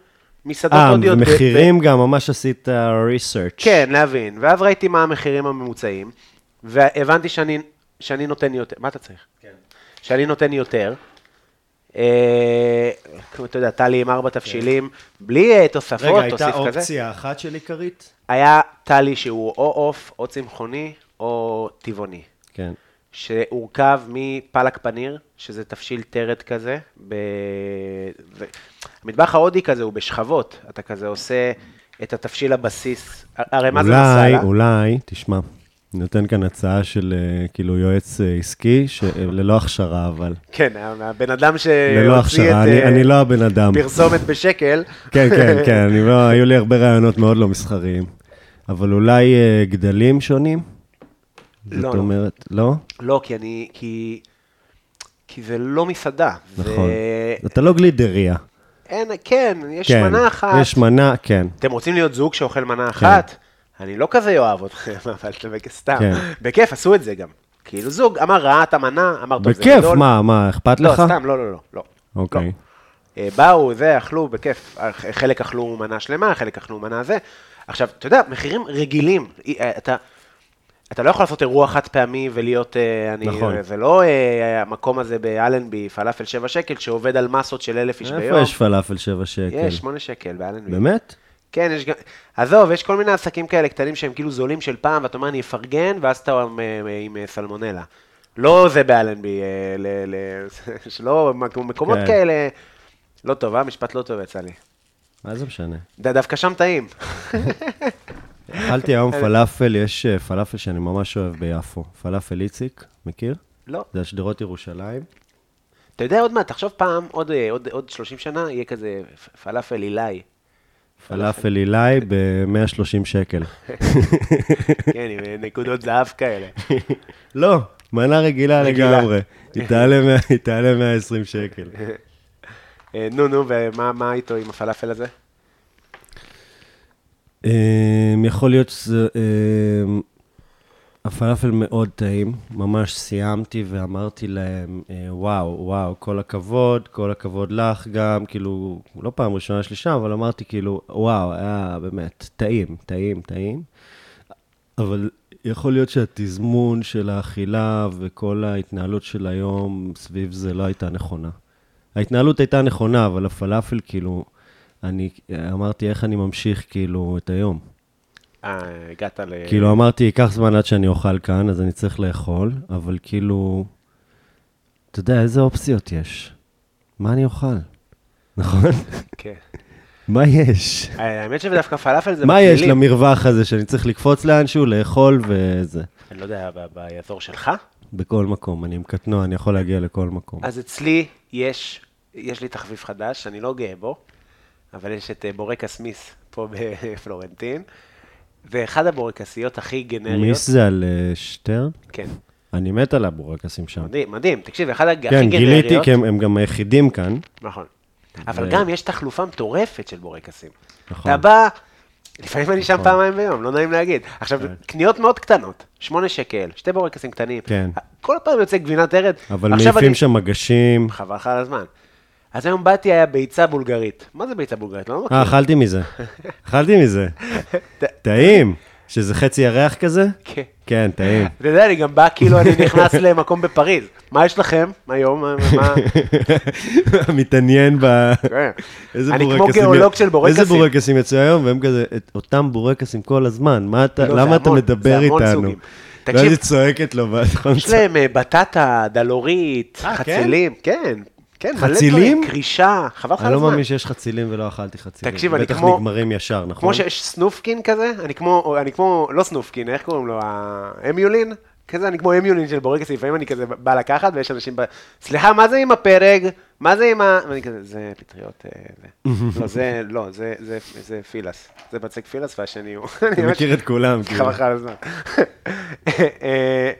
Speaker 2: מסעדות
Speaker 3: אה,
Speaker 2: הודיות. ב- ב-
Speaker 3: מחירים גם, ממש עשית אה, ריסרצ'.
Speaker 2: כן, להבין. ואז ראיתי מה המחירים הממוצעים, והבנתי שאני, שאני נותן יותר, מה אתה צריך? כן. שאני נותן יותר. אה, כמו, אתה יודע, טלי עם ארבע תבשילים, בלי אה, תוספות,
Speaker 3: כן. רגע,
Speaker 2: תוסיף כזה.
Speaker 3: הייתה אופציה אחת של עיקרית?
Speaker 2: היה טלי שהוא או עוף, או צמחוני, או טבעוני.
Speaker 3: כן.
Speaker 2: שהורכב מפלק פניר, שזה תבשיל טרת כזה. ב... ו... המטבח ההודי כזה הוא בשכבות, אתה כזה עושה את התבשיל הבסיס. הרי מה זה אה? לא?
Speaker 3: אולי,
Speaker 2: מסאלה?
Speaker 3: אולי, תשמע, אני נותן כאן הצעה של אה, כאילו יועץ אה, עסקי, ש- אה, ללא הכשרה, אבל.
Speaker 2: כן, הבן אדם
Speaker 3: ללא
Speaker 2: שהוציא
Speaker 3: הכשרה,
Speaker 2: את
Speaker 3: אני-
Speaker 2: אה,
Speaker 3: אני לא הבן אדם.
Speaker 2: פרסומת בשקל.
Speaker 3: כן, כן, כן, אני לא, היו לי הרבה רעיונות מאוד לא מסחריים. אבל אולי אה, גדלים שונים?
Speaker 2: לא,
Speaker 3: זאת
Speaker 2: לא.
Speaker 3: אומרת, לא?
Speaker 2: לא, כי אני, כי... כי זה לא מסעדה.
Speaker 3: נכון.
Speaker 2: זה...
Speaker 3: אתה לא גלידריה.
Speaker 2: אין, כן, יש
Speaker 3: כן,
Speaker 2: מנה אחת.
Speaker 3: יש מנה, כן.
Speaker 2: אתם רוצים להיות זוג שאוכל מנה אחת? אני לא כזה אוהב אתכם, אבל אתם סתם.
Speaker 3: כן.
Speaker 2: בכיף, עשו את זה גם. כאילו זוג, אמר ראה את המנה, אמר טוב, זה גדול.
Speaker 3: בכיף, מה, מה, אכפת
Speaker 2: לא,
Speaker 3: לך?
Speaker 2: סתם, לא, לא, לא, לא.
Speaker 3: אוקיי.
Speaker 2: לא. אה, באו, זה, אכלו, בכיף. אה, חלק אכלו מנה שלמה, חלק אכלו מנה זה. עכשיו, אתה יודע, מחירים רגילים. אי- אה, אתה... אתה לא יכול לעשות אירוע חד פעמי ולהיות, אה, אני,
Speaker 3: נכון.
Speaker 2: זה לא אה, המקום הזה באלנבי, פלאפל 7 שקל, שעובד על מסות של אלף איש ביום.
Speaker 3: איפה יש פלאפל 7 שקל?
Speaker 2: יש, 8 שקל באלנבי.
Speaker 3: באמת?
Speaker 2: כן, יש גם... עזוב, יש כל מיני עסקים כאלה קטנים שהם כאילו זולים של פעם, ואתה אומר, אני אפרגן, ואז אתה עם, עם, עם אה, סלמונלה. לא זה באלנבי, אה, ל- ל- שלא, מק- מקומות
Speaker 3: כן.
Speaker 2: כאלה... לא טוב, אה? משפט לא טוב יצא לי.
Speaker 3: מה זה משנה?
Speaker 2: ד- דווקא שם טעים.
Speaker 3: אכלתי היום פלאפל, יש אה, פלאפל שאני ממש אוהב ביפו. פלאפל איציק, מכיר?
Speaker 2: לא.
Speaker 3: זה השדרות ירושלים.
Speaker 2: אתה יודע, עוד מעט, תחשוב פעם, עוד, אה, עוד, עוד 30 שנה, יהיה כזה פ- פלאפל עילאי.
Speaker 3: פלאפל עילאי ב-130 שקל.
Speaker 2: כן, עם אה, נקודות זהב כאלה.
Speaker 3: לא, מנה רגילה
Speaker 2: רגילה.
Speaker 3: לגמרי. היא תעלה מאה- היא תעלה 120 שקל.
Speaker 2: אה, נו, נו, ומה מה איתו עם הפלאפל הזה?
Speaker 3: אמ, יכול להיות שזה... אמ, הפלאפל מאוד טעים, ממש סיימתי ואמרתי להם, אה, וואו, וואו, כל הכבוד, כל הכבוד לך גם, כאילו, לא פעם ראשונה שלי שם, אבל אמרתי כאילו, וואו, היה באמת, טעים, טעים, טעים. אבל יכול להיות שהתזמון של האכילה וכל ההתנהלות של היום סביב זה לא הייתה נכונה. ההתנהלות הייתה נכונה, אבל הפלאפל, כאילו, אני אמרתי, איך אני ממשיך, כאילו, את היום?
Speaker 2: אה, הגעת ל...
Speaker 3: כאילו, אמרתי, ייקח זמן עד שאני אוכל כאן, אז אני צריך לאכול, אבל כאילו, אתה יודע, איזה אופציות יש? מה אני אוכל? נכון?
Speaker 2: כן. אה,
Speaker 3: מה יש?
Speaker 2: האמת שדווקא פלאפל זה...
Speaker 3: מה יש
Speaker 2: מגעילים.
Speaker 3: למרווח הזה שאני צריך לקפוץ לאנשהו, לאכול וזה?
Speaker 2: אני לא יודע, ב- באזור שלך?
Speaker 3: בכל מקום, אני עם קטנוע, אני יכול להגיע לכל מקום.
Speaker 2: אז אצלי יש, יש לי תחביב חדש, אני לא גאה בו, אבל יש את אה, בורקס מיס פה בפלורנטין, ואחד הבורקסיות הכי גנריות...
Speaker 3: מיס זה על אה, שטרן?
Speaker 2: כן,
Speaker 3: אני מת על הבורקסים שם.
Speaker 2: מדהים, מדהים, תקשיב, אחד הכי
Speaker 3: כן,
Speaker 2: גנריות...
Speaker 3: גיליתי, כי הם הם גם היחידים כאן.
Speaker 2: נכון. אבל גם יש תחלופה מטורפת של בורקסים.
Speaker 3: נכון.
Speaker 2: אתה בא, לפעמים אני שם פעמיים ביום, לא נעים להגיד. עכשיו, קניות מאוד קטנות, 8 שקל, שתי בורקסים קטנים.
Speaker 3: כן.
Speaker 2: כל פעם יוצא גבינת ארץ.
Speaker 3: אבל
Speaker 2: עכשיו
Speaker 3: מעיפים
Speaker 2: אני-
Speaker 3: שם מגשים.
Speaker 2: חבל לך על הזמן. אז היום באתי, היה ביצה בולגרית. מה זה ביצה בולגרית? לא מכיר.
Speaker 3: אה, אכלתי מזה. אכלתי מזה. טעים. שזה חצי ירח כזה?
Speaker 2: כן.
Speaker 3: כן, טעים.
Speaker 2: אתה יודע, אני גם בא כאילו אני נכנס למקום בפריז. מה יש לכם היום? מה- מה-
Speaker 3: מתעניין ב...
Speaker 2: כן.
Speaker 3: איזה
Speaker 2: אני כמו
Speaker 3: בורקסים-
Speaker 2: גאולוג של בורקסים.
Speaker 3: איזה בורקסים יצאו היום, והם כזה, את אותם בורקסים כל הזמן, מה אתה,
Speaker 2: לא, זה
Speaker 3: למה אתה
Speaker 2: המון,
Speaker 3: מדבר
Speaker 2: זה המון
Speaker 3: איתנו?
Speaker 2: סוגים.
Speaker 3: ואז היא
Speaker 2: תקשיב,
Speaker 3: נכון צועקת לו, ואז
Speaker 2: יש להם אה, בטטה, דלורית,
Speaker 3: אה, כן?
Speaker 2: חצילים, כן, כן, מלא
Speaker 3: חצילים?
Speaker 2: דברים, קרישה, חבל לך על
Speaker 3: אני לא
Speaker 2: הזמן.
Speaker 3: מאמין שיש חצילים ולא אכלתי חצילים.
Speaker 2: תקשיב, אני
Speaker 3: בטח
Speaker 2: כמו-
Speaker 3: נגמרים ישר, נכון?
Speaker 2: כמו שיש סנופקין כזה, אני כמו, אני כמו, לא סנופקין, איך קוראים לו? האמיולין? כזה, אני כמו אמיולין של בורגס, לפעמים אני כזה בא לקחת, ויש אנשים ב... סליחה, מה זה עם הפרק? מה זה עם ה... ואני כזה, זה פטריות... אה, זה." לא, זה, לא, זה, זה, זה פילס. זה בצק פילס, והשני הוא...
Speaker 3: אני מכיר את כולם, כאילו.
Speaker 2: חבל לך על הזמן. אה,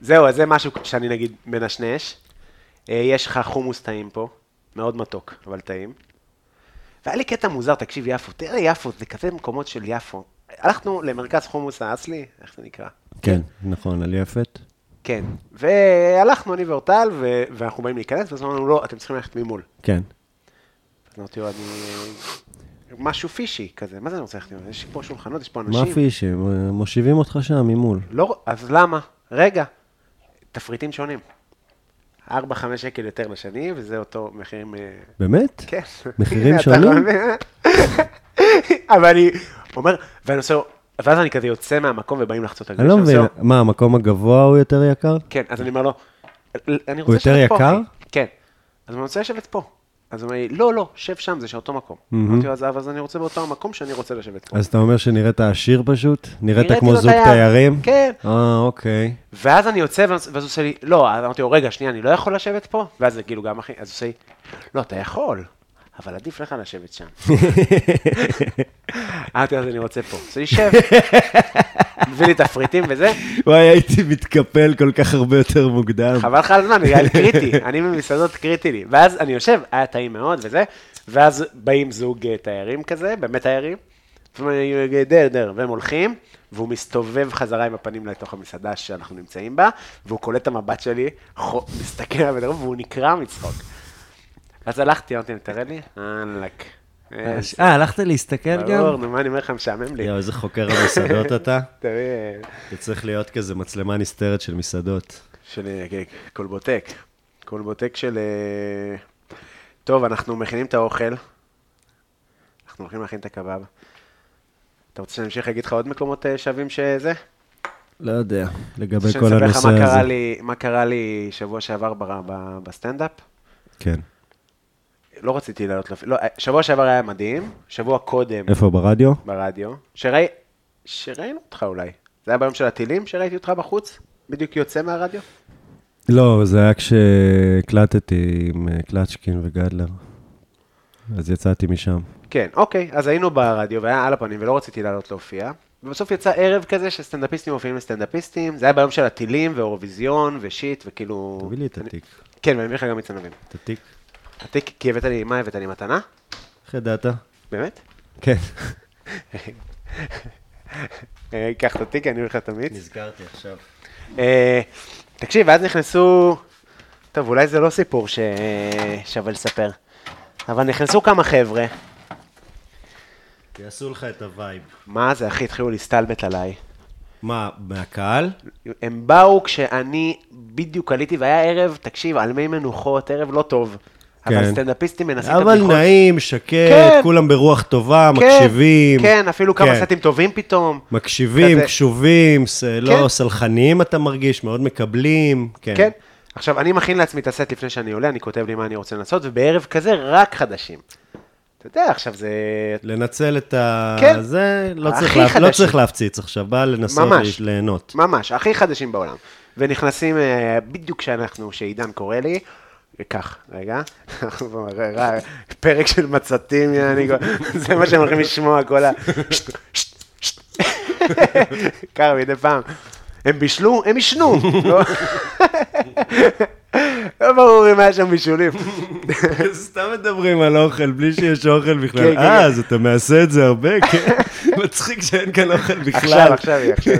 Speaker 2: זהו, אז זה משהו שאני נגיד מנשנש. אה, יש לך חומוס טעים פה, מאוד מתוק, אבל טעים. והיה לי קטע מוזר, תקשיב, יפו, תראה יפו, זה כזה מקומות של יפו. הלכנו למרכז חומוס האסלי, איך זה נקרא?
Speaker 3: כן, נכון, על יפת.
Speaker 2: כן. והלכנו, אני ואורטל, ו- ואנחנו באים להיכנס, ואז אמרנו, לא, אתם צריכים ללכת ממול.
Speaker 3: כן.
Speaker 2: אז אמרתי לו, אני... משהו פישי כזה, מה זה אני רוצה ללכת ממול? יש פה שולחנות, יש פה אנשים.
Speaker 3: מה פישי? מושיבים אותך שם ממול.
Speaker 2: לא, אז למה? רגע, תפריטים שונים. 4-5 שקל יותר לשני, וזה אותו מחירים... אה,
Speaker 3: באמת?
Speaker 2: כן.
Speaker 3: מחירים
Speaker 2: אתה
Speaker 3: שונים?
Speaker 2: רואה? אבל אני אומר, ואני עושה, לו- ואז אני כזה יוצא מהמקום ובאים לחצות הגביש.
Speaker 3: אני לא
Speaker 2: אני עושה
Speaker 3: מבין,
Speaker 2: לו-
Speaker 3: מה, המקום הגבוה הוא יותר יקר?
Speaker 2: כן, אז אני אומר לו, אני
Speaker 3: הוא
Speaker 2: רוצה
Speaker 3: יותר
Speaker 2: לשבת פה.
Speaker 3: יקר?
Speaker 2: אחי." כן. אז אני רוצה לשבת פה. אז הוא אומר לי, לא, לא, שב שם, זה של אותו מקום. אמרתי לו, "אז- אבל אז אני רוצה באותו המקום שאני רוצה לשבת פה.
Speaker 3: אז אתה אומר שנראית עשיר פשוט? נראית
Speaker 2: נראיתי
Speaker 3: כמו
Speaker 2: לא
Speaker 3: זוג
Speaker 2: תייר.
Speaker 3: תיירים?
Speaker 2: כן.
Speaker 3: אה, אוקיי.
Speaker 2: ואז אני יוצא, ואז ואז הוא עושה לי, לא, אז אמרתי לו, רגע, שנייה, אני לא יכול לשבת פה? ואז זה כאילו גם אחי, אז הוא עושה לי, לא, אתה יכול, אבל עדיף לך לשבת שם. אמרתי לו, אז אני רוצה פה. אז אני שב, מביא לי תפריטים וזה,
Speaker 3: וואי, הייתי מתקפל כל כך הרבה יותר מוקדם.
Speaker 2: חבל לך על הזמן, היה לי קריטי, אני במסעדות קריטי לי. ואז אני יושב, היה טעים מאוד וזה, ואז באים זוג אה, תיירים כזה, באמת תיירים, ואומרים, דר, דר, והם הולכים, והוא מסתובב חזרה עם הפנים לתוך המסעדה שאנחנו נמצאים בה, והוא קולט את המבט שלי, חו- מסתכל עליו בדרום, והוא נקרע מצחוק. אז הלכתי, אמרתי להם, תראה לי, אהלק. איזה-
Speaker 3: אה, הלכת להסתכל
Speaker 2: ברור,
Speaker 3: גם?
Speaker 2: נו, מה אני אומר לך, משעמם לי.
Speaker 3: יואו, איזה חוקר המסעדות אתה.
Speaker 2: תראה,
Speaker 3: אתה צריך להיות כזה מצלמה נסתרת של מסעדות.
Speaker 2: של אה, כן, קולבוטק. קולבוטק של... אה, טוב, אנחנו מכינים את האוכל. אנחנו הולכים להכין את הקבב. אתה רוצה שאני אמשיך להגיד לך עוד מקומות אה, שווים שזה?
Speaker 3: לא יודע, לגבי
Speaker 2: רוצה שאני
Speaker 3: כל
Speaker 2: אספר לך
Speaker 3: הנושא
Speaker 2: מה קרה
Speaker 3: הזה.
Speaker 2: לי- מה קרה לי שבוע שעבר בר- ב- בסטנדאפ?
Speaker 3: כן.
Speaker 2: לא רציתי לעלות לפ... לא, אה, שבוע שעבר היה מדהים, שבוע קודם
Speaker 3: איפה, ברדיו?
Speaker 2: ברדיו, שראי... שראינו אותך אולי. זה היה ביום של הטילים שראיתי אותך בחוץ? בדיוק יוצא מהרדיו?
Speaker 3: לא, זה היה כשהקלטתי עם אה, קלצ'קין וגדלר. אז יצאתי משם.
Speaker 2: כן, אוקיי, אז היינו ברדיו והיה על הפנים ולא רציתי לעלות להופיע. ובסוף יצא ערב כזה שסטנדאפיסטים מופיעים לסטנדאפיסטים, זה היה ביום של הטילים ואירוויזיון ושיט וכאילו...
Speaker 3: תביא לי את
Speaker 2: אני-
Speaker 3: התיק.
Speaker 2: כן, ואני מביא לך גם את זנבים.
Speaker 3: את התיק.
Speaker 2: התיק, כי הבאת לי, מה הבאת לי מתנה?
Speaker 3: איך ידעת?
Speaker 2: באמת?
Speaker 3: כן.
Speaker 2: אה, קח את התיק, אני אביא לך את המיץ.
Speaker 3: נזכרתי עכשיו.
Speaker 2: אה, תקשיב, ואז נכנסו... טוב, אולי זה לא סיפור ש- שווה לספר. אבל נכנסו כמה חבר'ה.
Speaker 3: יעשו לך את הווייב.
Speaker 2: מה זה, אחי, התחילו להסתלבט עליי.
Speaker 3: מה, מהקהל?
Speaker 2: הם באו כשאני בדיוק עליתי, והיה ערב, תקשיב, על מי מנוחות, ערב לא טוב. כן. אבל
Speaker 3: כן.
Speaker 2: סטנדאפיסטים מנסים את
Speaker 3: אבל
Speaker 2: הבדיחות.
Speaker 3: נעים, שקט,
Speaker 2: כן.
Speaker 3: כולם ברוח טובה,
Speaker 2: כן,
Speaker 3: מקשיבים.
Speaker 2: כן, אפילו כמה
Speaker 3: כן.
Speaker 2: סטים טובים פתאום.
Speaker 3: מקשיבים,
Speaker 2: כזה.
Speaker 3: קשובים, ס-
Speaker 2: כן.
Speaker 3: לא, סלחניים אתה מרגיש, מאוד מקבלים. כן.
Speaker 2: כן. עכשיו, אני מכין לעצמי את הסט לפני שאני עולה, אני כותב לי מה אני רוצה לנסות, ובערב כזה רק חדשים. אתה יודע, עכשיו זה...
Speaker 3: לנצל את ה...
Speaker 2: כן.
Speaker 3: זה, לא צריך
Speaker 2: הכי
Speaker 3: לה- לא
Speaker 2: חדשים.
Speaker 3: צריך להפציץ עכשיו, בא לנסות
Speaker 2: ממש.
Speaker 3: ליהנות.
Speaker 2: ממש, הכי חדשים בעולם. ונכנסים אה, בדיוק כשאנחנו, שעידן קורא לי, כך, רגע, אנחנו פה, ר- ר- פרק של מצתים, יעני, כל- זה מה שהם הולכים לשמוע, כל ה... ככה מדי פעם. הם בישלו, הם עישנו. לא- לא ברור אם היה שם בישולים.
Speaker 3: סתם מדברים על אוכל, בלי שיש אוכל
Speaker 2: כן,
Speaker 3: בכלל.
Speaker 2: כן,
Speaker 3: אה,
Speaker 2: כן.
Speaker 3: אז אתה מעשה את זה הרבה, כן. מצחיק שאין כאן אוכל
Speaker 2: עכשיו,
Speaker 3: בכלל.
Speaker 2: עכשיו, היא, עכשיו.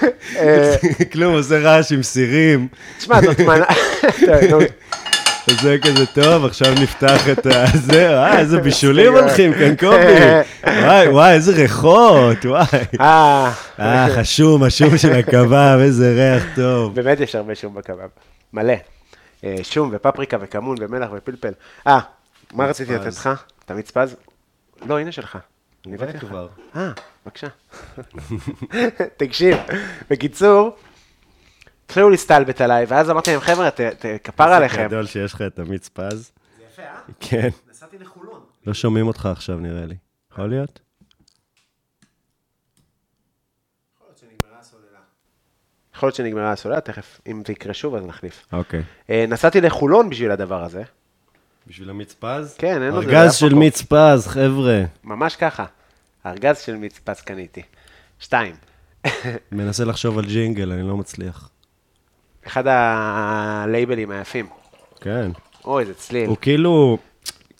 Speaker 2: היא. אה,
Speaker 3: כלום, עושה רעש עם סירים.
Speaker 2: תשמע, זאת מנה... טוב, נו,
Speaker 3: זה כזה טוב, עכשיו נפתח את ה... זה, וואי, איזה בישולים הולכים כאן, קובי. וואי, וואי, איזה ריחות, וואי.
Speaker 2: אה,
Speaker 3: אה, חשום, השום של הקבב, איזה ריח טוב.
Speaker 2: באמת יש הרבה שום בקבב, מלא. אה, שום ופפריקה וכמון ומלח ופלפל. אה, מה רציתי לתת לך? את המיץ פז? לא, הנה שלך. אני הבאתי לך.
Speaker 3: כבר.
Speaker 2: אה, בבקשה. תקשיב, בקיצור, התחילו להסתלבט עליי, ואז אמרתי להם, חבר'ה, ת- ת- כפר עליכם.
Speaker 3: גדול שיש לך את עמית ספאז.
Speaker 2: זה יפה, אה?
Speaker 3: כן.
Speaker 2: נסעתי לחולון.
Speaker 3: לא שומעים אותך עכשיו, נראה לי. יכול להיות?
Speaker 2: יכול להיות שנגמרה הסוללה, תכף, אם זה יקרה שוב, אז נחליף.
Speaker 3: אוקיי.
Speaker 2: אה, נסעתי לחולון בשביל הדבר הזה,
Speaker 3: בשביל עמית ספאז?
Speaker 2: כן, אין לו זה
Speaker 3: ארגז
Speaker 2: באף
Speaker 3: של
Speaker 2: מקום.
Speaker 3: מיץ פז, חבר'ה.
Speaker 2: ממש ככה. ארגז של מצפץ קניתי. שתיים.
Speaker 3: מנסה לחשוב על ג'ינגל, אני לא מצליח.
Speaker 2: אחד הלייבלים היפים.
Speaker 3: כן.
Speaker 2: אוי, זה צליל.
Speaker 3: הוא כאילו,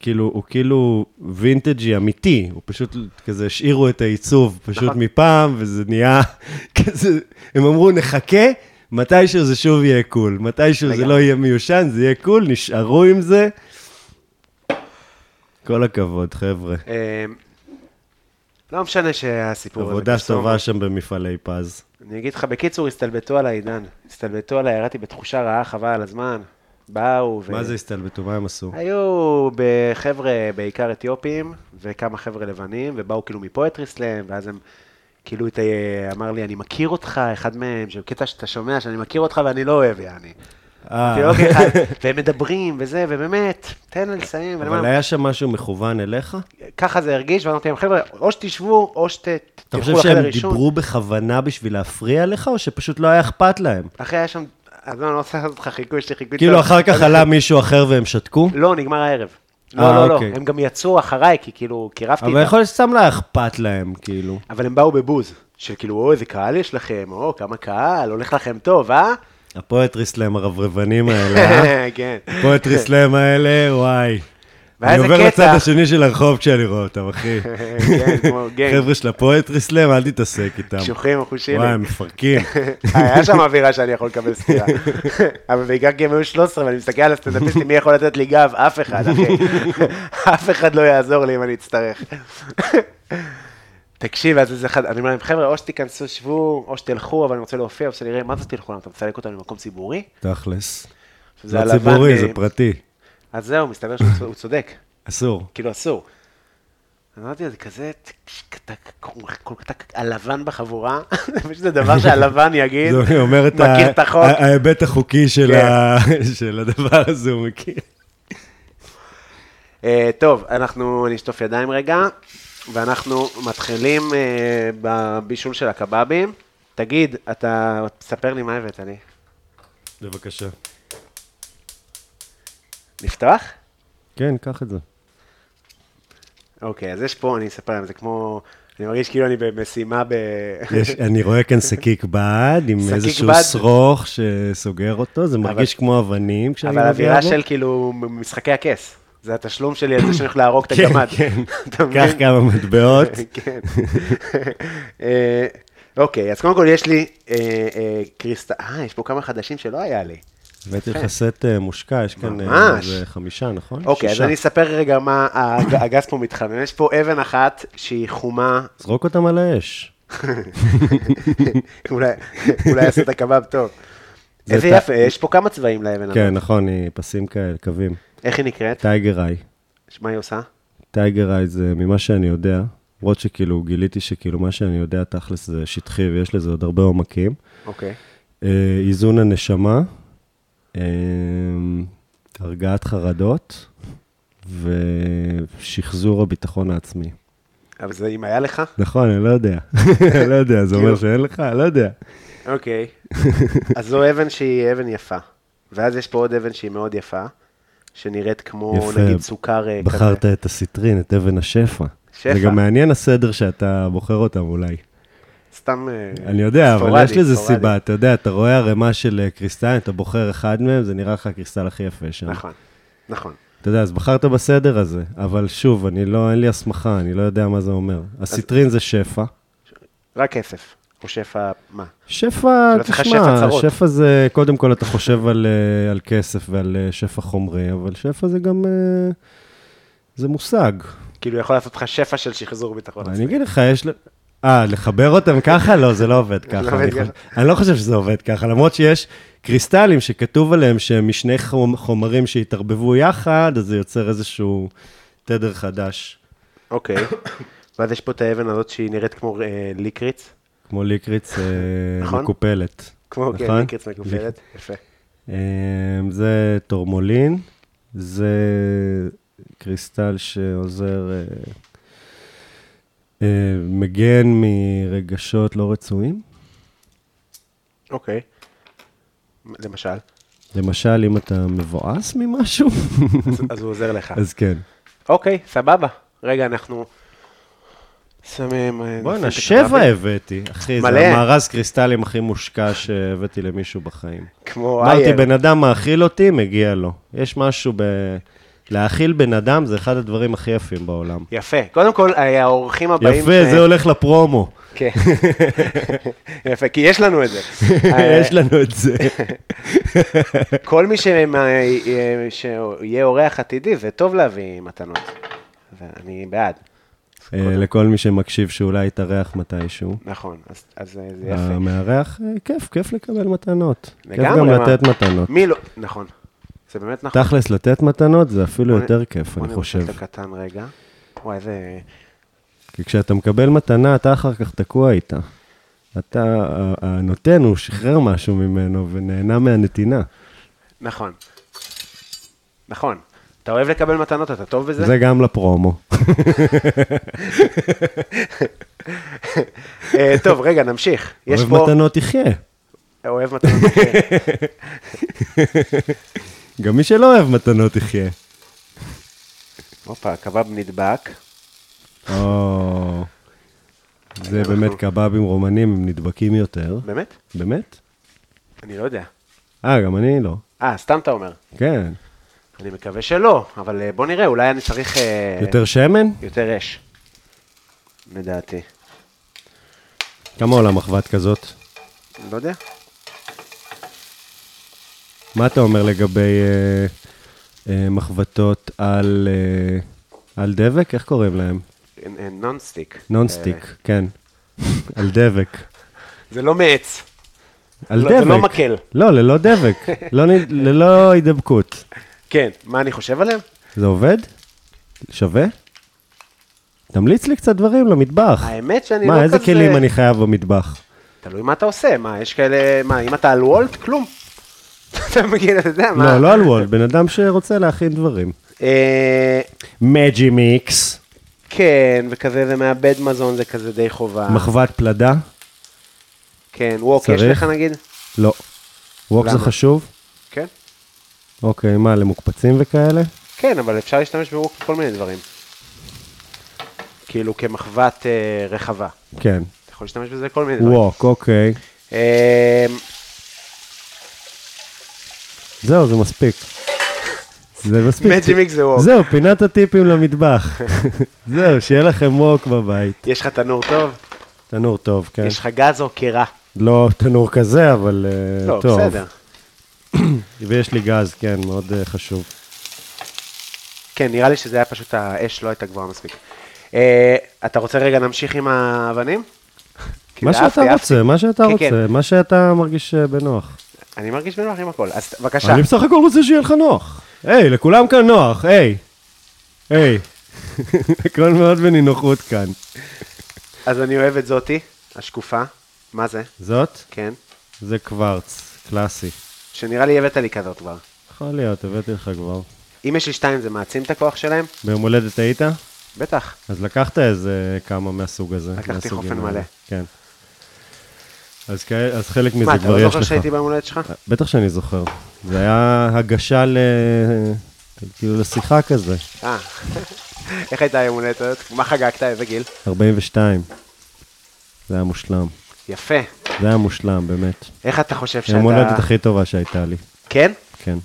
Speaker 3: כאילו, הוא כאילו וינטג'י אמיתי, הוא פשוט כזה השאירו את העיצוב פשוט
Speaker 2: נכון.
Speaker 3: מפעם, וזה נהיה כזה, הם אמרו נחכה, מתישהו זה שוב יהיה קול, מתישהו זה
Speaker 2: לגמרי.
Speaker 3: לא יהיה מיושן, זה יהיה קול, נשארו עם זה. כל הכבוד, חבר'ה.
Speaker 2: אה, לא משנה שהסיפור הזה...
Speaker 3: עבודה
Speaker 2: קסום.
Speaker 3: טובה שם במפעלי פז.
Speaker 2: אני אגיד לך, בקיצור, הסתלבטו עליי, עידן. הסתלבטו עליי, ירדתי בתחושה רעה, חבל על הזמן. באו ו...
Speaker 3: מה זה הסתלבטו? מה הם עשו?
Speaker 2: היו בחבר'ה, בעיקר אתיופים, וכמה חבר'ה לבנים, ובאו כאילו מפואטריסלאם, ואז הם כאילו את ה- אמר לי, אני מכיר אותך, אחד מהם, שקטע שאתה שומע שאני מכיר אותך ואני לא אוהב, יעני. אמרתי,
Speaker 3: אה,
Speaker 2: "אוקיי, חי." והם מדברים, וזה, ובאמת, תן לי לסיים. ואני
Speaker 3: אבל
Speaker 2: אומר,
Speaker 3: היה שם משהו מכוון אליך?
Speaker 2: ככה זה הרגיש, ואמרתי להם, חבר'ה, או שתשבו, או
Speaker 3: אתה
Speaker 2: שתלכו
Speaker 3: חושב
Speaker 2: לחדר
Speaker 3: שהם
Speaker 2: ראשון.
Speaker 3: דיברו בכוונה בשביל להפריע לך, או שפשוט לא היה אכפת להם?
Speaker 2: אחי, היה שם, אז לא, אני לא רוצה לעשות לך חיקוי, יש לי חיקוי.
Speaker 3: כאילו
Speaker 2: טוב.
Speaker 3: אחר כך עלה מישהו אחר והם שתקו?
Speaker 2: לא, נגמר הערב.
Speaker 3: אה,
Speaker 2: לא, לא, לא,
Speaker 3: אוקיי.
Speaker 2: הם גם יצאו אחריי, כי כאילו, קירבתי
Speaker 3: אבל
Speaker 2: איתם.
Speaker 3: יכול להיות שסתם לא היה אכפת להם, כאילו.
Speaker 2: אבל הם באו בבוז, של כאילו, אוי, איזה קהל יש לכם, או, כמה קהל, הולך לכם טוב, אה?
Speaker 3: הפואטריסלאם הרברבנים האלה, אה?
Speaker 2: כן.
Speaker 3: הפואטריסלאם האלה, וואי.
Speaker 2: והיה
Speaker 3: אני
Speaker 2: איזה
Speaker 3: עובר
Speaker 2: קטע.
Speaker 3: לצד השני של הרחוב כשאני רואה אותם, אחי.
Speaker 2: כן, כמו גנג.
Speaker 3: חבר'ה של הפואטריסלאם, אל תתעסק איתם.
Speaker 2: קשוחים, אחושים.
Speaker 3: וואי, הם מפרקים.
Speaker 2: היה שם אווירה שאני יכול לקבל סטירה. אבל בעיקר כי הם היו 13, ואני מסתכל על הסטנדאפיסטים, מי יכול לתת לי גב? אף אחד, אחי. אף אחד לא יעזור לי אם אני אצטרך. תקשיב, אז איזה אחד, אני אומר להם, חבר'ה, או שתיכנסו, שבו, או שתלכו, אבל אני רוצה להופיע, אבל נראה, מה זה תלכו? למה אתה מסלק אותנו למקום ציבורי?
Speaker 3: תכלס.
Speaker 2: שזה
Speaker 3: זה
Speaker 2: הלבן,
Speaker 3: לא ציבורי,
Speaker 2: אה,
Speaker 3: זה פרטי.
Speaker 2: אז זהו, מסתבר שהוא צודק.
Speaker 3: אסור.
Speaker 2: כאילו אסור. אז אמרתי, זה כזה, אתה כל כך הלבן בחבורה, זה פשוט זה דבר שהלבן יגיד,
Speaker 3: זה אומר את
Speaker 2: מכיר
Speaker 3: ה-
Speaker 2: את החוק,
Speaker 3: ה- ההיבט החוקי של
Speaker 2: כן.
Speaker 3: ה- של הדבר הזה, הוא מכיר.
Speaker 2: אה, טוב, אנחנו נשטוף ידיים רגע, ואנחנו מתחילים אה, בבישול של הקבבים. תגיד, אתה, תספר לי מה הבאת לי.
Speaker 3: בבקשה.
Speaker 2: לפתוח?
Speaker 3: כן, קח את זה.
Speaker 2: אוקיי, אז יש פה, אני אספר להם, זה כמו, אני מרגיש כאילו אני במשימה ב...
Speaker 3: יש, אני רואה כאן שקיק בד, עם
Speaker 2: שקיק
Speaker 3: איזשהו
Speaker 2: בד.
Speaker 3: שרוך שסוגר אותו, זה מרגיש כמו אבנים כשאני
Speaker 2: אבל
Speaker 3: נוגע
Speaker 2: אווירה
Speaker 3: בו.
Speaker 2: של כאילו משחקי הכס. זה התשלום שלי על זה שאני הולך להרוג את
Speaker 3: כן,
Speaker 2: הגמד.
Speaker 3: כן.
Speaker 2: אתה מבין?
Speaker 3: קח כמה מטבעות.
Speaker 2: כן. אה, אוקיי, אז קודם כל יש לי אה, אה, קריסטל... אה, יש פה כמה חדשים שלא היה לי.
Speaker 3: הבאתי לך סט אה, מושקע, יש כאן אה,
Speaker 2: כן. ממש.
Speaker 3: איזה חמישה, נכון?
Speaker 2: אוקיי, אז
Speaker 3: שישה.
Speaker 2: אני אספר רגע מה הג- הגז פה מתחמם. יש פה אבן אחת שהיא חומה,
Speaker 3: זרוק אותם על האש.
Speaker 2: אולי אולי יעשה את הקבב טוב.
Speaker 3: זה
Speaker 2: איזה
Speaker 3: ת-
Speaker 2: יפה, יש פה כמה צבעים לאבן הזאת.
Speaker 3: כן, נכון, היא פסים כאלה, קווים.
Speaker 2: איך היא נקראת?
Speaker 3: טייגר איי.
Speaker 2: מה היא עושה?
Speaker 3: טייגר איי זה אה, ממה שאני יודע, למרות שכאילו גיליתי שכאילו מה שאני יודע תכלס זה שטחי ויש לזה עוד הרבה עומקים.
Speaker 2: אוקיי.
Speaker 3: אה, איזון הנשמה, אה, הרגעת חרדות ושחזור הביטחון העצמי.
Speaker 2: אבל זה אם היה לך?
Speaker 3: נכון, אני לא יודע. אני לא יודע, זה אומר
Speaker 2: כאילו-
Speaker 3: שאין לך? אני לא יודע.
Speaker 2: אוקיי. אז זו אבן שהיא אבן יפה. ואז יש פה עוד אבן שהיא מאוד יפה, שנראית כמו
Speaker 3: יפה.
Speaker 2: נגיד סוכר אה, כזה.
Speaker 3: בחרת את הסיטרין, את אבן השפע.
Speaker 2: שפע.
Speaker 3: זה גם מעניין הסדר שאתה בוחר אותם אולי.
Speaker 2: סתם... אה,
Speaker 3: אני יודע, אבל
Speaker 2: ספורדי,
Speaker 3: יש לזה
Speaker 2: ספורדי.
Speaker 3: סיבה, אתה יודע, אתה רואה ערימה של אה, קריסטלים, אתה בוחר אחד מהם, זה נראה לך הקריסטל הכי יפה שם.
Speaker 2: נכון, נכון.
Speaker 3: אתה יודע, אז בחרת בסדר הזה, אבל שוב, אני לא, אין לי הסמכה, אני לא יודע מה זה אומר. הסיטרין זה שפע.
Speaker 2: רק כסף. או שפע, מה?
Speaker 3: שפע,
Speaker 2: שלא צריך שפע
Speaker 3: תשמע,
Speaker 2: צרות.
Speaker 3: שפע זה, קודם כל אתה חושב על, אה, על כסף ועל אה, שפע חומרי, אבל שפע זה גם, אה, זה מושג.
Speaker 2: כאילו, יכול לעשות לך שפע של שחזור ביטחון.
Speaker 3: אני אגיד לך, יש... ל- אה, לחבר אותם ככה? לא, זה לא עובד ככה.
Speaker 2: עובד
Speaker 3: אני חושב-
Speaker 2: ככה.
Speaker 3: אני לא חושב שזה עובד ככה, למרות שיש קריסטלים שכתוב עליהם שהם משני חומ- חומרים שהתערבבו יחד, אז זה יוצר איזשהו תדר חדש,
Speaker 2: אוקיי. ואז יש פה את האבן הזאת שהיא נראית כמו אה, ליקריץ.
Speaker 3: כמו ליקריץ אה,
Speaker 2: נכון.
Speaker 3: מקופלת.
Speaker 2: כמו, כן,
Speaker 3: נכון?
Speaker 2: מיקרץ מכופלת. יפה.
Speaker 3: אמ, זה טורמולין, זה קריסטל שעוזר, אה, אה, מגן מרגשות לא רצויים.
Speaker 2: אוקיי. למשל,
Speaker 3: למשל, אם אתה מבואס ממשהו,
Speaker 2: אז- אז הוא עוזר לך.
Speaker 3: אז כן.
Speaker 2: אוקיי, סבבה. רגע, אנחנו שמים... אה,
Speaker 3: בואנה,
Speaker 2: נשים את
Speaker 3: שבע
Speaker 2: הגרפים.
Speaker 3: הבאתי, אחי,
Speaker 2: מלא.
Speaker 3: זה המארז קריסטלים הכי מושקע שהבאתי למישהו בחיים.
Speaker 2: כמו
Speaker 3: אמרתי,
Speaker 2: אייר.
Speaker 3: בן אדם מאכיל אותי, מגיע לו. יש משהו ב... להאכיל בן אדם זה אחד הדברים הכי יפים בעולם.
Speaker 2: יפה. קודם כל, אה, האורחים הבאים...
Speaker 3: יפה,
Speaker 2: אה,
Speaker 3: זה הולך לפרומו.
Speaker 2: כן. יפה, כי יש לנו את זה. אה,
Speaker 3: יש לנו את זה.
Speaker 2: כל מי שמה- אה, שיהיה אורח עתידי, זה טוב להביא מתנות. ואני בעד.
Speaker 3: אה, לכל מי שמקשיב שאולי יתארח מתישהו.
Speaker 2: נכון, אז- אז אה, זה יפה.
Speaker 3: המארח, אה, כיף, כיף לקבל מתנות. כיף
Speaker 2: לגמרי,
Speaker 3: גם
Speaker 2: מה?
Speaker 3: לתת מתנות.
Speaker 2: מי לא... נכון. זה באמת נכון.
Speaker 3: תכלס, לתת מתנות זה אפילו
Speaker 2: בוא נ-
Speaker 3: יותר כיף,
Speaker 2: בוא
Speaker 3: אני
Speaker 2: נראה
Speaker 3: חושב.
Speaker 2: את הקטן רגע. וואי, זה...
Speaker 3: כי כשאתה מקבל מתנה, אתה אחר כך תקוע איתה. אתה, ה- הנותן, הוא שחרר משהו ממנו ונהנה מהנתינה.
Speaker 2: נכון. נכון. אתה אוהב לקבל מתנות, אתה טוב בזה?
Speaker 3: זה גם לפרומו.
Speaker 2: אה, טוב, רגע, נמשיך. יש
Speaker 3: אוהב
Speaker 2: פה...
Speaker 3: מתנות יחיה.
Speaker 2: אוהב מתנות. אוקיי.
Speaker 3: גם מי שלא אוהב מתנות יחיה.
Speaker 2: הופה, קבב נדבק.
Speaker 3: או... זה באמת קבבים רומנים, הם נדבקים יותר.
Speaker 2: באמת?
Speaker 3: באמת?
Speaker 2: אני לא יודע.
Speaker 3: אה, גם אני לא.
Speaker 2: אה, סתם אתה אומר.
Speaker 3: כן.
Speaker 2: אני מקווה שלא, אבל אה, בוא נראה, אולי אני צריך... אה,
Speaker 3: יותר שמן?
Speaker 2: יותר אש. לדעתי.
Speaker 3: כמה עולה מחבת כזאת?
Speaker 2: לא יודע.
Speaker 3: מה אתה אומר לגבי אה, אה, מחבתות על, אה, על דבק? איך קוראים להם?
Speaker 2: אה, אה, נונסטיק. אה,
Speaker 3: נונסטיק, כן. על דבק.
Speaker 2: זה לא מעץ.
Speaker 3: על
Speaker 2: לא,
Speaker 3: דבק.
Speaker 2: זה לא מקל.
Speaker 3: לא, ללא דבק. לא נ- ללא הידבקות.
Speaker 2: כן, מה אני חושב עליהם?
Speaker 3: זה עובד? שווה? תמליץ לי קצת דברים למטבח.
Speaker 2: האמת שאני לא
Speaker 3: מה, איזה
Speaker 2: כזה-
Speaker 3: כלים אני חייב במטבח?
Speaker 2: תלוי מה אתה עושה, מה, יש כאלה, מה, אם אתה על וולט, כלום. אתה מגיע, אתה יודע, מה.
Speaker 3: לא, לא על וולד, בן אדם שרוצה להכין דברים.
Speaker 2: אה,
Speaker 3: מג'י מיקס,
Speaker 2: כן, וכזה זה מאבד מזון, זה כזה די חובה.
Speaker 3: מחבת פלדה?
Speaker 2: כן, ווק יש
Speaker 3: צריך?
Speaker 2: לך נגיד?
Speaker 3: לא. ווק זה
Speaker 2: למה?
Speaker 3: חשוב?
Speaker 2: כן.
Speaker 3: אוקיי, מה, למוקפצים וכאלה?
Speaker 2: כן, אבל אפשר להשתמש בווק בכל מיני דברים. כאילו כמחבת אה, רחבה.
Speaker 3: כן.
Speaker 2: אתה יכול להשתמש בזה לכל מיני דברים.
Speaker 3: ווק, אוקיי.
Speaker 2: אה,
Speaker 3: זהו, זה מספיק. זה מספיק.
Speaker 2: מג'י מיקס זה ווק.
Speaker 3: זהו, פינת הטיפים למטבח. זהו, שיהיה לכם ווק בבית.
Speaker 2: יש לך תנור טוב?
Speaker 3: תנור טוב, כן.
Speaker 2: יש לך גז או קירה?
Speaker 3: לא תנור כזה, אבל אה,
Speaker 2: לא,
Speaker 3: טוב.
Speaker 2: בסדר.
Speaker 3: ויש לי גז, כן, מאוד אה, חשוב.
Speaker 2: כן, נראה לי שזה היה פשוט, האש לא הייתה גבוהה מספיק. אה, אתה רוצה רגע להמשיך עם האבנים?
Speaker 3: מה
Speaker 2: כאילו, אהבתי,
Speaker 3: שאתה
Speaker 2: אהבתי.
Speaker 3: רוצה, מה שאתה
Speaker 2: כן,
Speaker 3: רוצה, מה שאתה מרגיש אה, בנוח.
Speaker 2: אני מרגיש בנוח עם הכל, אז בבקשה.
Speaker 3: אני בסך הכל רוצה שיהיה לך נוח. היי, לכולם כאן נוח, היי. היי. הכל מאוד בנינוחות כאן.
Speaker 2: אז אני אוהב את זאתי, השקופה. מה זה?
Speaker 3: זאת,
Speaker 2: כן.
Speaker 3: זה קוורץ, קלאסי.
Speaker 2: שנראה לי הבאת לי כזאת כבר.
Speaker 3: יכול להיות, הבאתי לך כבר.
Speaker 2: אם יש לי שתיים זה מעצים את הכוח שלהם?
Speaker 3: ביום הולדת היית?
Speaker 2: בטח.
Speaker 3: אז לקחת איזה כמה מהסוג הזה.
Speaker 2: לקחתי
Speaker 3: מהסוגים
Speaker 2: חופן
Speaker 3: האלה.
Speaker 2: מלא.
Speaker 3: כן. אז כאלה- אז חלק מזה
Speaker 2: מה, אתה
Speaker 3: כבר
Speaker 2: לא
Speaker 3: יש לך.
Speaker 2: זוכר שהייתי ביום הולדת שלך?
Speaker 3: בטח שאני זוכר. זה היה הגשה ל... כאילו לשיחה כזה,
Speaker 2: אה. איך הייתה היום הולדת? הזאת? מה חגגת? איזה גיל?
Speaker 3: 42. זה היה מושלם.
Speaker 2: יפה.
Speaker 3: זה היה מושלם, באמת.
Speaker 2: איך אתה חושב שאתה...
Speaker 3: יום הולדת הכי טובה שהייתה לי,
Speaker 2: כן?
Speaker 3: כן.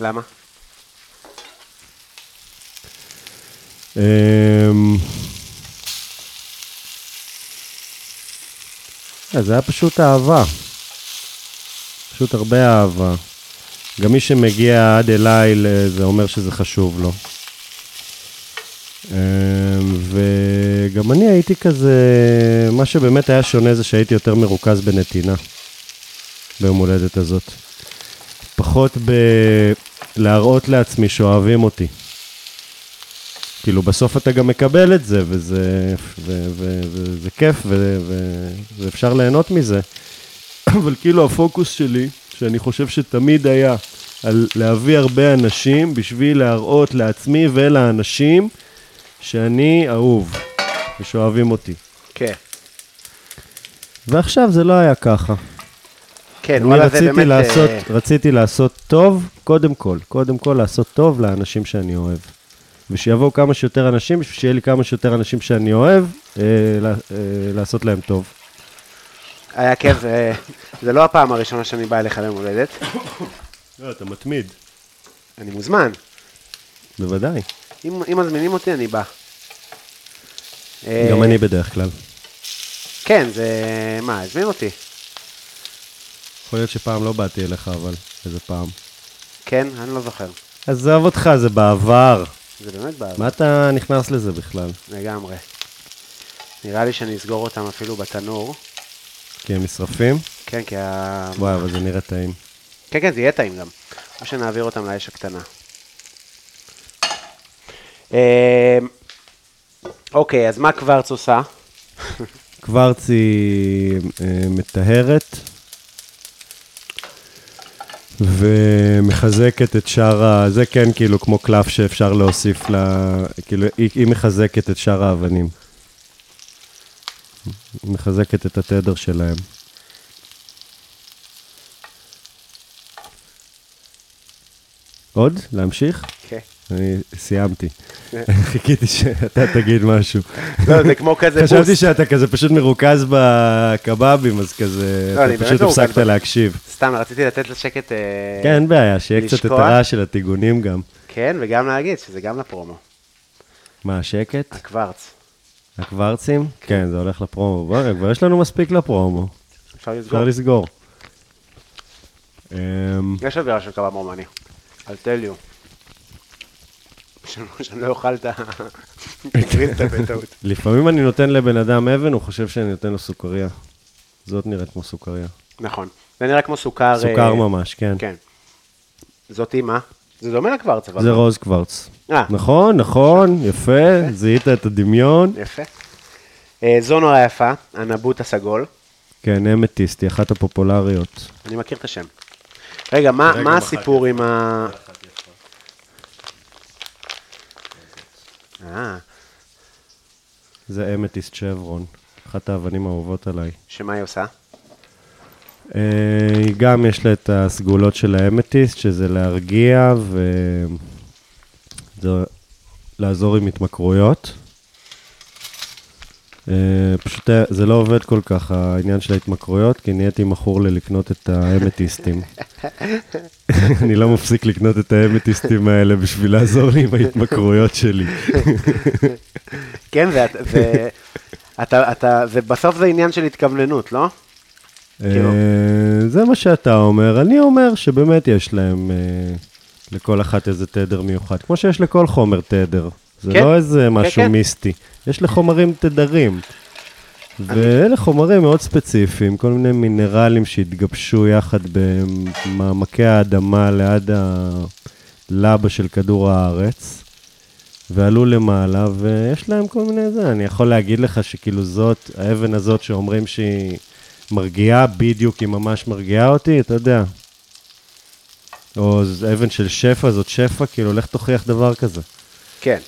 Speaker 2: למה?
Speaker 3: אמ, אה, זה היה פשוט אהבה. פשוט הרבה אהבה. גם מי שמגיע עד אליי, ל- זה אומר שזה חשוב לו. אמ, וגם אני הייתי כזה, מה שבאמת היה שונה זה שהייתי יותר מרוכז בנתינה ביום הולדת הזאת. פחות בלהראות לעצמי שאוהבים אותי. כאילו, בסוף אתה גם מקבל את זה, וזה, ו, ו, ו, וזה כיף, ו, ו, ואפשר ליהנות מזה. אבל כאילו הפוקוס שלי, שאני חושב שתמיד היה על להביא הרבה אנשים בשביל להראות לעצמי ולאנשים שאני אהוב ושאוהבים אותי.
Speaker 2: כן,
Speaker 3: ועכשיו זה לא היה ככה.
Speaker 2: כן,
Speaker 3: אני
Speaker 2: וואלה, זה
Speaker 3: רציתי
Speaker 2: באמת...
Speaker 3: לעשות,
Speaker 2: אה,
Speaker 3: רציתי לעשות טוב, קודם כל. קודם כל לעשות טוב לאנשים שאני אוהב. ושיבואו כמה שיותר אנשים, בשביל שיהיה לי כמה שיותר אנשים שאני אוהב, אה, לה- אה, לעשות להם טוב.
Speaker 2: היה כיף, זה- זה לא הפעם הראשונה שאני בא אליך ליום הולדת.
Speaker 3: לא, אתה מתמיד.
Speaker 2: אני מוזמן.
Speaker 3: בוודאי.
Speaker 2: אם אם מזמינים אותי, אני בא. אה,
Speaker 3: גם אני בדרך כלל.
Speaker 2: כן, זה... מה, הזמין אותי.
Speaker 3: יכול להיות שפעם לא באתי אליך, אבל איזה פעם.
Speaker 2: כן, אני לא זוכר.
Speaker 3: עזוב אותך, זה בעבר.
Speaker 2: זה באמת בעיה.
Speaker 3: מה אתה נכנס לזה בכלל?
Speaker 2: לגמרי. נראה לי שאני אסגור אותם אפילו בתנור.
Speaker 3: כי הם נשרפים?
Speaker 2: כן, כי ה...
Speaker 3: וואי, אבל זה נראה טעים.
Speaker 2: כן, כן, זה יהיה טעים גם. או שנעביר אותם לאש הקטנה. אמ, אוקיי, אז מה קוורץ עושה?
Speaker 3: קוורץ היא אה, מטהרת ומחזקת את שאר ה... זה כן כאילו כמו קלף שאפשר להוסיף ל... כאילו, היא, היא מחזקת את שאר האבנים. היא מחזקת את התדר שלהם. עוד? להמשיך?
Speaker 2: כן.
Speaker 3: אני סיימתי. חיכיתי שאתה תגיד משהו.
Speaker 2: לא, זה כמו כזה
Speaker 3: חשבתי
Speaker 2: בוסט.
Speaker 3: שאתה כזה פשוט מרוכז בקבבים, אז כזה,
Speaker 2: לא, אני
Speaker 3: אתה
Speaker 2: באמת
Speaker 3: פשוט
Speaker 2: מרוכז
Speaker 3: הפסקת
Speaker 2: ב-
Speaker 3: להקשיב.
Speaker 2: סתם, רציתי לתת לשקט... אה,
Speaker 3: כן, אין בעיה, שיהיה קצת את
Speaker 2: לשקוע?
Speaker 3: הרעש של הטיגונים גם.
Speaker 2: כן, וגם להגיד שזה גם לפרומו.
Speaker 3: מה, השקט?
Speaker 2: הקוורץ.
Speaker 3: הקוורצים? כן, זה הולך לפרומו. בוא, כבר יש לנו מספיק לפרומו,
Speaker 2: אפשר לסגור.
Speaker 3: אפשר לסגור. אמ,
Speaker 2: יש אווירה של קבב רומני. I'll tell you. שאני שאני לא אוכל את ה... תגריל את הבטעות.
Speaker 3: לפעמים אני נותן לבן אדם אבן, הוא חושב שאני נותן לו סוכריה. זאת נראית כמו סוכריה.
Speaker 2: נכון. זה נראה כמו סוכר...
Speaker 3: סוכר
Speaker 2: אה,
Speaker 3: ממש, כן.
Speaker 2: כן. זאתי מה? זה דומה לקוורץ, אבל...
Speaker 3: זה רוז קוורץ.
Speaker 2: נכון. אה.
Speaker 3: נכון, נכון, יפה, זיהית את הדמיון.
Speaker 2: יפה. אה, זו נורא יפה, הנבוט הסגול.
Speaker 3: כן, אמתיסט, היא אחת הפופולריות.
Speaker 2: אני מכיר את השם. רגע, מה,
Speaker 3: רגע,
Speaker 2: מה
Speaker 3: מחק.
Speaker 2: הסיפור עם ה... אה,
Speaker 3: זה אמתיסט שברון, אחת האבנים האהובות עליי.
Speaker 2: שמה היא עושה?
Speaker 3: אה, היא גם יש לה את הסגולות של האמתיסט, שזה להרגיע ו... זה לעזור עם התמכרויות. אה, פשוט היה- זה לא עובד כל כך, העניין של ההתמכרויות, כי נהייתי מכור ללקנות את האמתיסטים. אני לא מפסיק לקנות את האמתיסטים האלה בשביל לעזור לי עם ההתמכרויות שלי.
Speaker 2: כן, ואת- ו- אתה- אתה- זה- בסוף זה עניין של התכווננות, לא? כאילו.
Speaker 3: אה, זה מה שאתה אומר. אני אומר שבאמת יש להם אה, לכל אחת איזה תדר מיוחד, כמו שיש לכל חומר תדר. זה
Speaker 2: כן,
Speaker 3: לא איזה
Speaker 2: כן,
Speaker 3: משהו
Speaker 2: כן.
Speaker 3: מיסטי. יש לחומרים תדרים. ואלה חומרים מאוד ספציפיים, כל מיני מינרלים שהתגבשו יחד במעמקי האדמה ליד הלבה של כדור הארץ, ועלו למעלה, ויש להם כל מיני זה. אני יכול להגיד לך שכאילו זאת, האבן הזאת שאומרים שהיא מרגיעה, בדיוק היא ממש מרגיעה אותי, אתה יודע. או ז- אבן של שפע, זאת שפע, כאילו, לך תוכיח דבר כזה.
Speaker 2: כן.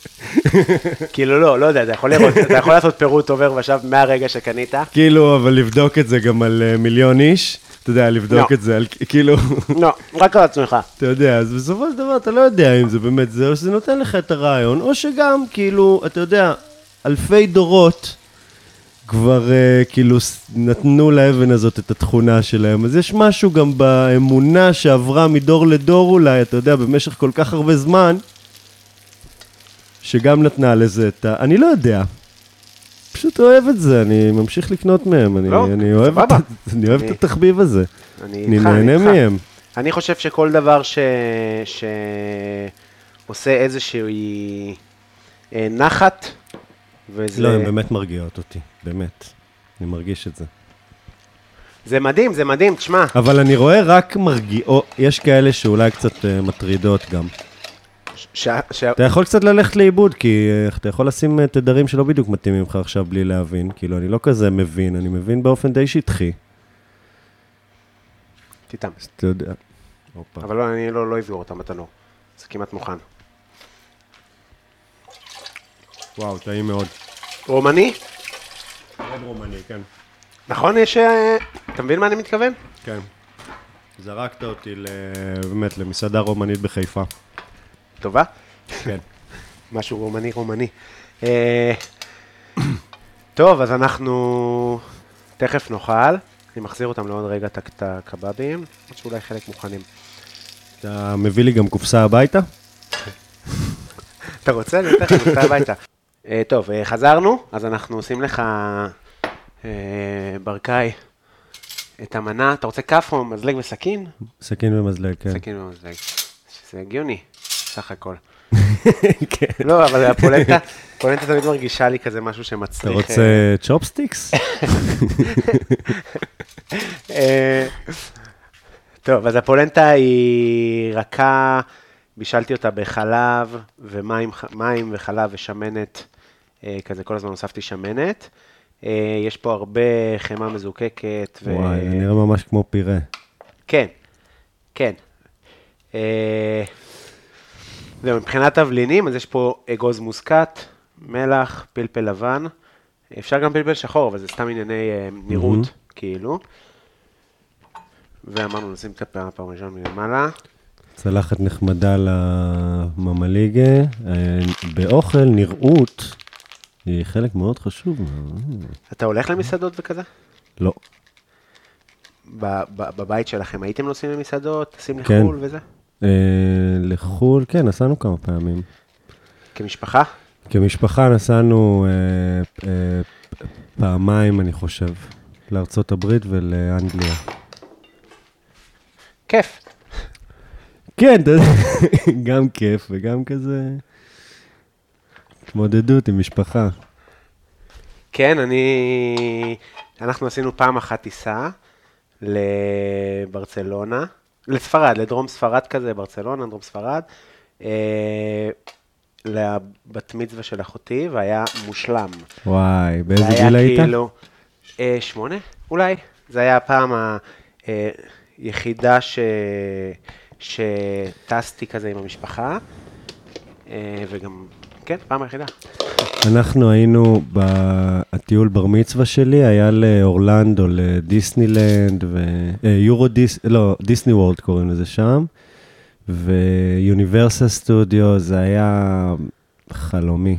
Speaker 2: כאילו, לא, לא יודע, אתה יכול לראות- אתה יכול לעשות פירוט עובר ושב מהרגע שקנית.
Speaker 3: כאילו, אבל לבדוק את זה גם על אה, מיליון איש, אתה יודע, לבדוק
Speaker 2: לא.
Speaker 3: את זה, על, כאילו,
Speaker 2: לא, רק על עצמך.
Speaker 3: אתה יודע, אז בסופו של דבר אתה לא יודע אם זה באמת זה, או שזה נותן לך את הרעיון, או שגם, כאילו, אתה יודע, אלפי דורות כבר אה, כאילו ס- נתנו לאבן הזאת את התכונה שלהם, אז יש משהו גם באמונה שעברה מדור לדור אולי, אתה יודע, במשך כל כך הרבה זמן, שגם נתנה לזה את ה... אני לא יודע. פשוט אוהב את זה, אני ממשיך לקנות מהם, אני,
Speaker 2: לא,
Speaker 3: אני, אוהב, את,
Speaker 2: סבבה.
Speaker 3: אני אוהב את
Speaker 2: אני-
Speaker 3: התחביב הזה,
Speaker 2: אני
Speaker 3: אני
Speaker 2: איתך, אני
Speaker 3: נהנה
Speaker 2: איתך.
Speaker 3: מהם.
Speaker 2: אני חושב שכל דבר ש... שעושה איזושהי אה, נחת, וזה
Speaker 3: לא, הן באמת מרגיעות אותי, באמת. אני מרגיש את זה.
Speaker 2: זה מדהים, זה מדהים, תשמע,
Speaker 3: אבל אני רואה רק מרגיעות, יש כאלה שאולי קצת אה, מטרידות גם.
Speaker 2: ש... ש...
Speaker 3: אתה יכול קצת ללכת לאיבוד, כי אה, אתה יכול לשים אה, תדרים שלא בדיוק מתאימים לך עכשיו בלי להבין. כאילו, אני לא כזה מבין, אני מבין באופן די שטחי.
Speaker 2: תטעם.
Speaker 3: שאתה יודע. הופה.
Speaker 2: אבל לא, אני לא, לא אסגור אותם בתנור. זה כמעט מוכן.
Speaker 3: וואו, טעים מאוד.
Speaker 2: רומני?
Speaker 3: מאוד רומני, כן.
Speaker 2: נכון, יש... אה, אתה מבין מה אני מתכוון?
Speaker 3: כן. זרקת אותי ל- באמת למסעדה רומנית בחיפה.
Speaker 2: טובה?
Speaker 3: כן.
Speaker 2: משהו רומני רומני. אה, טוב, אז אנחנו תכף נאכל. אני מחזיר אותם לעוד רגע את ה- את הקבבים, עד שאולי חלק מוכנים.
Speaker 3: אתה מביא לי גם קופסה הביתה?
Speaker 2: אתה רוצה? אני אתן לך, אתה הביתה. אה, טוב, אה, חזרנו, אז אנחנו עושים לך, אה, ברקאי, את המנה. אתה רוצה כף או מזלג וסכין?
Speaker 3: סכין ומזלג, כן.
Speaker 2: סכין ומזלג. שזה הגיוני, סך הכל.
Speaker 3: כן.
Speaker 2: לא, אבל הפולנטה, פולנטה תמיד מרגישה לי כזה משהו
Speaker 3: אתה
Speaker 2: שמצריך... אה,
Speaker 3: רוצה צ'ופסטיקס?
Speaker 2: אה, טוב, אז הפולנטה היא רכה, בישלתי אותה בחלב ומים ח- מים וחלב ושמנת, אה, כזה כל הזמן הוספתי שמנת. אה, יש פה הרבה חמאה מזוקקת. ו-
Speaker 3: וואי, זה נראה ממש כמו פירה.
Speaker 2: כן, כן. אה, זהו, מבחינת תבלינים, אז יש פה אגוז מוסקת, מלח, פלפל לבן. אפשר גם פלפל שחור, אבל זה סתם ענייני אה, נראות, כאילו. ואמרנו, נשים את הפרמיז'ון מלמעלה.
Speaker 3: צלחת נחמדה לממליגה. אה, באוכל נראות היא חלק מאוד חשוב. אה,
Speaker 2: אתה הולך למסעדות וכזה?
Speaker 3: לא.
Speaker 2: ב- ב- בבית שלכם הייתם נוסעים למסעדות, טסים
Speaker 3: כן.
Speaker 2: לחו"ל וזה?
Speaker 3: אה, לחו"ל, כן, נסענו כמה פעמים.
Speaker 2: כמשפחה?
Speaker 3: כמשפחה נסענו אה, אה, פעמיים, אני חושב, לארצות הברית ולאנגליה.
Speaker 2: כיף.
Speaker 3: כן, אתה יודע, גם כיף וגם כזה התמודדות עם משפחה.
Speaker 2: כן, אני... אנחנו עשינו פעם אחת טיסה לברצלונה, לספרד, לדרום ספרד כזה, ברצלונה, דרום ספרד, אה, לבת מצווה של אחותי, והיה מושלם.
Speaker 3: וואי, באיזה
Speaker 2: זה היה
Speaker 3: גיל היית?
Speaker 2: כאילו, אה, שמונה, אולי. זה היה הפעם היחידה ש... שטסתי כזה עם המשפחה, אה, וגם, כן, פעם היחידה.
Speaker 3: אנחנו היינו, ב- הטיול בר מצווה שלי היה לאורלנדו, לדיסנילנד, ו... אה, יורו דיס... לא, דיסני וורד קוראים לזה שם, ויוניברסל סטודיו, זה היה חלומי.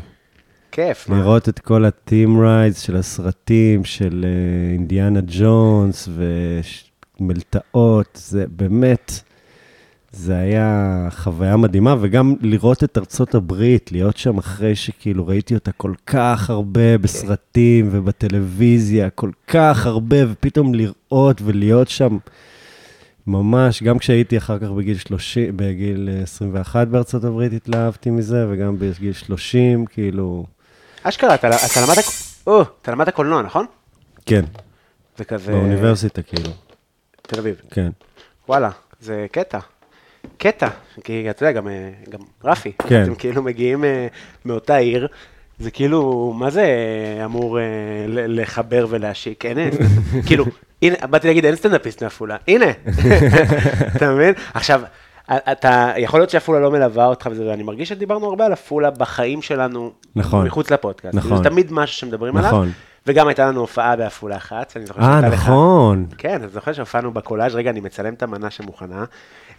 Speaker 2: כיף, מה?
Speaker 3: לראות את כל הטים ריידס של הסרטים, של אה, אינדיאנה ג'ונס ומלטעות, זה באמת, זה היה חוויה מדהימה, וגם לראות את ארצות הברית, להיות שם אחרי שכאילו ראיתי אותה כל כך הרבה
Speaker 2: כן.
Speaker 3: בסרטים ובטלוויזיה, כל כך הרבה, ופתאום לראות ולהיות שם. ממש, גם כשהייתי אחר כך בגיל 30, בגיל אה, 21 בארצות הברית התלהבתי מזה, וגם בגיל 30, כאילו,
Speaker 2: אשכרה, אתה, אתה למדת, או, אתה למדת קולנוע, נכון?
Speaker 3: כן,
Speaker 2: זה כזה...
Speaker 3: באוניברסיטה כאילו,
Speaker 2: תל אביב.
Speaker 3: כן.
Speaker 2: וואלה, זה קטע. קטע, כי אתה יודע, גם, אה, גם רפי,
Speaker 3: כן.
Speaker 2: אתם כאילו מגיעים אה, מאותה עיר, זה כאילו, מה זה אה, אמור אה, ל- לחבר ולהשיק? אין, אין, כאילו, הנה, באתי להגיד, אין סטנדאפיסט מעפולה, הנה, אתה מבין? עכשיו, א- אתה, יכול להיות שעפולה לא מלווה אותך וזה, ואני מרגיש שדיברנו הרבה על עפולה בחיים שלנו,
Speaker 3: נכון.
Speaker 2: מחוץ לפודקאסט,
Speaker 3: נכון.
Speaker 2: זה תמיד משהו שמדברים עליו,
Speaker 3: נכון.
Speaker 2: וגם הייתה לנו הופעה בעפולה אחת, אני זוכר
Speaker 3: אה,
Speaker 2: שהייתה לך-
Speaker 3: נכון.
Speaker 2: כן, אתה זוכר שהופענו בקולאז', רגע, אני מצלם את המנה שמוכנה.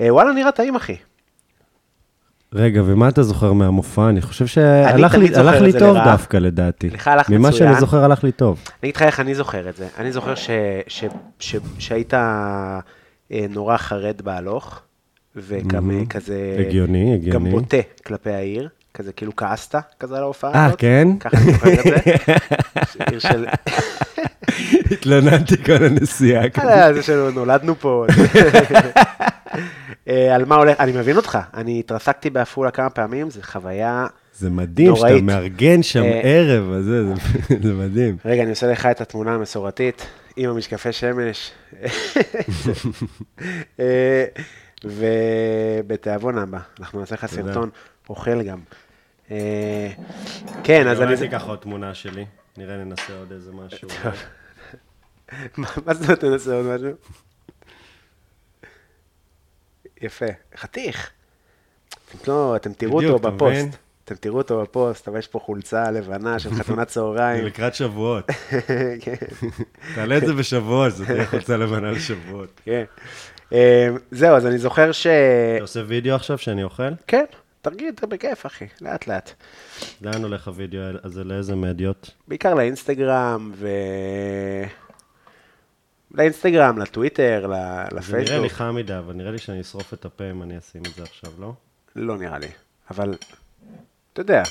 Speaker 2: אה, וואלה, נראה טעים, אחי.
Speaker 3: רגע, ומה אתה זוכר מהמופע? אני חושב שהלך
Speaker 2: תמיד
Speaker 3: לי,
Speaker 2: זוכר
Speaker 3: הלך
Speaker 2: את
Speaker 3: לי
Speaker 2: זה
Speaker 3: טוב
Speaker 2: לרעה.
Speaker 3: דווקא, לדעתי.
Speaker 2: לך הלך
Speaker 3: ממה
Speaker 2: מצוין.
Speaker 3: שאני זוכר הלך לי טוב.
Speaker 2: אני אגיד לך איך אני זוכר את זה. אני זוכר ש, ש, ש, שהיית אה, נורא חרד בהלוך, וגם אה, כזה...
Speaker 3: הגיוני, הגיוני.
Speaker 2: גם בוטה כלפי העיר, כזה כאילו כעסת כזה על ההופעה
Speaker 3: אה,
Speaker 2: הזאת.
Speaker 3: כן?
Speaker 2: ככה אני זוכר את זה. עיר של...
Speaker 3: התלוננתי כל הנסיעה.
Speaker 2: על אה, זה שנולדנו פה. אה, על מה הולך, אני מבין אותך, אני התרסקתי בעפולה כמה פעמים, זו חוויה
Speaker 3: זה מדהים
Speaker 2: נוראית.
Speaker 3: שאתה מארגן שם
Speaker 2: אה, כן,
Speaker 3: ערב, אז זה זה- זה מדהים.
Speaker 2: רגע, אני עושה לך את התמונה המסורתית, עם המשקפי שמש. אה, ובתיאבון אבא, אנחנו נעשה לך סרטון, אוכל גם. אה, כן, אז אני...
Speaker 3: אקח לא, עוד תמונה שלי, נראה, ננסה עוד איזה משהו.
Speaker 2: מה זאת אומרת, נעשה עוד משהו? יפה. חתיך. אתם לא, אתם תראו
Speaker 3: בדיוק,
Speaker 2: אותו
Speaker 3: אתה מבין?
Speaker 2: בפוסט. אתם תראו אותו בפוסט, אבל יש פה חולצה לבנה של חתונת
Speaker 3: זה
Speaker 2: צהריים.
Speaker 3: לקראת שבועות.
Speaker 2: כן.
Speaker 3: תעלה את זה בשבועות, זאת תהיה חולצה לבנה לשבועות.
Speaker 2: כן. אה, זהו, אז אני זוכר ש...
Speaker 3: אתה עושה וידאו עכשיו שאני אוכל?
Speaker 2: כן, תרגיל, זה בכיף, אחי, לאט לאט.
Speaker 3: לאן הולך הוידאו הזה? לאיזה מדיות?
Speaker 2: בעיקר לאינסטגרם ו... לאינסטגרם, לטוויטר, ל-
Speaker 3: זה נראה לי
Speaker 2: לפייסבוק.
Speaker 3: חם מדי, אבל נראה לי שאני אשרוף את הפה אם אני אשים את זה עכשיו, לא?
Speaker 2: לא נראה לי, אבל... אתה יודע,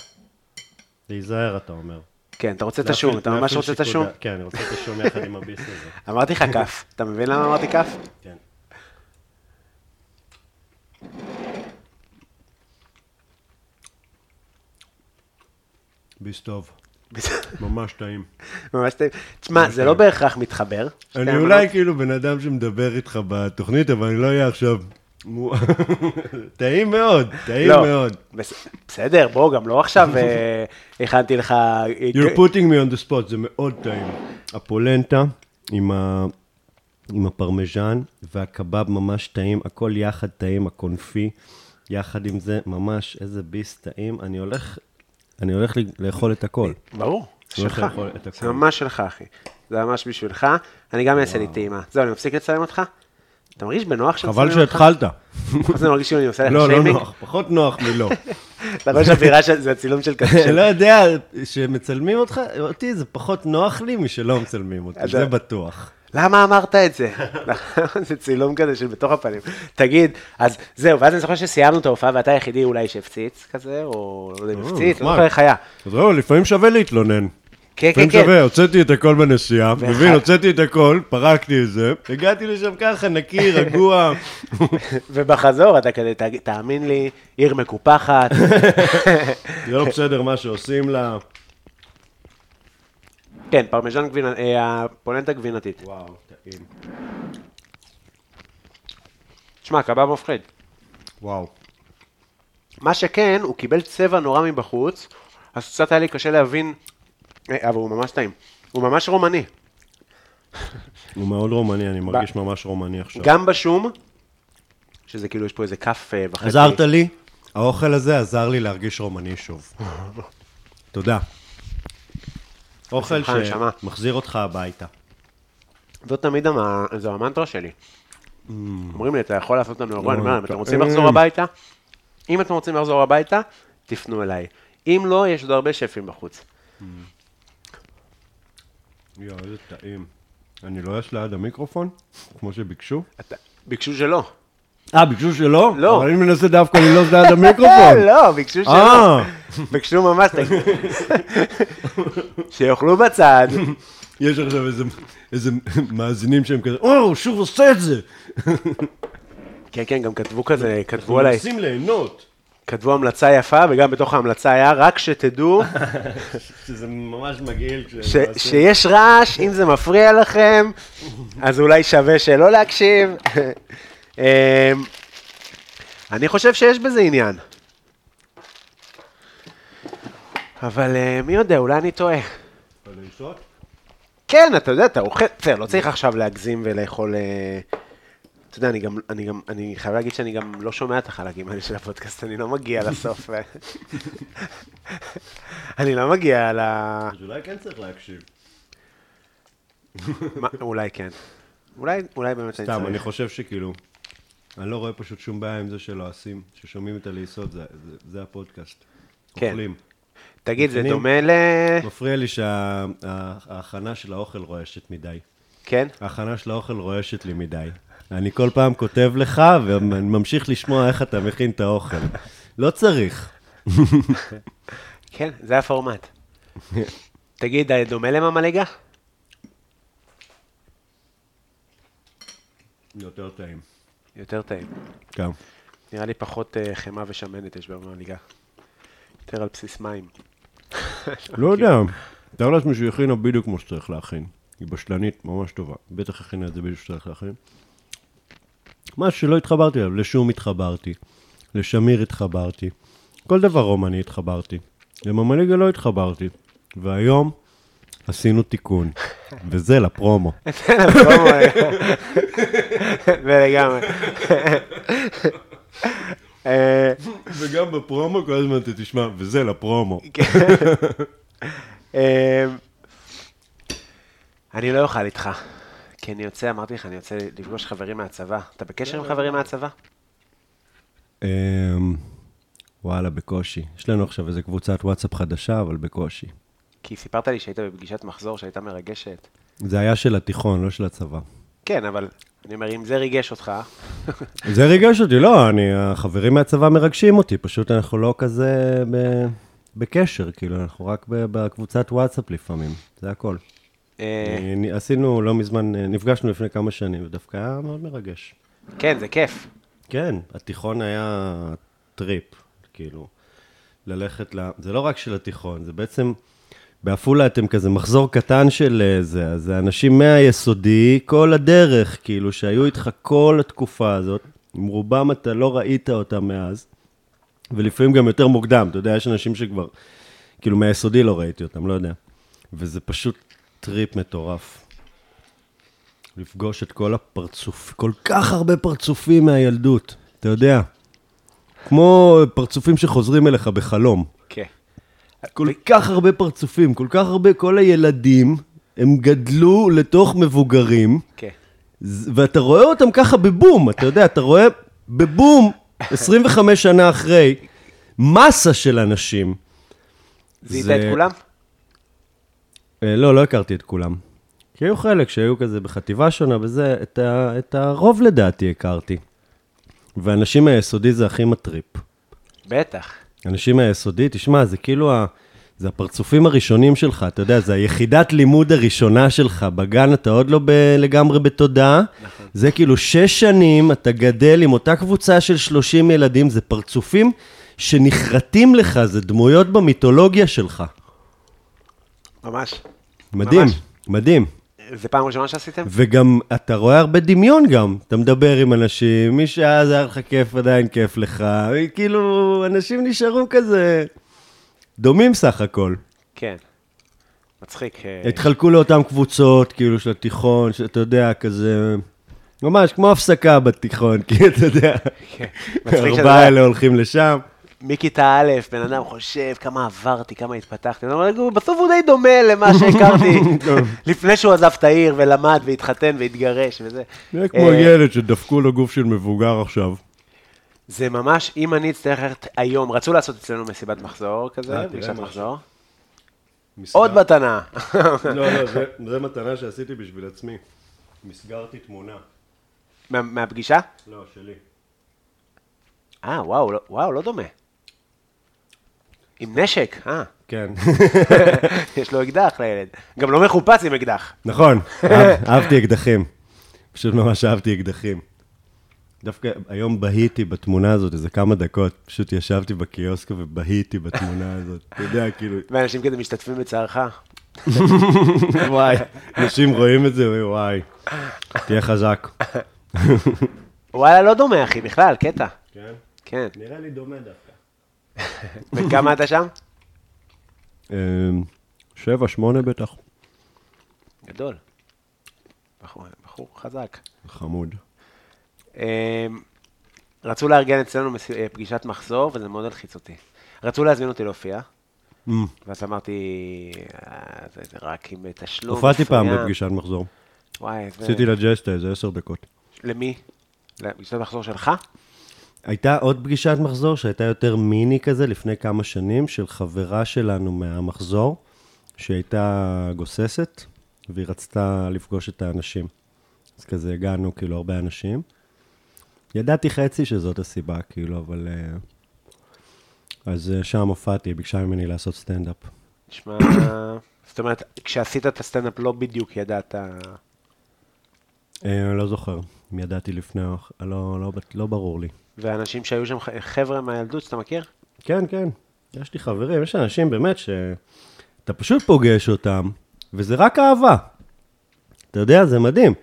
Speaker 3: להיזהר, אתה אומר.
Speaker 2: כן, אתה רוצה את
Speaker 3: להפעיל-
Speaker 2: השום, אתה ממש
Speaker 3: להפעיל
Speaker 2: רוצה את
Speaker 3: לא, שיקול
Speaker 2: השום?
Speaker 3: דעת. כן, אני רוצה את השום יחד עם הביס הזה.
Speaker 2: אמרתי לך כף, אתה מבין למה אמרתי כף?
Speaker 3: כן. ביס טוב, ממש טעים.
Speaker 2: ממש טעים. תשמע, זה לא בהכרח מתחבר. כן, לא- שתי
Speaker 3: אוקיי. אני
Speaker 2: המנות.
Speaker 3: אולי כאילו בן אדם שמדבר איתך בתוכנית, אבל אני לא אהיה עכשיו... מו- טעים מאוד, טעים
Speaker 2: לא.
Speaker 3: מאוד.
Speaker 2: בס- בסדר, בוא, גם לא עכשיו אה, הכנתי לך... אה,
Speaker 3: You're putting me on the spot, זה מאוד טעים. הפולנטה עם, ה... עם הפרמיז'ן והקבב ממש טעים, הכל יחד טעים, הקונפי, יחד עם זה, ממש איזה ביס טעים. אני הולך, אני הולך ל- לאכול את הכל.
Speaker 2: ברור, זה
Speaker 3: לא
Speaker 2: שלך.
Speaker 3: יכול לאכול את הכל.
Speaker 2: זה ממש שלך, אחי. זה ממש בשבילך. אני גם אעשה לי טעימה. זהו, אני מפסיק לצלם אותך? אתה מרגיש בנוח שאני
Speaker 3: חבל
Speaker 2: מצלם אותך?
Speaker 3: שהתחלת.
Speaker 2: חוץ מזה מרגיש שאני עושה לך
Speaker 3: לא, לא
Speaker 2: שיימינג.
Speaker 3: נוח, פחות נוח מלא.
Speaker 2: אתה רואה שהבירה של- זה הצילום של כזה.
Speaker 3: לא יודע, כשמצלמים אותך, אותי זה פחות נוח לי משלא מצלמים אותי,
Speaker 2: אתה-
Speaker 3: זה בטוח.
Speaker 2: למה אמרת את זה? זה צילום כזה של בתוך הפנים. תגיד, אז זהו, ואז אני זוכר שסיימנו את ההופעה ואתה היחידי אולי שהפציץ כזה, או לא יודע אם הפציץ, לא
Speaker 3: נחמד.
Speaker 2: זוכר איך היה.
Speaker 3: אז זהו, לפעמים שווה להתלונן.
Speaker 2: כן, כן,
Speaker 3: לפעמים
Speaker 2: כן.
Speaker 3: שווה, הוצאתי את הכל בנסיעה,
Speaker 2: ואחר-
Speaker 3: מבין, הוצאתי את הכל, פרקתי את זה, הגעתי לשם ככה, נקי, רגוע.
Speaker 2: ובחזור אתה כזה, "תגיד, תאמין לי, עיר מקופחת.
Speaker 3: זה לא בסדר מה שעושים לה.
Speaker 2: כן, פרמיז'ן גבינה, אה, הפולנטה גבינתית.
Speaker 3: וואו, טעים.
Speaker 2: תשמע, קבב מפחיד.
Speaker 3: וואו.
Speaker 2: מה שכן, הוא קיבל צבע נורא מבחוץ, אז קצת היה לי קשה להבין, אה, אבל הוא ממש טעים. הוא ממש רומני.
Speaker 3: הוא מאוד רומני, אני מרגיש ממש רומני עכשיו.
Speaker 2: גם בשום, שזה כאילו, יש פה איזה כף אה, וחצי.
Speaker 3: עזרת לי, האוכל הזה עזר לי להרגיש רומני שוב. תודה. אוכל
Speaker 2: בשמחה, נשמה.
Speaker 3: שמחזיר אותך הביתה.
Speaker 2: זאת תמיד המ... זו המנטרה שלי. Mm. אומרים לי, אתה יכול לעשות לנו אירוע, אני אומר להם,
Speaker 3: אתה-
Speaker 2: אתם רוצים לחזור הביתה? אם אתם רוצים לחזור הביתה, תפנו אליי. אם לא, יש עוד הרבה שפים בחוץ.
Speaker 3: יואו, איזה טעים. אני לא יש ליד המיקרופון, כמו שביקשו.
Speaker 2: אתה- ביקשו שלא.
Speaker 3: אה, ביקשו שלא?
Speaker 2: לא.
Speaker 3: אבל אני מנסה דווקא ללעוס ליד המיקרופון.
Speaker 2: לא, ביקשו שלא.
Speaker 3: אה,
Speaker 2: ביקשו ממש, תגיד. שיאכלו בצד.
Speaker 3: יש עכשיו איזה, איזה מאזינים שהם כזה, או, הוא שוב עושה את זה.
Speaker 2: כן, כן, גם כתבו כזה, כתבו
Speaker 3: אנחנו
Speaker 2: עליי,
Speaker 3: מנסים ליהנות.
Speaker 2: כתבו המלצה יפה, וגם בתוך ההמלצה היה, רק שתדעו
Speaker 3: שזה ממש מגעיל. כשהם
Speaker 2: ש-
Speaker 3: עושים-
Speaker 2: שיש רעש, אם זה מפריע לכם, אז אולי שווה שלא להקשיב. אמ, אני חושב שיש בזה עניין. אבל אה, מי יודע, אולי אני טועה.
Speaker 3: אבל לנסות?
Speaker 2: כן, אתה יודע, אתה אוכל, בסדר, לא צריך עכשיו להגזים ולאכול... אה, אתה יודע, אני גם, אני גם, אני חייב להגיד שאני גם לא שומע את החלקים האלה של הפודקאסט, אני לא מגיע לסוף. אה. אני לא מגיע ל...
Speaker 3: אז אולי כן צריך להקשיב.
Speaker 2: מה, אולי כן. אולי, אולי באמת אני
Speaker 3: סתם, אני
Speaker 2: צריך.
Speaker 3: חושב שכאילו, אני לא רואה פשוט שום בעיה עם זה שלועסים, ששומעים את הלעיסות, זה- זה- זה הפודקאסט.
Speaker 2: כן.
Speaker 3: אוכלים.
Speaker 2: תגיד, זה
Speaker 3: מבינים?
Speaker 2: דומה ל...
Speaker 3: מפריע לי שההכנה של האוכל רועשת מדי.
Speaker 2: כן?
Speaker 3: ההכנה של האוכל רועשת לי מדי. אני כל פעם כותב לך, וממשיך לשמוע איך אתה מכין את האוכל. לא צריך.
Speaker 2: כן, זה הפורמט. תגיד, אה, דומה לממליגה?
Speaker 3: יותר טעים.
Speaker 2: יותר טעים.
Speaker 3: כן.
Speaker 2: נראה לי פחות אה, חמאה ושמנת יש בממליגה. יותר על בסיס מים.
Speaker 3: לא יודע, תאר לעצמי שהיא הכינה בדיוק כמו שצריך להכין. היא בשלנית ממש טובה. בטח הכינה את זה בדיוק שצריך להכין. משהו שלא התחברתי אליו, לשום התחברתי, לשמיר התחברתי, כל דבר רומני התחברתי. לממליגה לא התחברתי. והיום עשינו תיקון, וזה לפרומו.
Speaker 2: כן, אז בואו, אה, זה לגמרי. אה,
Speaker 3: וגם בפרומו כל הזמן אתה תשמע, וזה לפרומו.
Speaker 2: אה, אני לא אוכל איתך, כי אני יוצא, אמרתי לך, אני יוצא לפגוש חברים מהצבא. אתה בקשר עם חברים מהצבא?
Speaker 3: אמ, וואלה, בקושי. יש לנו עכשיו איזה קבוצת וואטסאפ חדשה, אבל בקושי.
Speaker 2: כי סיפרת לי שהיית בפגישת מחזור שהייתה מרגשת.
Speaker 3: זה היה של התיכון, לא של הצבא.
Speaker 2: כן, אבל אני אומר, אם זה ריגש אותך,
Speaker 3: זה ריגש אותי, לא, אני, החברים מהצבא מרגשים אותי, פשוט אנחנו לא כזה ב, בקשר, כאילו, אנחנו רק ב, בקבוצת וואטסאפ לפעמים, זה הכל.
Speaker 2: אה,
Speaker 3: אני- עשינו לא מזמן, אה, נפגשנו לפני כמה שנים, ודווקא היה מאוד מרגש.
Speaker 2: כן, זה כיף.
Speaker 3: כן, התיכון היה טריפ, כאילו, ללכת ל... זה לא רק של התיכון, זה בעצם, בעפולה אתם כזה מחזור קטן של אה, זה, אז זה אנשים מהיסודי כל הדרך, כאילו, שהיו איתך כל התקופה הזאת, עם רובם אתה לא ראית אותם מאז, ולפעמים גם יותר מוקדם, אתה יודע, יש אנשים שכבר, כאילו, מהיסודי לא ראיתי אותם, לא יודע. וזה פשוט טריפ מטורף. לפגוש את כל הפרצוף, כל כך הרבה פרצופים מהילדות, אתה יודע. כמו פרצופים שחוזרים אליך בחלום.
Speaker 2: כן.
Speaker 3: כל כך הרבה פרצופים, כל כך הרבה, כל הילדים, הם גדלו לתוך מבוגרים,
Speaker 2: כן.
Speaker 3: ז- ואתה רואה אותם ככה בבום, אתה יודע, אתה רואה בבום, 25 שנה אחרי, מסה של אנשים.
Speaker 2: זיהית
Speaker 3: זה-
Speaker 2: את כולם?
Speaker 3: אה, לא, לא הכרתי את כולם. כי היו חלק שהיו כזה בחטיבה שונה וזה, את, ה, את הרוב לדעתי הכרתי. ואנשים מהיסודי זה הכי מטריפ.
Speaker 2: בטח.
Speaker 3: אנשים מהיסודי, תשמע, זה כאילו ה... זה הפרצופים הראשונים שלך, אתה יודע, זה היחידת לימוד הראשונה שלך. בגן אתה עוד לא ב... לגמרי בתודעה. נכון. זה כאילו שש שנים, אתה גדל עם אותה קבוצה של 30 ילדים, זה פרצופים שנחרטים לך, זה דמויות במיתולוגיה שלך.
Speaker 2: ממש.
Speaker 3: מדהים,
Speaker 2: ממש.
Speaker 3: מדהים.
Speaker 2: זה פעם ראשונה שעשיתם?
Speaker 3: וגם, אתה רואה הרבה דמיון גם. אתה מדבר עם אנשים, מי שאז היה לך כיף, עדיין כיף לך. כאילו, אנשים נשארו כזה דומים סך הכל.
Speaker 2: כן. מצחיק. אה,
Speaker 3: התחלקו לאותן קבוצות, כאילו, של התיכון, שאתה יודע, כזה... ממש כמו הפסקה בתיכון, כי אתה יודע,
Speaker 2: כן. מצחיק שזה-
Speaker 3: ארבעה אלה הולכים לשם.
Speaker 2: מכיתה א', בן אדם חושב כמה עברתי, כמה התפתחתי, הוא אומר, בסוף הוא די דומה למה שהכרתי לפני שהוא עזב את העיר ולמד והתחתן והתגרש וזה.
Speaker 3: זה כמו
Speaker 2: אה,
Speaker 3: ילד שדפקו לו גוף של מבוגר עכשיו.
Speaker 2: זה ממש, אם אני אצטרך ללכת היום, רצו לעשות אצלנו מסיבת מחזור
Speaker 3: אה,
Speaker 2: כזה,
Speaker 3: תראה
Speaker 2: פגישת
Speaker 3: משהו.
Speaker 2: מחזור. עוד מתנה.
Speaker 3: לא, לא, זה- זה מתנה שעשיתי בשביל עצמי. מסגרתי תמונה.
Speaker 2: מה- מהפגישה?
Speaker 3: לא, שלי.
Speaker 2: אה, וואו, לא- וואו, לא דומה. עם נשק, אה,
Speaker 3: כן.
Speaker 2: יש לו אקדח לילד. גם לא מחופץ עם אקדח.
Speaker 3: נכון, אהב- אהבתי אקדחים. פשוט ממש אהבתי אקדחים. דווקא היום בהיתי בתמונה הזאת איזה כמה דקות, פשוט ישבתי בקיוסק ובהיתי בתמונה הזאת. אתה יודע, כאילו,
Speaker 2: ואנשים כזה משתתפים בצערך.
Speaker 3: וואי, אנשים רואים את זה, אומרים, וואי, תהיה חזק.
Speaker 2: וואלה, לא דומה, אחי, בכלל, קטע.
Speaker 3: כן,
Speaker 2: כן.
Speaker 3: נראה לי דומה דווקא.
Speaker 2: בן כמה אתה שם?
Speaker 3: אמ, שבע, שמונה בטח.
Speaker 2: גדול. בחור, בחור חזק.
Speaker 3: חמוד.
Speaker 2: אמ, רצו לארגן אצלנו מס- אה, פגישת מחזור, וזה מאוד הלחיץ אותי. רצו להזמין אותי להופיע,
Speaker 3: אמ,
Speaker 2: ואז אמרתי, "אה, זה זה רק עם תשלום.
Speaker 3: הופעתי פעם
Speaker 2: מסוים."
Speaker 3: בפגישת מחזור.
Speaker 2: וואי, זה...
Speaker 3: עשיתי לג'סטה איזה עשר דקות.
Speaker 2: למי? לפגישת מחזור שלך?
Speaker 3: הייתה עוד פגישת מחזור שהייתה יותר מיני כזה לפני כמה שנים, של חברה שלנו מהמחזור, שהייתה גוססת, והיא רצתה לפגוש את האנשים. אז כזה הגענו, כאילו, הרבה אנשים. ידעתי חצי שזאת הסיבה, כאילו, אבל... אה, אז אה, שם הופעתי, היא ביקשה ממני לעשות סטנדאפ.
Speaker 2: נשמע... זאת אומרת, כשעשית את הסטנדאפ לא בדיוק ידעת...
Speaker 3: אה, לא זוכר אם ידעתי לפני או אח- לא, לא, לא ברור לי.
Speaker 2: ואנשים שהיו שם, ח- חבר'ה מהילדות, שאתה מכיר?
Speaker 3: כן, כן. יש לי חברים, יש אנשים באמת שאתה פשוט פוגש אותם, וזה רק אהבה. אתה יודע, זה מדהים.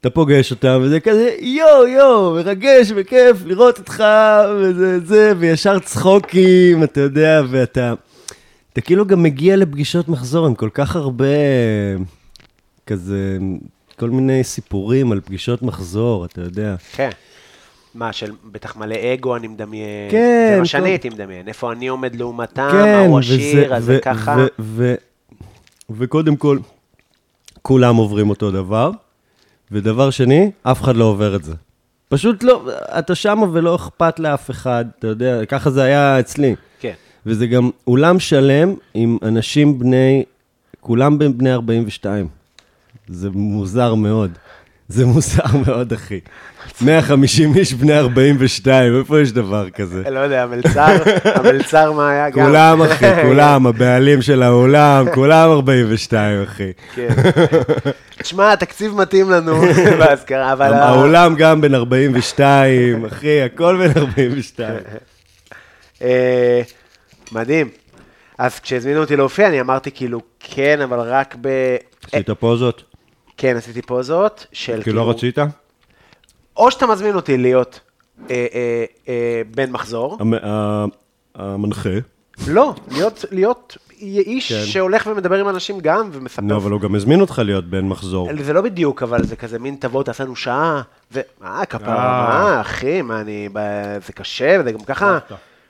Speaker 3: אתה פוגש אותם, וזה כזה, יואו, יואו, מרגש וכיף לראות אותך, וזה זה, וישר צחוקים, אתה יודע, ואתה... אתה כאילו גם מגיע לפגישות מחזור עם כל כך הרבה כזה כל מיני סיפורים על פגישות מחזור, אתה יודע.
Speaker 2: כן. מה, של בטח מלא אגו אני מדמיין.
Speaker 3: כן,
Speaker 2: זה מה שאני
Speaker 3: טוב.
Speaker 2: הייתי מדמיין. איפה אני עומד לעומתם, כן, ההוא עשיר, אז זה ככה.
Speaker 3: ו- ו- וקודם כל, כולם עוברים אותו דבר, ודבר שני, אף אחד לא עובר את זה. פשוט לא, אתה שמה ולא אכפת לאף אחד, אתה יודע, ככה זה היה אצלי.
Speaker 2: כן.
Speaker 3: וזה גם אולם שלם עם אנשים בני, כולם בין בני 42. זה מוזר מאוד. זה מוזר מאוד, אחי. 150 איש בני 42, איפה יש דבר כזה?
Speaker 2: לא יודע, המלצר, המלצר מה היה גם. כן.
Speaker 3: כולם, אחי, כולם, הבעלים של האולם, כולם 42, אחי.
Speaker 2: כן. תשמע, התקציב מתאים לנו באזכרה, אבל... ה-
Speaker 3: האולם גם בן 42, אחי, הכל בן 42.
Speaker 2: אה, מדהים. אז כשהזמינו אותי להופיע, אני אמרתי כאילו, כן, אבל רק ב... אה,
Speaker 3: עשית פוזות?
Speaker 2: כן, עשיתי פוזות של כאילו,
Speaker 3: כי לא רצית?
Speaker 2: או שאתה מזמין אותי להיות אה, אה, אה, בן מחזור,
Speaker 3: המ- ה- המנחה.
Speaker 2: לא, להיות, להיות איש
Speaker 3: כן.
Speaker 2: שהולך ומדבר עם אנשים גם ומספר.
Speaker 3: נו, אבל הוא גם הזמין אותך להיות בן מחזור.
Speaker 2: זה לא בדיוק, אבל זה כזה מין תבוא, תעשה לנו שעה, ו... אה, כפרה,
Speaker 3: אה.
Speaker 2: מה, אחי, מה, אני... ב- זה קשה, וזה גם ככה,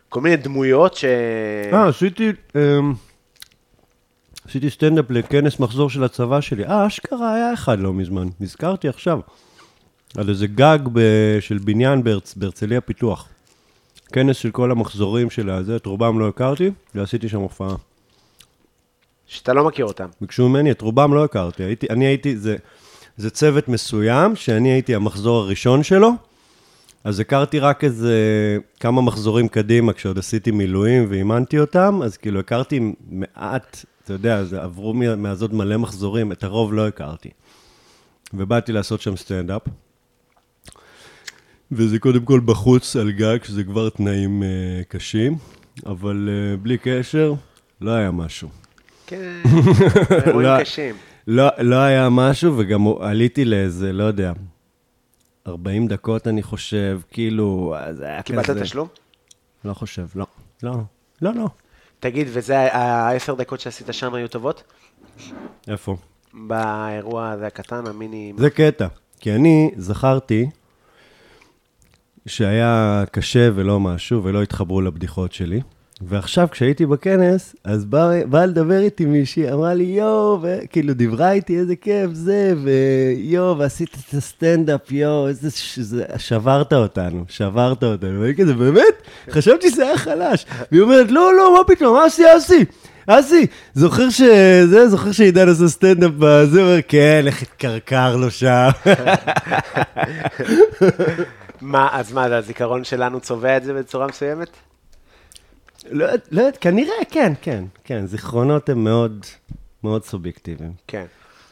Speaker 2: כל מיני דמויות ש...
Speaker 3: אה, עשיתי... אמ, עשיתי סטנדאפ לכנס מחזור של הצבא שלי. אה, אשכרה היה אחד לא מזמן, נזכרתי עכשיו. על איזה גג ב- של בניין בהרצ- בהרצליה פיתוח. כנס של כל המחזורים של הזה, את רובם לא הכרתי, ועשיתי שם הופעה.
Speaker 2: שאתה לא מכיר אותם.
Speaker 3: ביקשו ממני, את רובם לא הכרתי. הייתי, אני הייתי, זה, זה צוות מסוים, שאני הייתי המחזור הראשון שלו, אז הכרתי רק איזה כמה מחזורים קדימה, כשעוד עשיתי מילואים ואימנתי אותם, אז כאילו הכרתי מעט, אתה יודע, זה עברו מה- מהזאת מלא מחזורים, את הרוב לא הכרתי. ובאתי לעשות שם סטנדאפ. וזה קודם כל בחוץ על גג, שזה כבר תנאים אה, קשים, אבל אה, בלי קשר, לא היה משהו.
Speaker 2: כן, אירועים
Speaker 3: לא.
Speaker 2: קשים.
Speaker 3: לא, לא היה משהו, וגם הוא- עליתי לאיזה, לא יודע, 40 דקות, אני חושב, כאילו, אה, זה היה כזה...
Speaker 2: קיבלת תשלום?
Speaker 3: לא חושב, לא. לא, לא, לא.
Speaker 2: תגיד, וזה ה- העשר דקות שעשית שם היו טובות?
Speaker 3: איפה?
Speaker 2: באירוע הזה הקטן, המיני...
Speaker 3: זה קטע, כי אני זכרתי שהיה קשה ולא משהו, ולא התחברו לבדיחות שלי. ועכשיו, כשהייתי בכנס, אז באה בא לדבר איתי מישהי, אמרה לי, יואו, וכאילו דיברה איתי, איזה כיף זה, ויואו, ועשית את הסטנדאפ, יואו, איזה, ש... זה, שברת אותנו, שברת אותנו. ואני כזה, באמת? חשבתי שזה היה חלש. והיא אומרת, לא, לא, מה פתאום, אסי, אסי, אסי, זוכר שזה, זוכר שעידן עשה סטנדאפ בזה, הוא אומר, כן, איך התקרקר לו שם.
Speaker 2: מה, אז מה, זה הזיכרון שלנו צובע את זה בצורה מסוימת?
Speaker 3: לא יודעת- לא יודעת, כנראה, כן, כן, כן, זיכרונות הם מאוד, מאוד סובייקטיביים.
Speaker 2: כן.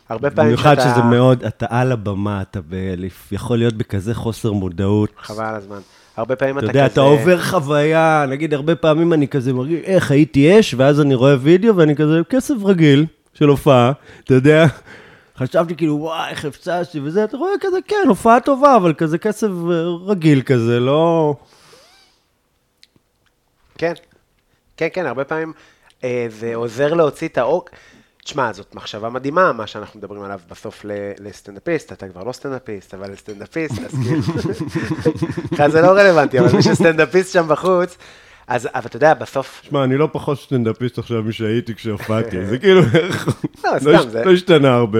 Speaker 2: הרבה פעמים שאתה...
Speaker 3: במיוחד שזה מאוד, אתה על הבמה, אתה ב... יכול להיות בכזה חוסר מודעות.
Speaker 2: חבל על הזמן. הרבה פעמים
Speaker 3: אתה
Speaker 2: אתה כזה...
Speaker 3: יודע, אתה עובר חוויה, נגיד, הרבה פעמים אני כזה מרגיש, איך הייתי אש, ואז אני רואה וידאו, ואני כזה, כסף רגיל של הופעה, אתה יודע, חשבתי כאילו, וואי, איך הפצצתי וזה, אתה רואה כזה, כן, הופעה טובה, אבל כזה כסף אה, רגיל כזה, לא...
Speaker 2: כן, כן, כן, הרבה פעמים אה, זה עוזר להוציא את העוק. תשמע, זאת מחשבה מדהימה, מה שאנחנו מדברים עליו בסוף ל- לסטנדאפיסט, אתה כבר לא סטנדאפיסט, אבל לסטנדאפיסט, אז כאילו, לך זה לא רלוונטי, אבל מי שסטנדאפיסט שם בחוץ, אז, אבל אתה יודע, בסוף,
Speaker 3: שמע, אני לא פחות סטנדאפיסט עכשיו משהייתי כשהופעתי, זה כאילו,
Speaker 2: לא, סתם, הש- זה- לא
Speaker 3: השתנה הרבה.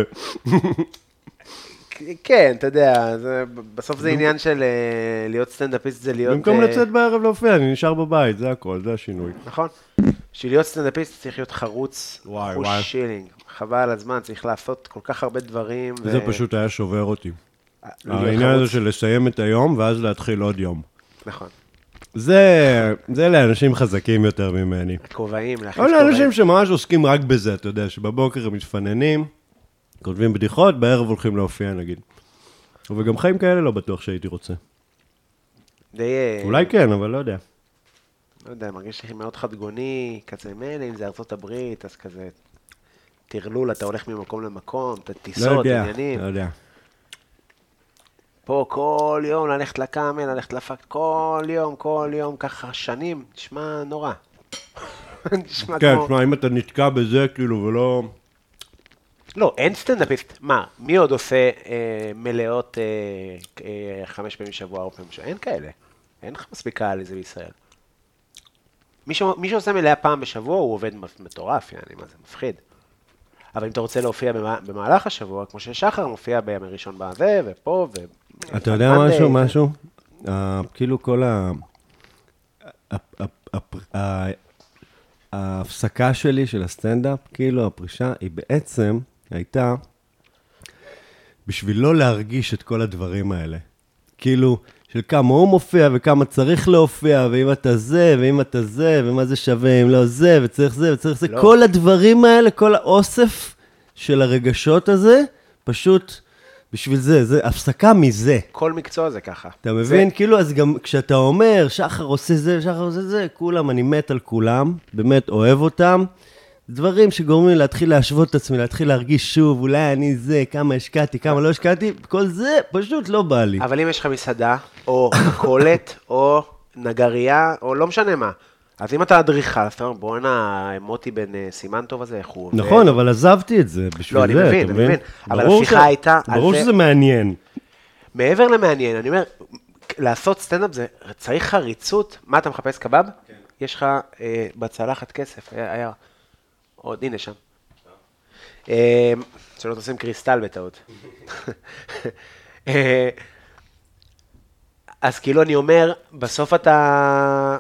Speaker 2: כן, אתה יודע, זה, בסוף זה עניין של אה, להיות סטנדאפיסט זה להיות...
Speaker 3: במקום
Speaker 2: אה,
Speaker 3: לצאת בערב להופיע, אני נשאר בבית, זה הכל, זה השינוי.
Speaker 2: נכון. בשביל להיות סטנדאפיסט צריך להיות חרוץ,
Speaker 3: וואי,
Speaker 2: חוש
Speaker 3: וואי.
Speaker 2: שילינג. חבל על הזמן, צריך לעשות כל כך הרבה דברים.
Speaker 3: זה
Speaker 2: ו- אה,
Speaker 3: פשוט היה שובר אותי.
Speaker 2: להיות
Speaker 3: העניין הזה
Speaker 2: חרוץ.
Speaker 3: של לסיים את היום ואז להתחיל עוד יום.
Speaker 2: נכון.
Speaker 3: זה, זה לאנשים חזקים יותר ממני.
Speaker 2: כובעים, להחליף
Speaker 3: אבל
Speaker 2: כובעים.
Speaker 3: לאנשים שממש עוסקים רק בזה, אתה יודע, שבבוקר הם מתפננים, כותבים בדיחות, בערב הולכים להופיע נגיד. וגם חיים כאלה לא בטוח שהייתי רוצה.
Speaker 2: די... אה,
Speaker 3: אולי כן, אבל לא יודע.
Speaker 2: לא יודע, מרגיש לי מאוד חדגוני, כזה מילא, אם זה ארצות הברית, אז כזה טרלול, אתה הולך ממקום למקום, אתה
Speaker 3: לא
Speaker 2: טיסות,
Speaker 3: יודע,
Speaker 2: עניינים.
Speaker 3: לא יודע.
Speaker 2: פה כל יום ללכת לקאמל, ללכת לפאק, כל יום, כל יום, ככה שנים, נשמע נורא. נשמע
Speaker 3: כן,
Speaker 2: כמו...
Speaker 3: תשמע, אם אתה נתקע בזה, כאילו, ולא...
Speaker 2: לא, אין סטנדאפיסט. מה, מי עוד עושה אה, מלאות אה, אה, חמש פעמים בשבוע, ארבע פעמים בשבוע? אין כאלה. אין לך מספיק קהל לזה בישראל. מי, ש... מי שעושה מלאה פעם בשבוע, הוא עובד מ- מטורף, יעני, מה זה מפחיד. אבל אם אתה רוצה להופיע במה... במהלך השבוע, כמו ששחר מופיע בימי ראשון בזה, ופה, ו...
Speaker 3: אתה יודע
Speaker 2: Monday,
Speaker 3: משהו,
Speaker 2: זה-
Speaker 3: משהו? אה, כאילו כל ה... ה- ה- ה- ה- ההפסקה שלי של הסטנדאפ, כאילו הפרישה, היא בעצם הייתה בשביל לא להרגיש את כל הדברים האלה. כאילו, של כמה הוא מופיע וכמה צריך להופיע, ואם אתה זה, ואם אתה זה, ומה זה שווה, אם לא זה, וצריך זה, וצריך זה.
Speaker 2: לא.
Speaker 3: כל הדברים האלה, כל האוסף של הרגשות הזה, פשוט בשביל זה, זה הפסקה מזה.
Speaker 2: כל מקצוע זה ככה.
Speaker 3: אתה
Speaker 2: זה-
Speaker 3: מבין? כאילו, אז גם כשאתה אומר, שחר עושה זה, שחר עושה זה, כולם, אני מת על כולם, באמת אוהב אותם. דברים שגורמים לי להתחיל להשוות את עצמי, להתחיל להרגיש שוב, אולי אני זה, כמה השקעתי, כמה לא השקעתי, כל זה פשוט לא בא לי.
Speaker 2: אבל אם יש לך מסעדה, או מכולת, או נגרייה, או לא משנה מה. אז אם אתה אדריכל, אז אתה אומר, בואנה, מוטי בן אה, סימן טוב הזה, איך הוא עובד.
Speaker 3: נכון, אבל עזבתי את זה בשביל
Speaker 2: לא,
Speaker 3: זה,
Speaker 2: אני
Speaker 3: אתה מבין?
Speaker 2: מבין, אני מבין. אבל
Speaker 3: ברור
Speaker 2: השיחה
Speaker 3: ש-
Speaker 2: הייתה על
Speaker 3: ברור
Speaker 2: זה-
Speaker 3: שזה מעניין.
Speaker 2: מעבר למעניין, אני אומר, לעשות סטנדאפ זה, צריך חריצות. מה, אתה מחפש קבב? כן. יש לך אה, בצלחת כסף, היה, היה. עוד, הנה שם. אה, שלא תשים קריסטל בטעות. אה, אז כאילו אני אומר, בסוף אתה...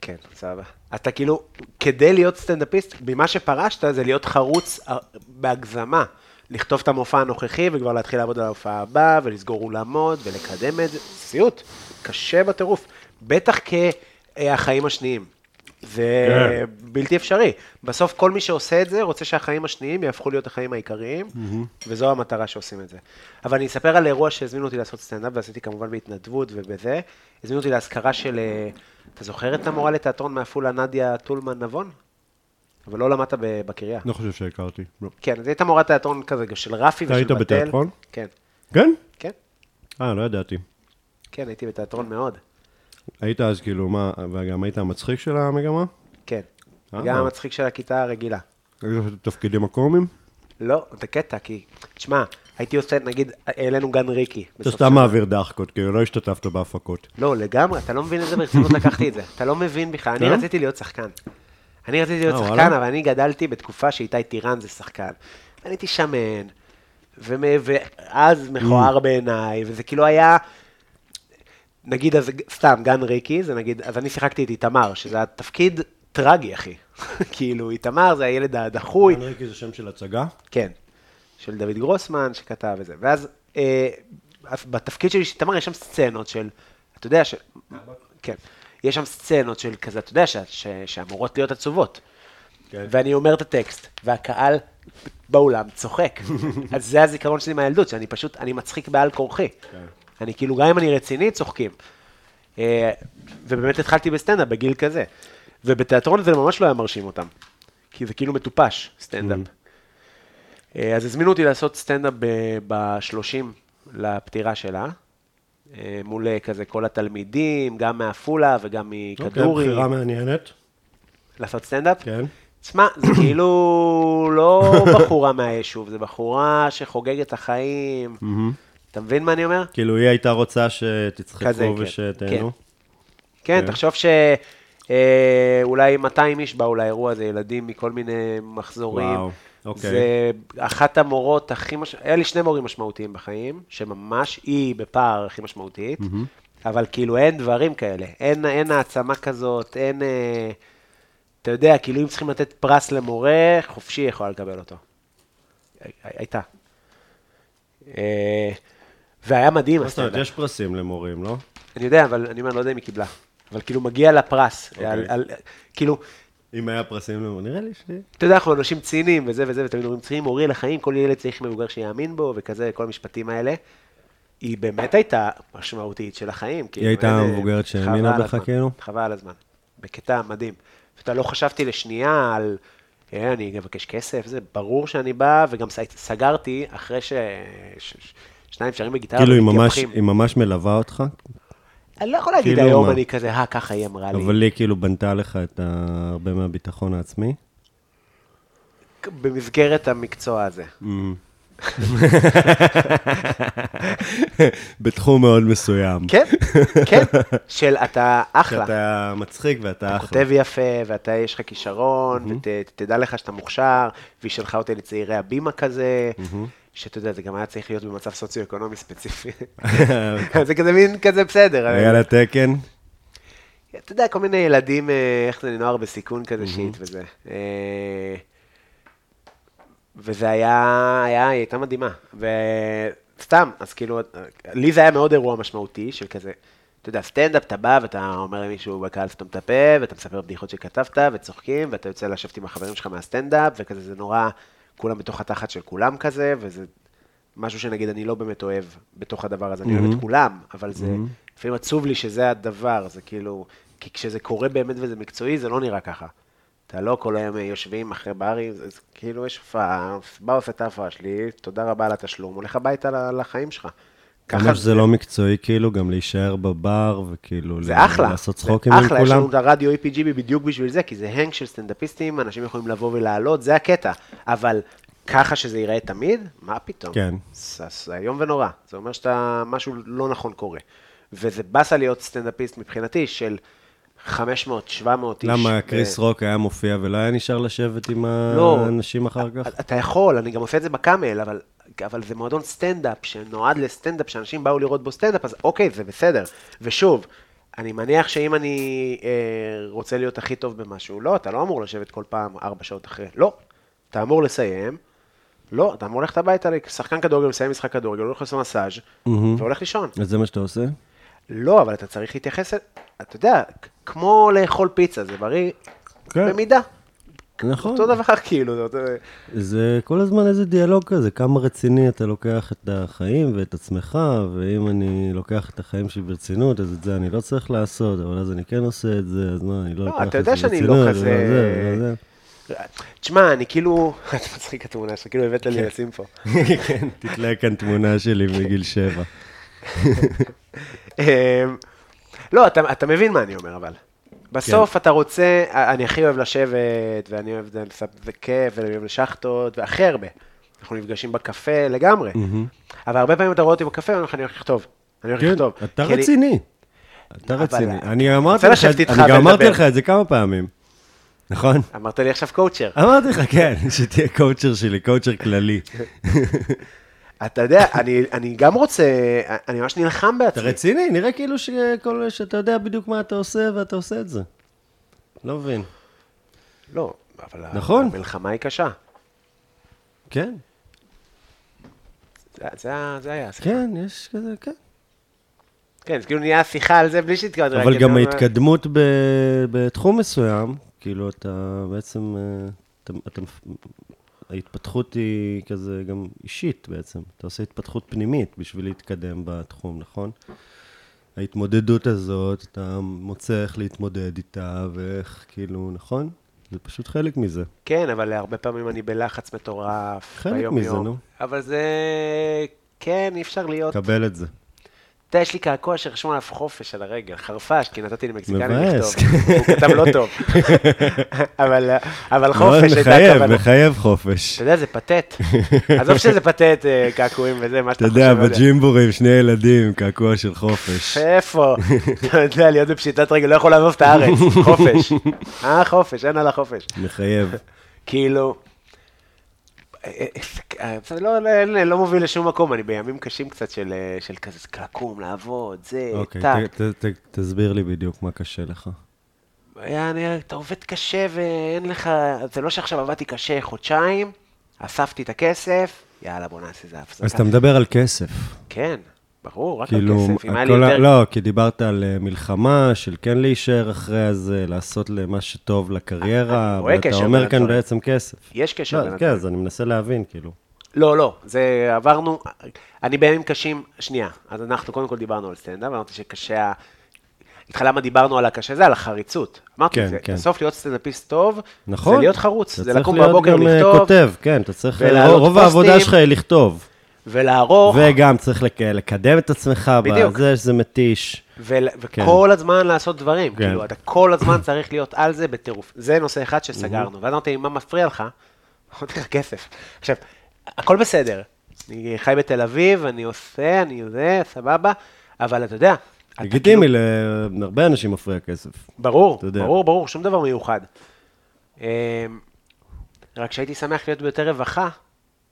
Speaker 2: כן, סבבה. אתה כאילו, כדי להיות סטנדאפיסט, ממה שפרשת זה להיות חרוץ אה, בהגזמה. לכתוב את המופע הנוכחי וכבר להתחיל לעבוד על ההופעה הבאה ולסגור אולמות ולקדם את זה. סיוט, קשה בטירוף. בטח כהחיים השניים. זה
Speaker 3: כן.
Speaker 2: אה, בלתי אפשרי. בסוף כל מי שעושה את זה רוצה שהחיים השניים יהפכו להיות החיים העיקריים, וזו המטרה שעושים את זה. אבל אני אספר על אירוע שהזמינו אותי לעשות סטנדאפ, ועשיתי כמובן בהתנדבות ובזה. הזמינו אותי לאזכרה של, אה, אתה זוכר את המורה לתיאטרון מעפולה נדיה טולמן נבון? אבל לא למדת ב- בקריה.
Speaker 3: לא חושב שהכרתי.
Speaker 2: כן, אז הייתה מורה תיאטרון כזה, של רפי
Speaker 3: אתה
Speaker 2: ושל
Speaker 3: היית
Speaker 2: בתל.
Speaker 3: בתיאטרון?
Speaker 2: כן,
Speaker 3: כן?
Speaker 2: כן,
Speaker 3: אה, לא ידעתי.
Speaker 2: כן, הייתי בתיאטרון מאוד.
Speaker 3: היית אז כאילו, מה, וגם היית המצחיק של המגמה?
Speaker 2: כן.
Speaker 3: אה.
Speaker 2: גם המצחיק של הכיתה הרגילה.
Speaker 3: היו לך תפקידים הקומיים?
Speaker 2: לא, זה קטע, כי, תשמע, הייתי עושה, נגיד, העלינו גן ריקי.
Speaker 3: אתה
Speaker 2: בסוף
Speaker 3: סתם
Speaker 2: שנה.
Speaker 3: מעביר דחקות, כאילו, לא השתתפת בהפקות.
Speaker 2: לא, לגמרי, אתה לא מבין את זה ברצינות לקחתי את זה. אתה לא מבין בכלל, אני
Speaker 3: כן?
Speaker 2: רציתי להיות שחקן. אני רציתי להיות
Speaker 3: אה,
Speaker 2: שחקן,
Speaker 3: וואלה?
Speaker 2: אבל אני גדלתי בתקופה שאיתי טירן זה שחקן. אני הייתי שמן, ומ- ואז מכוער
Speaker 3: Mm.
Speaker 2: בעיניי, וזה כאילו היה... נגיד, אז סתם, גן ריקי, זה נגיד, אז אני שיחקתי את איתמר, שזה התפקיד טרגי, אחי. כאילו, איתמר זה הילד הדחוי,
Speaker 3: הנריקי זה שם של הצגה?
Speaker 2: כן, של דוד גרוסמן שכתב וזה. ואז אה, אז בתפקיד שלי, שתמר, יש שם סצנות של, אתה יודע, ש... כן, יש שם סצנות של כזה, אתה יודע, ש... ש... שאמורות להיות עצובות.
Speaker 3: כן.
Speaker 2: ואני אומר את הטקסט, והקהל באולם צוחק. אז זה הזיכרון שלי מהילדות, שאני פשוט, אני מצחיק בעל כורחי.
Speaker 3: כן.
Speaker 2: אני כאילו, גם אם אני רציני, צוחקים. אה, ובאמת התחלתי בסטנדאפ בגיל כזה. ובתיאטרון זה ממש לא היה מרשים אותם. כי זה כאילו מטופש, סטנדאפ.
Speaker 3: Mm-hmm.
Speaker 2: אה, אז הזמינו אותי לעשות סטנדאפ ב-30 לפטירה שלה, אה, מול אה, כזה כל התלמידים, גם מעפולה וגם
Speaker 3: אוקיי,
Speaker 2: מכדורי,
Speaker 3: בחירה מעניינת.
Speaker 2: לעשות סטנדאפ.
Speaker 3: כן.
Speaker 2: תשמע, זה כאילו לא בחורה מהיישוב, זה בחורה שחוגגת את החיים. אתה מבין מה אני אומר?
Speaker 3: כאילו, היא הייתה רוצה
Speaker 2: כזה,
Speaker 3: שתצחקו
Speaker 2: כן.
Speaker 3: ושתהנו.
Speaker 2: כן. כן,
Speaker 3: כן.
Speaker 2: תחשוב שאולי 200 איש באו לאירוע הזה, ילדים מכל מיני מחזורים.
Speaker 3: וואו, אוקיי.
Speaker 2: זה אחת המורות הכי מש... היה לי שני מורים משמעותיים בחיים, שממש היא בפער הכי משמעותית, אבל כאילו אין דברים כאלה, אין, אין העצמה כזאת, אין... אה, אתה יודע, כאילו אם צריכים לתת פרס למורה, חופשי יכולה לקבל אותו. הי- הייתה. אה, והיה מדהים.
Speaker 3: מה זאת אומרת,
Speaker 2: הסטנדאפ.
Speaker 3: יש פרסים למורים, לא?
Speaker 2: אני יודע, אבל אני אומר, אני לא יודע אם היא קיבלה. אבל כאילו, מגיע לה פרס.
Speaker 3: אוקיי.
Speaker 2: על, על, כאילו,
Speaker 3: אם היה פרסים למורים, נראה לי ש...
Speaker 2: אתה יודע, אנחנו אנשים ציניים וזה וזה, ותמיד אומרים, צריכים מורה לחיים, כל ילד צריך מבוגר שיאמין בו, וכזה, כל המשפטים האלה. היא באמת הייתה משמעותית של החיים. כאילו,
Speaker 3: הייתה
Speaker 2: אין,
Speaker 3: המבוגרת שהאמינה
Speaker 2: חבל על
Speaker 3: בך,
Speaker 2: הזמן,
Speaker 3: כאילו?
Speaker 2: חבל על הזמן. בקטע מדהים. אתה לא חשבתי לשנייה על, אה, אני אבקש כסף, זה ברור שאני בא, וגם ס- סגרתי אחרי ש... ש... ש... שניים שרים בגיטרה,
Speaker 3: כאילו, היא ממש-
Speaker 2: ומתייפחים.
Speaker 3: היא ממש מלווה אותך,
Speaker 2: אני לא יכול להגיד
Speaker 3: כאילו,
Speaker 2: היום
Speaker 3: מה?
Speaker 2: אני כזה, אה, ככה היא אמרה לי.
Speaker 3: אבל היא כאילו בנתה לך את ה- הרבה מהביטחון העצמי.
Speaker 2: במסגרת המקצוע הזה.
Speaker 3: בתחום מאוד מסוים.
Speaker 2: כן, כן, של אתה אחלה.
Speaker 3: שאתה מצחיק ואתה
Speaker 2: אתה
Speaker 3: אחלה.
Speaker 2: כותב יפה, ואתה, יש לך כישרון, ותדע לך שאתה מוכשר, והיא שלחה אותי לצעירי הבימה כזה, שאתה יודע, זה גם היה צריך להיות במצב סוציו-אקונומי ספציפי. זה כזה מין כזה בסדר.
Speaker 3: היה לה תקן.
Speaker 2: אתה יודע, כל מיני ילדים, אה, איך זה, נוער בסיכון כזה, שיט וזה. אה, וזה היה, היה, היא הייתה מדהימה. וסתם, אז כאילו, אה, לי זה היה מאוד אירוע משמעותי, של כזה, אתה יודע, סטנדאפ, אתה בא ואתה אומר למישהו בקהל סתום את הפה, ואתה מספר בדיחות שכתבת, וצוחקים, ואתה יוצא לשבת עם החברים שלך מהסטנדאפ, וכזה, זה נורא, כולם בתוך התחת של כולם כזה, וזה משהו שנגיד אני לא באמת אוהב בתוך הדבר הזה, אני אוהב
Speaker 3: Mm-hmm.
Speaker 2: את כולם, אבל זה, לפעמים עצוב לי שזה הדבר, זה כאילו, כי כשזה קורה באמת וזה מקצועי, זה לא נראה ככה. אתה לא כל היום יושבים אחרי בארי, זה, זה כאילו יש הופעה, בא עושה את ההופעה שלי, תודה רבה על התשלום, הולך הביתה ל- לחיים שלך.
Speaker 3: כמה שזה לא מקצועי, כאילו, גם להישאר בבר, וכאילו,
Speaker 2: זה אחלה.
Speaker 3: לעשות
Speaker 2: זה
Speaker 3: צחוקים עם
Speaker 2: אחלה, יש
Speaker 3: כולם.
Speaker 2: לנו את הרדיו E EPGB בדיוק בשביל זה, כי זה הנק של סטנדאפיסטים, אנשים יכולים לבוא ולעלות, זה הקטע. אבל ככה שזה ייראה תמיד, מה פתאום?
Speaker 3: כן.
Speaker 2: זה, זה איום ונורא. זה אומר שאתה, משהו לא נכון קורה. וזה באסה להיות סטנדאפיסט מבחינתי של 500, 700 איש.
Speaker 3: למה
Speaker 2: ב-
Speaker 3: קריס רוק היה מופיע ולא היה נשאר לשבת עם
Speaker 2: לא.
Speaker 3: האנשים אחר כך?
Speaker 2: אתה יכול, אני גם עושה את זה בקאמל, אבל, אבל זה מועדון סטנדאפ שנועד לסטנדאפ, שאנשים באו לראות בו סטנדאפ, אז אוקיי, זה בסדר. ושוב, אני מניח שאם אני אה, רוצה להיות הכי טוב במשהו, לא, אתה לא אמור לשבת כל פעם ארבע שעות אחרי, לא. אתה אמור לסיים, לא, אתה אמור ללכת הביתה, שחקן כדורגל מסיים משחק כדורגל, הולך לעשות מסאז' והולך לישון.
Speaker 3: אז זה מה שאתה עושה?
Speaker 2: לא, אבל אתה צריך להתייחס, אל- אתה יודע, כ- כמו לאכול פיצה, זה בריא,
Speaker 3: כן.
Speaker 2: במידה.
Speaker 3: נכון.
Speaker 2: אותו דבר כאילו, זה אותו...
Speaker 3: זה כל הזמן איזה דיאלוג כזה, כמה רציני אתה לוקח את החיים ואת עצמך, ואם אני לוקח את החיים שלי ברצינות, אז את זה אני לא צריך לעשות, אבל אז אני כן עושה את זה, אז מה, אני לא
Speaker 2: לא,
Speaker 3: לוקח את
Speaker 2: אתה
Speaker 3: זה
Speaker 2: יודע
Speaker 3: ברצינות.
Speaker 2: שאני לא
Speaker 3: ולא
Speaker 2: כזה-
Speaker 3: זה, ולא זה.
Speaker 2: תשמע, אני כאילו, אתה מצחיק התמונה שלך, כאילו הבאת לי לשים פה.
Speaker 3: כן, תתלה כאן תמונה שלי מגיל שבע.
Speaker 2: אמ, לא, אתה, אתה מבין מה אני אומר, אבל.
Speaker 3: כן.
Speaker 2: בסוף אתה רוצה, אני הכי אוהב לשבת, ואני אוהב לספר כיף, ואני אוהב לשחטות, והכי הרבה. אנחנו נפגשים בקפה לגמרי. אבל הרבה פעמים אתה רואה אותי בקפה, ואני אומר לך, אני הולך לכתוב. אני הולך
Speaker 3: כן,
Speaker 2: לכתוב.
Speaker 3: אתה
Speaker 2: כי אני-
Speaker 3: רציני. אתה
Speaker 2: אבל-
Speaker 3: רציני. אני
Speaker 2: רוצה
Speaker 3: אמרתי לך-
Speaker 2: לשבת איתך
Speaker 3: אני גם אמרתי
Speaker 2: ולדבר.
Speaker 3: לך את זה כמה פעמים, נכון?
Speaker 2: אמרת לי עכשיו קואוצ'ר.
Speaker 3: אמרתי לך, כן, שתהיה קואוצ'ר שלי, קואוצ'ר כללי.
Speaker 2: אתה יודע, אני, אני גם רוצה, אני ממש נלחם
Speaker 3: אתה
Speaker 2: בעצמי.
Speaker 3: רציני? נראה כאילו שכל- שאתה יודע בדיוק מה אתה עושה ואתה עושה את זה. לא מבין.
Speaker 2: לא, אבל
Speaker 3: נכון.
Speaker 2: המלחמה היא קשה.
Speaker 3: כן,
Speaker 2: זה, זה, זה היה השיחה.
Speaker 3: כן, יש כזה, כן.
Speaker 2: כן, זה כאילו נהיה שיחה על זה בלי שהתכוונתי. רק
Speaker 3: אבל גם
Speaker 2: אני אומר-
Speaker 3: ההתקדמות ב- בתחום מסוים, כאילו אתה בעצם, אה, אתה, אתה, ההתפתחות היא כזה גם אישית בעצם. אתה עושה התפתחות פנימית בשביל להתקדם בתחום, נכון? ההתמודדות הזאת, אתה מוצא איך להתמודד איתה ואיך, כאילו, נכון? זה פשוט חלק מזה.
Speaker 2: כן, אבל הרבה פעמים אני בלחץ מטורף.
Speaker 3: חלק
Speaker 2: ביום-יום.
Speaker 3: מזה, נו.
Speaker 2: אבל זה... כן, אי אפשר להיות... אתה
Speaker 3: קבל את זה.
Speaker 2: יודע, יש לי קעקוע שרשום עליו חופש על הרגל, חרפש, כי נתתי למקסיקני
Speaker 3: מבאס.
Speaker 2: לכתוב. הוא כתב לא טוב. אבל אבל
Speaker 3: מאוד
Speaker 2: חופש הייתה
Speaker 3: לא, מחייב,
Speaker 2: הכוונה.
Speaker 3: מחייב חופש.
Speaker 2: אתה יודע, זה פתט. עזוב שזה פתט, אה, קעקועים וזה, מה
Speaker 3: אתה
Speaker 2: שאתה חושב.
Speaker 3: יודע,
Speaker 2: לא יודע.
Speaker 3: בג'ימבורים, שני ילדים, קעקוע של חופש.
Speaker 2: איפה? אתה יודע, להיות בפשיטת רגל, לא יכול לעזוב את הארץ. חופש. אה, חופש, אין על החופש.
Speaker 3: מחייב.
Speaker 2: כאילו, אה, אה, זה לא, לא, לא, לא מוביל לשום מקום, אני בימים קשים קצת של, אה, של כזה קעקום, לעבוד, זה,
Speaker 3: אוקיי,
Speaker 2: טאק.
Speaker 3: ת- ת- ת- תסביר לי בדיוק מה קשה לך.
Speaker 2: יעני, אתה עובד קשה ואין לך, זה לא שעכשיו עבדתי קשה חודשיים, אספתי את הכסף, יאללה, בוא נעשה איזה הפסקה.
Speaker 3: אז אתה מדבר על כסף.
Speaker 2: כן, ברור, רק
Speaker 3: כאילו,
Speaker 2: על כסף. אם היה לי
Speaker 3: הכל ה-
Speaker 2: יותר...
Speaker 3: לא, כי דיברת על אה, מלחמה, של כן להישאר אחרי הזה, לעשות למה שטוב לקריירה,
Speaker 2: אה, רואה
Speaker 3: ואתה
Speaker 2: קשר בין
Speaker 3: אומר כאן
Speaker 2: הדברים.
Speaker 3: בעצם כסף.
Speaker 2: יש קשר בין
Speaker 3: לא, כן,
Speaker 2: הדברים.
Speaker 3: אז אני מנסה להבין, כאילו.
Speaker 2: לא, לא, זה עברנו, אני בימים קשים, שנייה, אז אנחנו קודם כל דיברנו על סטנדאפ, אמרתי שקשה, ה- איתך למה דיברנו על הקשה זה, על החריצות. אמרתי,
Speaker 3: כן,
Speaker 2: זה,
Speaker 3: כן.
Speaker 2: בסוף להיות סטנדאפיסט טוב,
Speaker 3: נכון.
Speaker 2: זה להיות חרוץ,
Speaker 3: אתה
Speaker 2: זה
Speaker 3: צריך
Speaker 2: לקום
Speaker 3: להיות
Speaker 2: בבוקר
Speaker 3: גם, אה,
Speaker 2: לכתוב,
Speaker 3: כותב, כן, אתה צריך...
Speaker 2: ולהעלות
Speaker 3: רוב
Speaker 2: פוסטים.
Speaker 3: העבודה שלך היא לכתוב.
Speaker 2: ולערוך,
Speaker 3: וגם צריך לק- לקדם את עצמך,
Speaker 2: בדיוק.
Speaker 3: בזה שזה מתיש.
Speaker 2: ול,
Speaker 3: כן.
Speaker 2: וכל הזמן לעשות דברים,
Speaker 3: כן. Mm-hmm.
Speaker 2: כאילו, אתה כל הזמן צריך להיות על זה בטירוף. זה נושא אחד שסגרנו, ואז אמרתי, לי, מה מפריע לך? חוץ לך כסף. עכשיו, הכל בסדר. אני חי בתל אביב, אני עושה, אני זה, סבבה, אבל אתה יודע... אתה כאילו,
Speaker 3: לגיטימי, להרבה אנשים מפריע כסף.
Speaker 2: ברור,
Speaker 3: אתה יודע.
Speaker 2: ברור, ברור, שום דבר מיוחד. אמ, רק שהייתי שמח להיות ביותר רווחה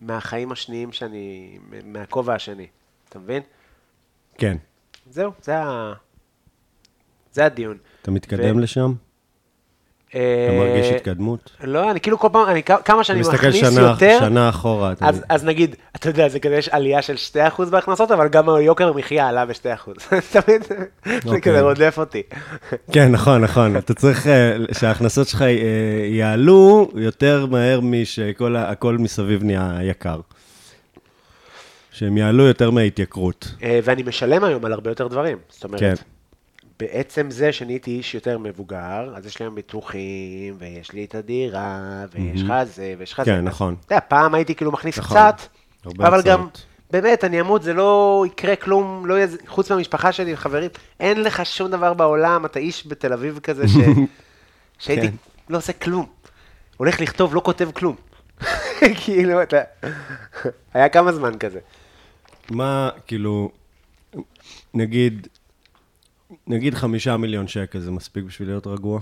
Speaker 2: מהחיים השניים שאני, מהכובע השני, אתה מבין?
Speaker 3: כן.
Speaker 2: זהו, זה, ה... זה הדיון.
Speaker 3: אתה מתקדם
Speaker 2: ו-
Speaker 3: לשם? אתה מרגיש התקדמות?
Speaker 2: אה, לא, אני כאילו כל פעם, אני, כ- כמה
Speaker 3: אתה
Speaker 2: שאני
Speaker 3: אה, מסתכל
Speaker 2: מכניס
Speaker 3: שנה-
Speaker 2: יותר,
Speaker 3: שנה אחורה. אתה-
Speaker 2: אז, אז נגיד, אתה יודע, זה כזה, יש עלייה של 2% בהכנסות, אבל גם יוקר המחיה עלה ב-2%. אתה מבין? זה
Speaker 3: אוקיי.
Speaker 2: כזה רודף אותי.
Speaker 3: כן, נכון, נכון. אתה צריך אה, שההכנסות שלך אה, יעלו יותר מהר משכל ה- הכל מסביב נהיה יקר. שהם יעלו יותר מההתייקרות.
Speaker 2: אה, ואני משלם היום על הרבה יותר דברים. זאת אומרת,
Speaker 3: כן.
Speaker 2: בעצם זה שנהייתי איש יותר מבוגר, אז יש לי היום ביטוחים, ויש לי את הדירה, ויש לך זה, ויש לך זה.
Speaker 3: כן, נכון.
Speaker 2: אתה יודע, פעם הייתי כאילו מכניס
Speaker 3: נכון.
Speaker 2: קצת,
Speaker 3: הרבה
Speaker 2: אבל
Speaker 3: הצעות.
Speaker 2: גם, באמת, אני אמות, זה לא יקרה כלום, לא יהיה, זה- חוץ מהמשפחה שלי וחברים, אין לך שום דבר בעולם, אתה איש בתל אביב כזה, ש... שהייתי
Speaker 3: כן.
Speaker 2: לא עושה כלום. הולך לכתוב, לא כותב כלום. כאילו, אתה... היה כמה זמן כזה.
Speaker 3: מה, כאילו, נגיד, נגיד חמישה מיליון שקל זה מספיק בשביל להיות רגוע?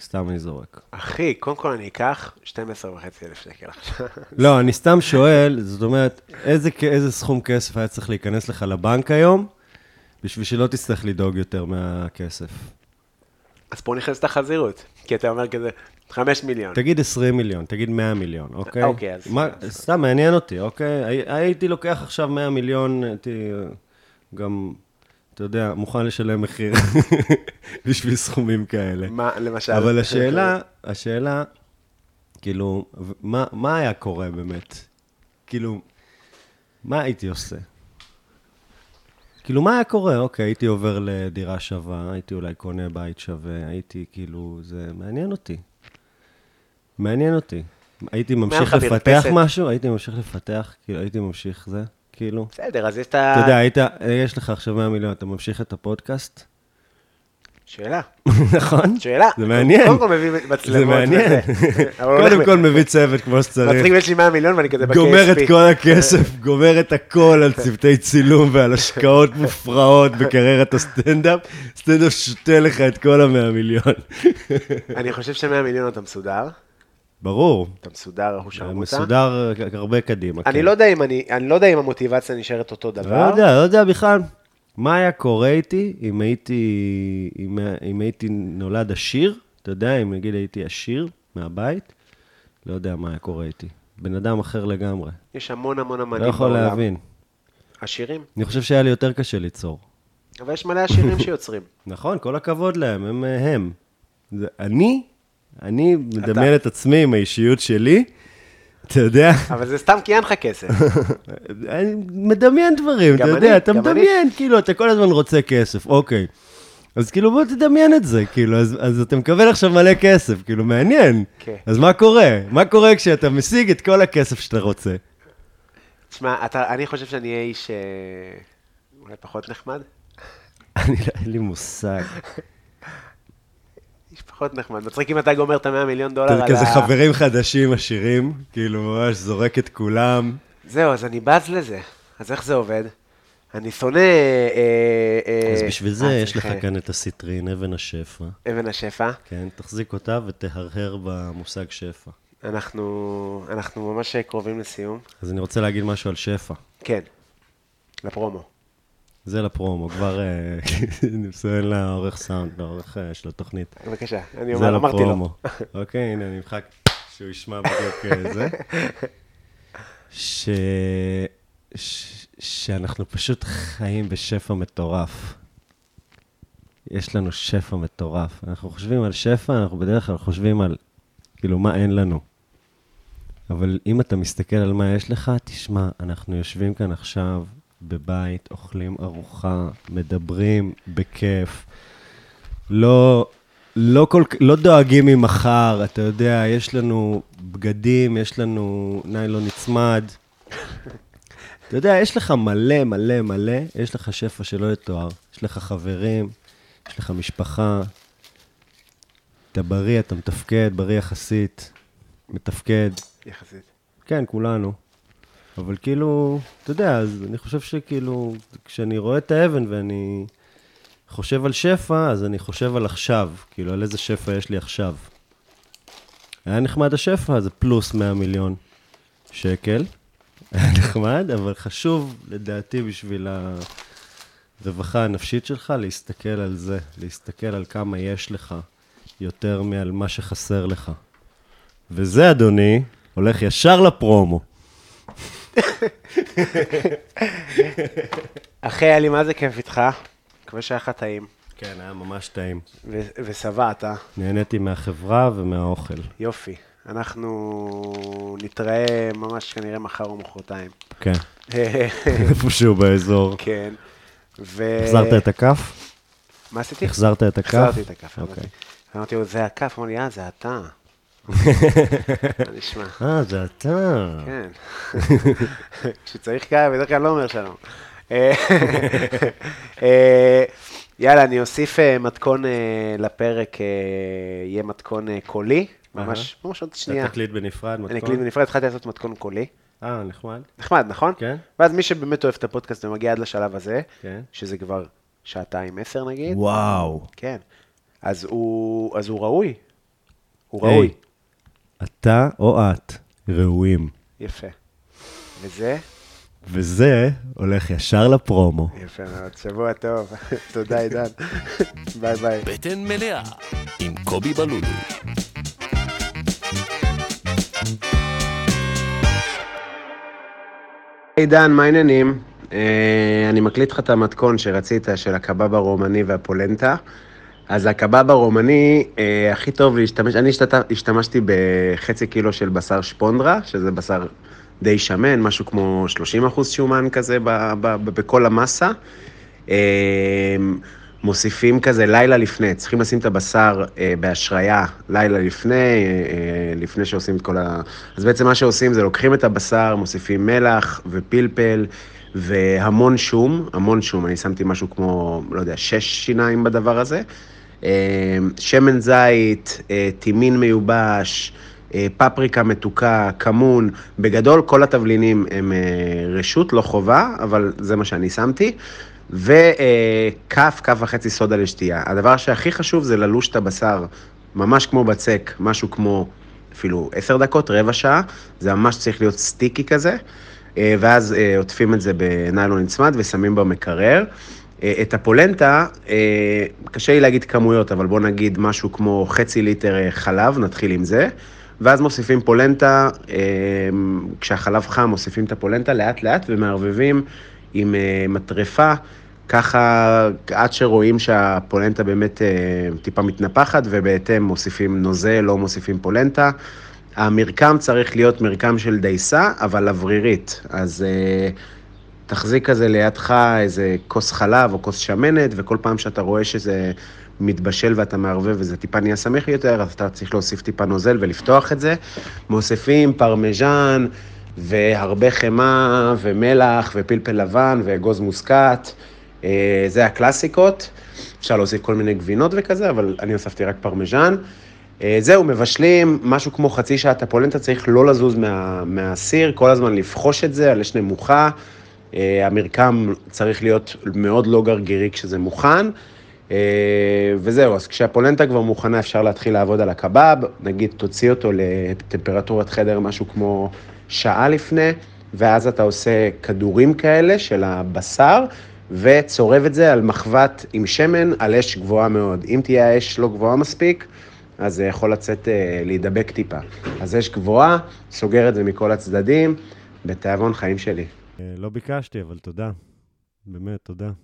Speaker 3: סתם אני זורק.
Speaker 2: אחי, קודם כל אני אקח 12 וחצי אלף שקל עכשיו.
Speaker 3: לא, אני סתם שואל, זאת אומרת, איזה, כ- איזה סכום כסף היה צריך להיכנס לך לבנק היום, בשביל שלא תצטרך לדאוג יותר מהכסף?
Speaker 2: אז פה נכנסת החזירות, כי אתה אומר כזה, 5 מיליון.
Speaker 3: תגיד 20 מיליון, תגיד 100 מיליון, אוקיי?
Speaker 2: אוקיי, אז-
Speaker 3: מה,
Speaker 2: אז-
Speaker 3: סתם מעניין אותי, אוקיי? הי- הייתי לוקח עכשיו 100 מיליון, הייתי גם, אתה יודע, מוכן לשלם מחיר בשביל סכומים כאלה.
Speaker 2: מה, למשל?
Speaker 3: אבל השאלה, השאלה, כאילו, ו- מה, מה היה קורה באמת? כאילו, מה הייתי עושה? כאילו, מה היה קורה? אוקיי, הייתי עובר לדירה שווה, הייתי אולי קונה בית שווה, הייתי כאילו, זה מעניין אותי. מעניין אותי. הייתי ממשיך
Speaker 2: לך
Speaker 3: לפתח
Speaker 2: מרפסת?
Speaker 3: משהו? הייתי ממשיך לפתח, כאילו, הייתי ממשיך זה, כאילו.
Speaker 2: בסדר, אז יש את ה...
Speaker 3: אתה יודע, היית, יש לך עכשיו 100 מיליון, אתה ממשיך את הפודקאסט?
Speaker 2: שאלה.
Speaker 3: נכון?
Speaker 2: שאלה.
Speaker 3: זה מעניין.
Speaker 2: קודם כל מביא מצלמות.
Speaker 3: זה מעניין.
Speaker 2: וזה. אבל הולך
Speaker 3: קודם
Speaker 2: ב-
Speaker 3: כל מביא צוות כמו
Speaker 2: מצחיק
Speaker 3: שצריך.
Speaker 2: יש לי 100 מיליון ואני כזה ב-KSP.
Speaker 3: גומר את כל הכסף, גומר את הכל על צוותי צילום ועל השקעות מופרעות בקריירת הסטנדאפ. סטנדאפ שותה לך את כל המאה מיליון.
Speaker 2: אני חושב ש-100 מיליון אתה מסודר.
Speaker 3: ברור,
Speaker 2: אתה מסודר, אחוז
Speaker 3: זה
Speaker 2: שרמוטה.
Speaker 3: מסודר הרבה קדימה.
Speaker 2: אני
Speaker 3: כן.
Speaker 2: לא יודע אם אני, אני לא יודע אם המוטיבציה נשארת אותו דבר.
Speaker 3: לא יודע, לא יודע בכלל. מה היה קורה איתי אם הייתי, אם, אם הייתי נולד עשיר? אתה יודע, אם נגיד הייתי עשיר מהבית, לא יודע מה היה קורה איתי. בן אדם אחר לגמרי.
Speaker 2: יש המון המון אמנים
Speaker 3: לא יכול
Speaker 2: בעולם.
Speaker 3: להבין.
Speaker 2: עשירים.
Speaker 3: אני חושב שהיה לי יותר קשה ליצור.
Speaker 2: אבל יש מלא עשירים שיוצרים.
Speaker 3: נכון, כל הכבוד להם, הם אה, הם. זה, אני, אני מדמיין את עצמי עם האישיות שלי, אתה יודע,
Speaker 2: אבל זה סתם כי אין לך כסף.
Speaker 3: אני מדמיין דברים, אתה
Speaker 2: גם
Speaker 3: יודע,
Speaker 2: אני,
Speaker 3: אתה
Speaker 2: גם אני.
Speaker 3: מדמיין, כאילו, אתה כל הזמן רוצה כסף, אוקיי. אז כאילו, בוא תדמיין את זה, כאילו, אז, אז אתה מקבל עכשיו מלא כסף, כאילו, מעניין.
Speaker 2: כן.
Speaker 3: אז מה קורה? מה קורה כשאתה משיג את כל הכסף שאתה רוצה?
Speaker 2: תשמע, אתה- אני חושב שאני אהיה איש אה, אולי פחות נחמד.
Speaker 3: אני, לא- אין לי מושג.
Speaker 2: איש פחות נחמד. מצחיק אם אתה גומר את ה-100 מיליון דולר על
Speaker 3: אתה
Speaker 2: ה...
Speaker 3: כזה חברים חדשים עשירים, כאילו, ממש זורק את כולם.
Speaker 2: זהו, אז אני בז לזה. אז איך זה עובד? אני שונא... אה, אה,
Speaker 3: אז בשביל זה
Speaker 2: אה,
Speaker 3: יש
Speaker 2: צריך,
Speaker 3: לך
Speaker 2: אה,
Speaker 3: כאן את הסיטרין, אבן השפע.
Speaker 2: אבן השפע.
Speaker 3: כן, תחזיק אותה ותהרהר במושג שפע.
Speaker 2: אנחנו אנחנו ממש אה, קרובים לסיום.
Speaker 3: אז אני רוצה להגיד משהו על שפע.
Speaker 2: כן, לפרומו.
Speaker 3: זה לפרומו, כבר אה, אני מסוים לעורך סאונד, לעורך אה, של התוכנית.
Speaker 2: בבקשה, אני
Speaker 3: זה לא
Speaker 2: אומר, אמרתי לו.
Speaker 3: לפרומו. אוקיי, הנה, אני אמחק שהוא ישמע בדיוק אה, זה. ש... ש... שאנחנו פשוט חיים בשפע מטורף. יש לנו שפע מטורף. אנחנו חושבים על שפע, אנחנו בדרך כלל חושבים על, כאילו, מה אין לנו. אבל אם אתה מסתכל על מה יש לך, תשמע, אנחנו יושבים כאן עכשיו בבית, אוכלים ארוחה, מדברים בכיף. לא, לא, כל, כ- לא דואגים ממחר, אתה יודע, יש לנו בגדים, יש לנו ניילון נצמד. אתה יודע, יש לך מלא, מלא, מלא, יש לך שפע שלא יתואר. יש לך חברים, יש לך משפחה, אתה בריא, אתה מתפקד, בריא יחסית, מתפקד.
Speaker 2: יחסית.
Speaker 3: כן, כולנו. אבל כאילו, אתה יודע, אז אני חושב שכאילו, כשאני רואה את האבן ואני חושב על שפע, אז אני חושב על עכשיו, כאילו, על איזה שפע יש לי עכשיו. היה נחמד השפע, זה פלוס 100 מיליון שקל. היה נחמד, אבל חשוב, לדעתי, בשביל הרווחה הנפשית שלך, להסתכל על זה, להסתכל על כמה יש לך, יותר מעל מה שחסר לך. וזה, אדוני, הולך ישר לפרומו.
Speaker 2: אחי, היה לי מה זה כיף איתך, מקווה שהיה לך טעים,
Speaker 3: כן, היה ממש טעים.
Speaker 2: ו- ושבעת, אה?
Speaker 3: נהניתי מהחברה ומהאוכל.
Speaker 2: יופי. אנחנו נתראה ממש כנראה מחר או מחרתיים.
Speaker 3: כן, איפשהו באזור.
Speaker 2: כן. ו...
Speaker 3: החזרת את הכף?
Speaker 2: מה עשיתי?
Speaker 3: החזרת את הכף?
Speaker 2: כן. החזרתי את הכף, אמרתי.
Speaker 3: אוקיי.
Speaker 2: אמרתי לו, זה הכף, אמר לי, אה, זה אתה. מה נשמע?
Speaker 3: אה, זה אתה.
Speaker 2: כן. כשצריך כאלה, בדרך כלל לא אומר שלום. אה, אה, יאללה, אני אוסיף אה, מתכון אה, לפרק, אה, יהיה מתכון אה, קולי, ממש ממש עוד שנייה.
Speaker 3: אתה תקליט בנפרד, מתכון?
Speaker 2: אני אקליט בנפרד, התחלתי לעשות מתכון קולי.
Speaker 3: אה, נחמד.
Speaker 2: נחמד, נכון?
Speaker 3: כן.
Speaker 2: ואז מי שבאמת אוהב את הפודקאסט ומגיע עד לשלב הזה,
Speaker 3: כן.
Speaker 2: שזה כבר שעתיים עשר נגיד,
Speaker 3: וואו.
Speaker 2: כן. אז הוא, אז הוא ראוי. הוא
Speaker 3: היי,
Speaker 2: ראוי.
Speaker 3: אתה או את ראויים.
Speaker 2: יפה. וזה,
Speaker 3: וזה הולך ישר לפרומו.
Speaker 2: יפה מאוד. שבוע טוב. תודה, עידן. ביי ביי.
Speaker 1: בטן מלאה עם קובי בלולו.
Speaker 2: עידן, מה העניינים? אה, אני מקליט לך את המתכון שרצית, של הקבב הרומני והפולנטה. אז הקבב הרומני, אה, הכי טוב להשתמש, אני השתת, השתמשתי בחצי קילו של בשר שפונדרה, שזה בשר די שמן, משהו כמו 30 אחוז שומן כזה ב, ב, ב, בכל המסה. אה, מוסיפים כזה לילה לפני, צריכים לשים את הבשר אה, בהשריה לילה לפני, אה, אה, לפני שעושים את כל ה... אז בעצם מה שעושים זה לוקחים את הבשר, מוסיפים מלח ופלפל והמון שום, המון שום, אני שמתי משהו כמו, לא יודע, שש שיניים בדבר הזה. אה, שמן זית, אה, טימין מיובש, אה, פפריקה מתוקה, כמון, בגדול כל התבלינים הם אה, רשות, לא חובה, אבל זה מה שאני שמתי. וכף, כף וחצי סודה לשתייה. הדבר שהכי חשוב זה ללוש את הבשר, ממש כמו בצק, משהו כמו אפילו עשר דקות, רבע שעה, זה ממש צריך להיות סטיקי כזה, אה, ואז אה, עוטפים את זה בניילון נצמד ושמים במקרר. אה, את הפולנטה, אה, קשה לי להגיד כמויות, אבל בוא נגיד משהו כמו חצי ליטר אה, חלב, נתחיל עם זה. ואז מוסיפים פולנטה, אה, כשהחלב חם מוסיפים את הפולנטה לאט לאט ומערבבים עם אה, מטרפה, ככה עד שרואים שהפולנטה באמת אה, טיפה מתנפחת ובהתאם מוסיפים נוזל, לא מוסיפים פולנטה. המרקם צריך להיות מרקם של דייסה, אבל אוורירית. אז אה, תחזיק כזה לידך איזה כוס חלב או כוס שמנת, וכל פעם שאתה רואה שזה מתבשל ואתה מערבב וזה טיפה נהיה סמיך יותר, אז אתה צריך להוסיף טיפה נוזל ולפתוח את זה. מוסיפים פרמיז'ן והרבה חמאה ומלח ופלפל לבן ואגוז מוסקת. אה, זה הקלאסיקות. אפשר להוסיף כל מיני גבינות וכזה, אבל אני הוספתי רק פרמיז'ן. אה, זהו, מבשלים, משהו כמו חצי שעה את הפולנטה, צריך לא לזוז מה, מהסיר, כל הזמן לבחוש את זה על אש נמוכה. אה, המרקם צריך להיות מאוד לא גרגירי כשזה מוכן. אה, וזהו, אז כשהפולנטה כבר מוכנה אפשר להתחיל לעבוד על הקבב, נגיד תוציא אותו לטמפרטורת חדר משהו כמו שעה לפני, ואז אתה עושה כדורים כאלה של הבשר, וצורב את זה על מחבת עם שמן על אש גבוהה מאוד. אם תהיה האש לא גבוהה מספיק, אז זה יכול לצאת, אה, להידבק טיפה. אז אש גבוהה, סוגר את זה מכל הצדדים, בתיאבון חיים שלי.
Speaker 3: אה, לא ביקשתי, אבל תודה. באמת, תודה.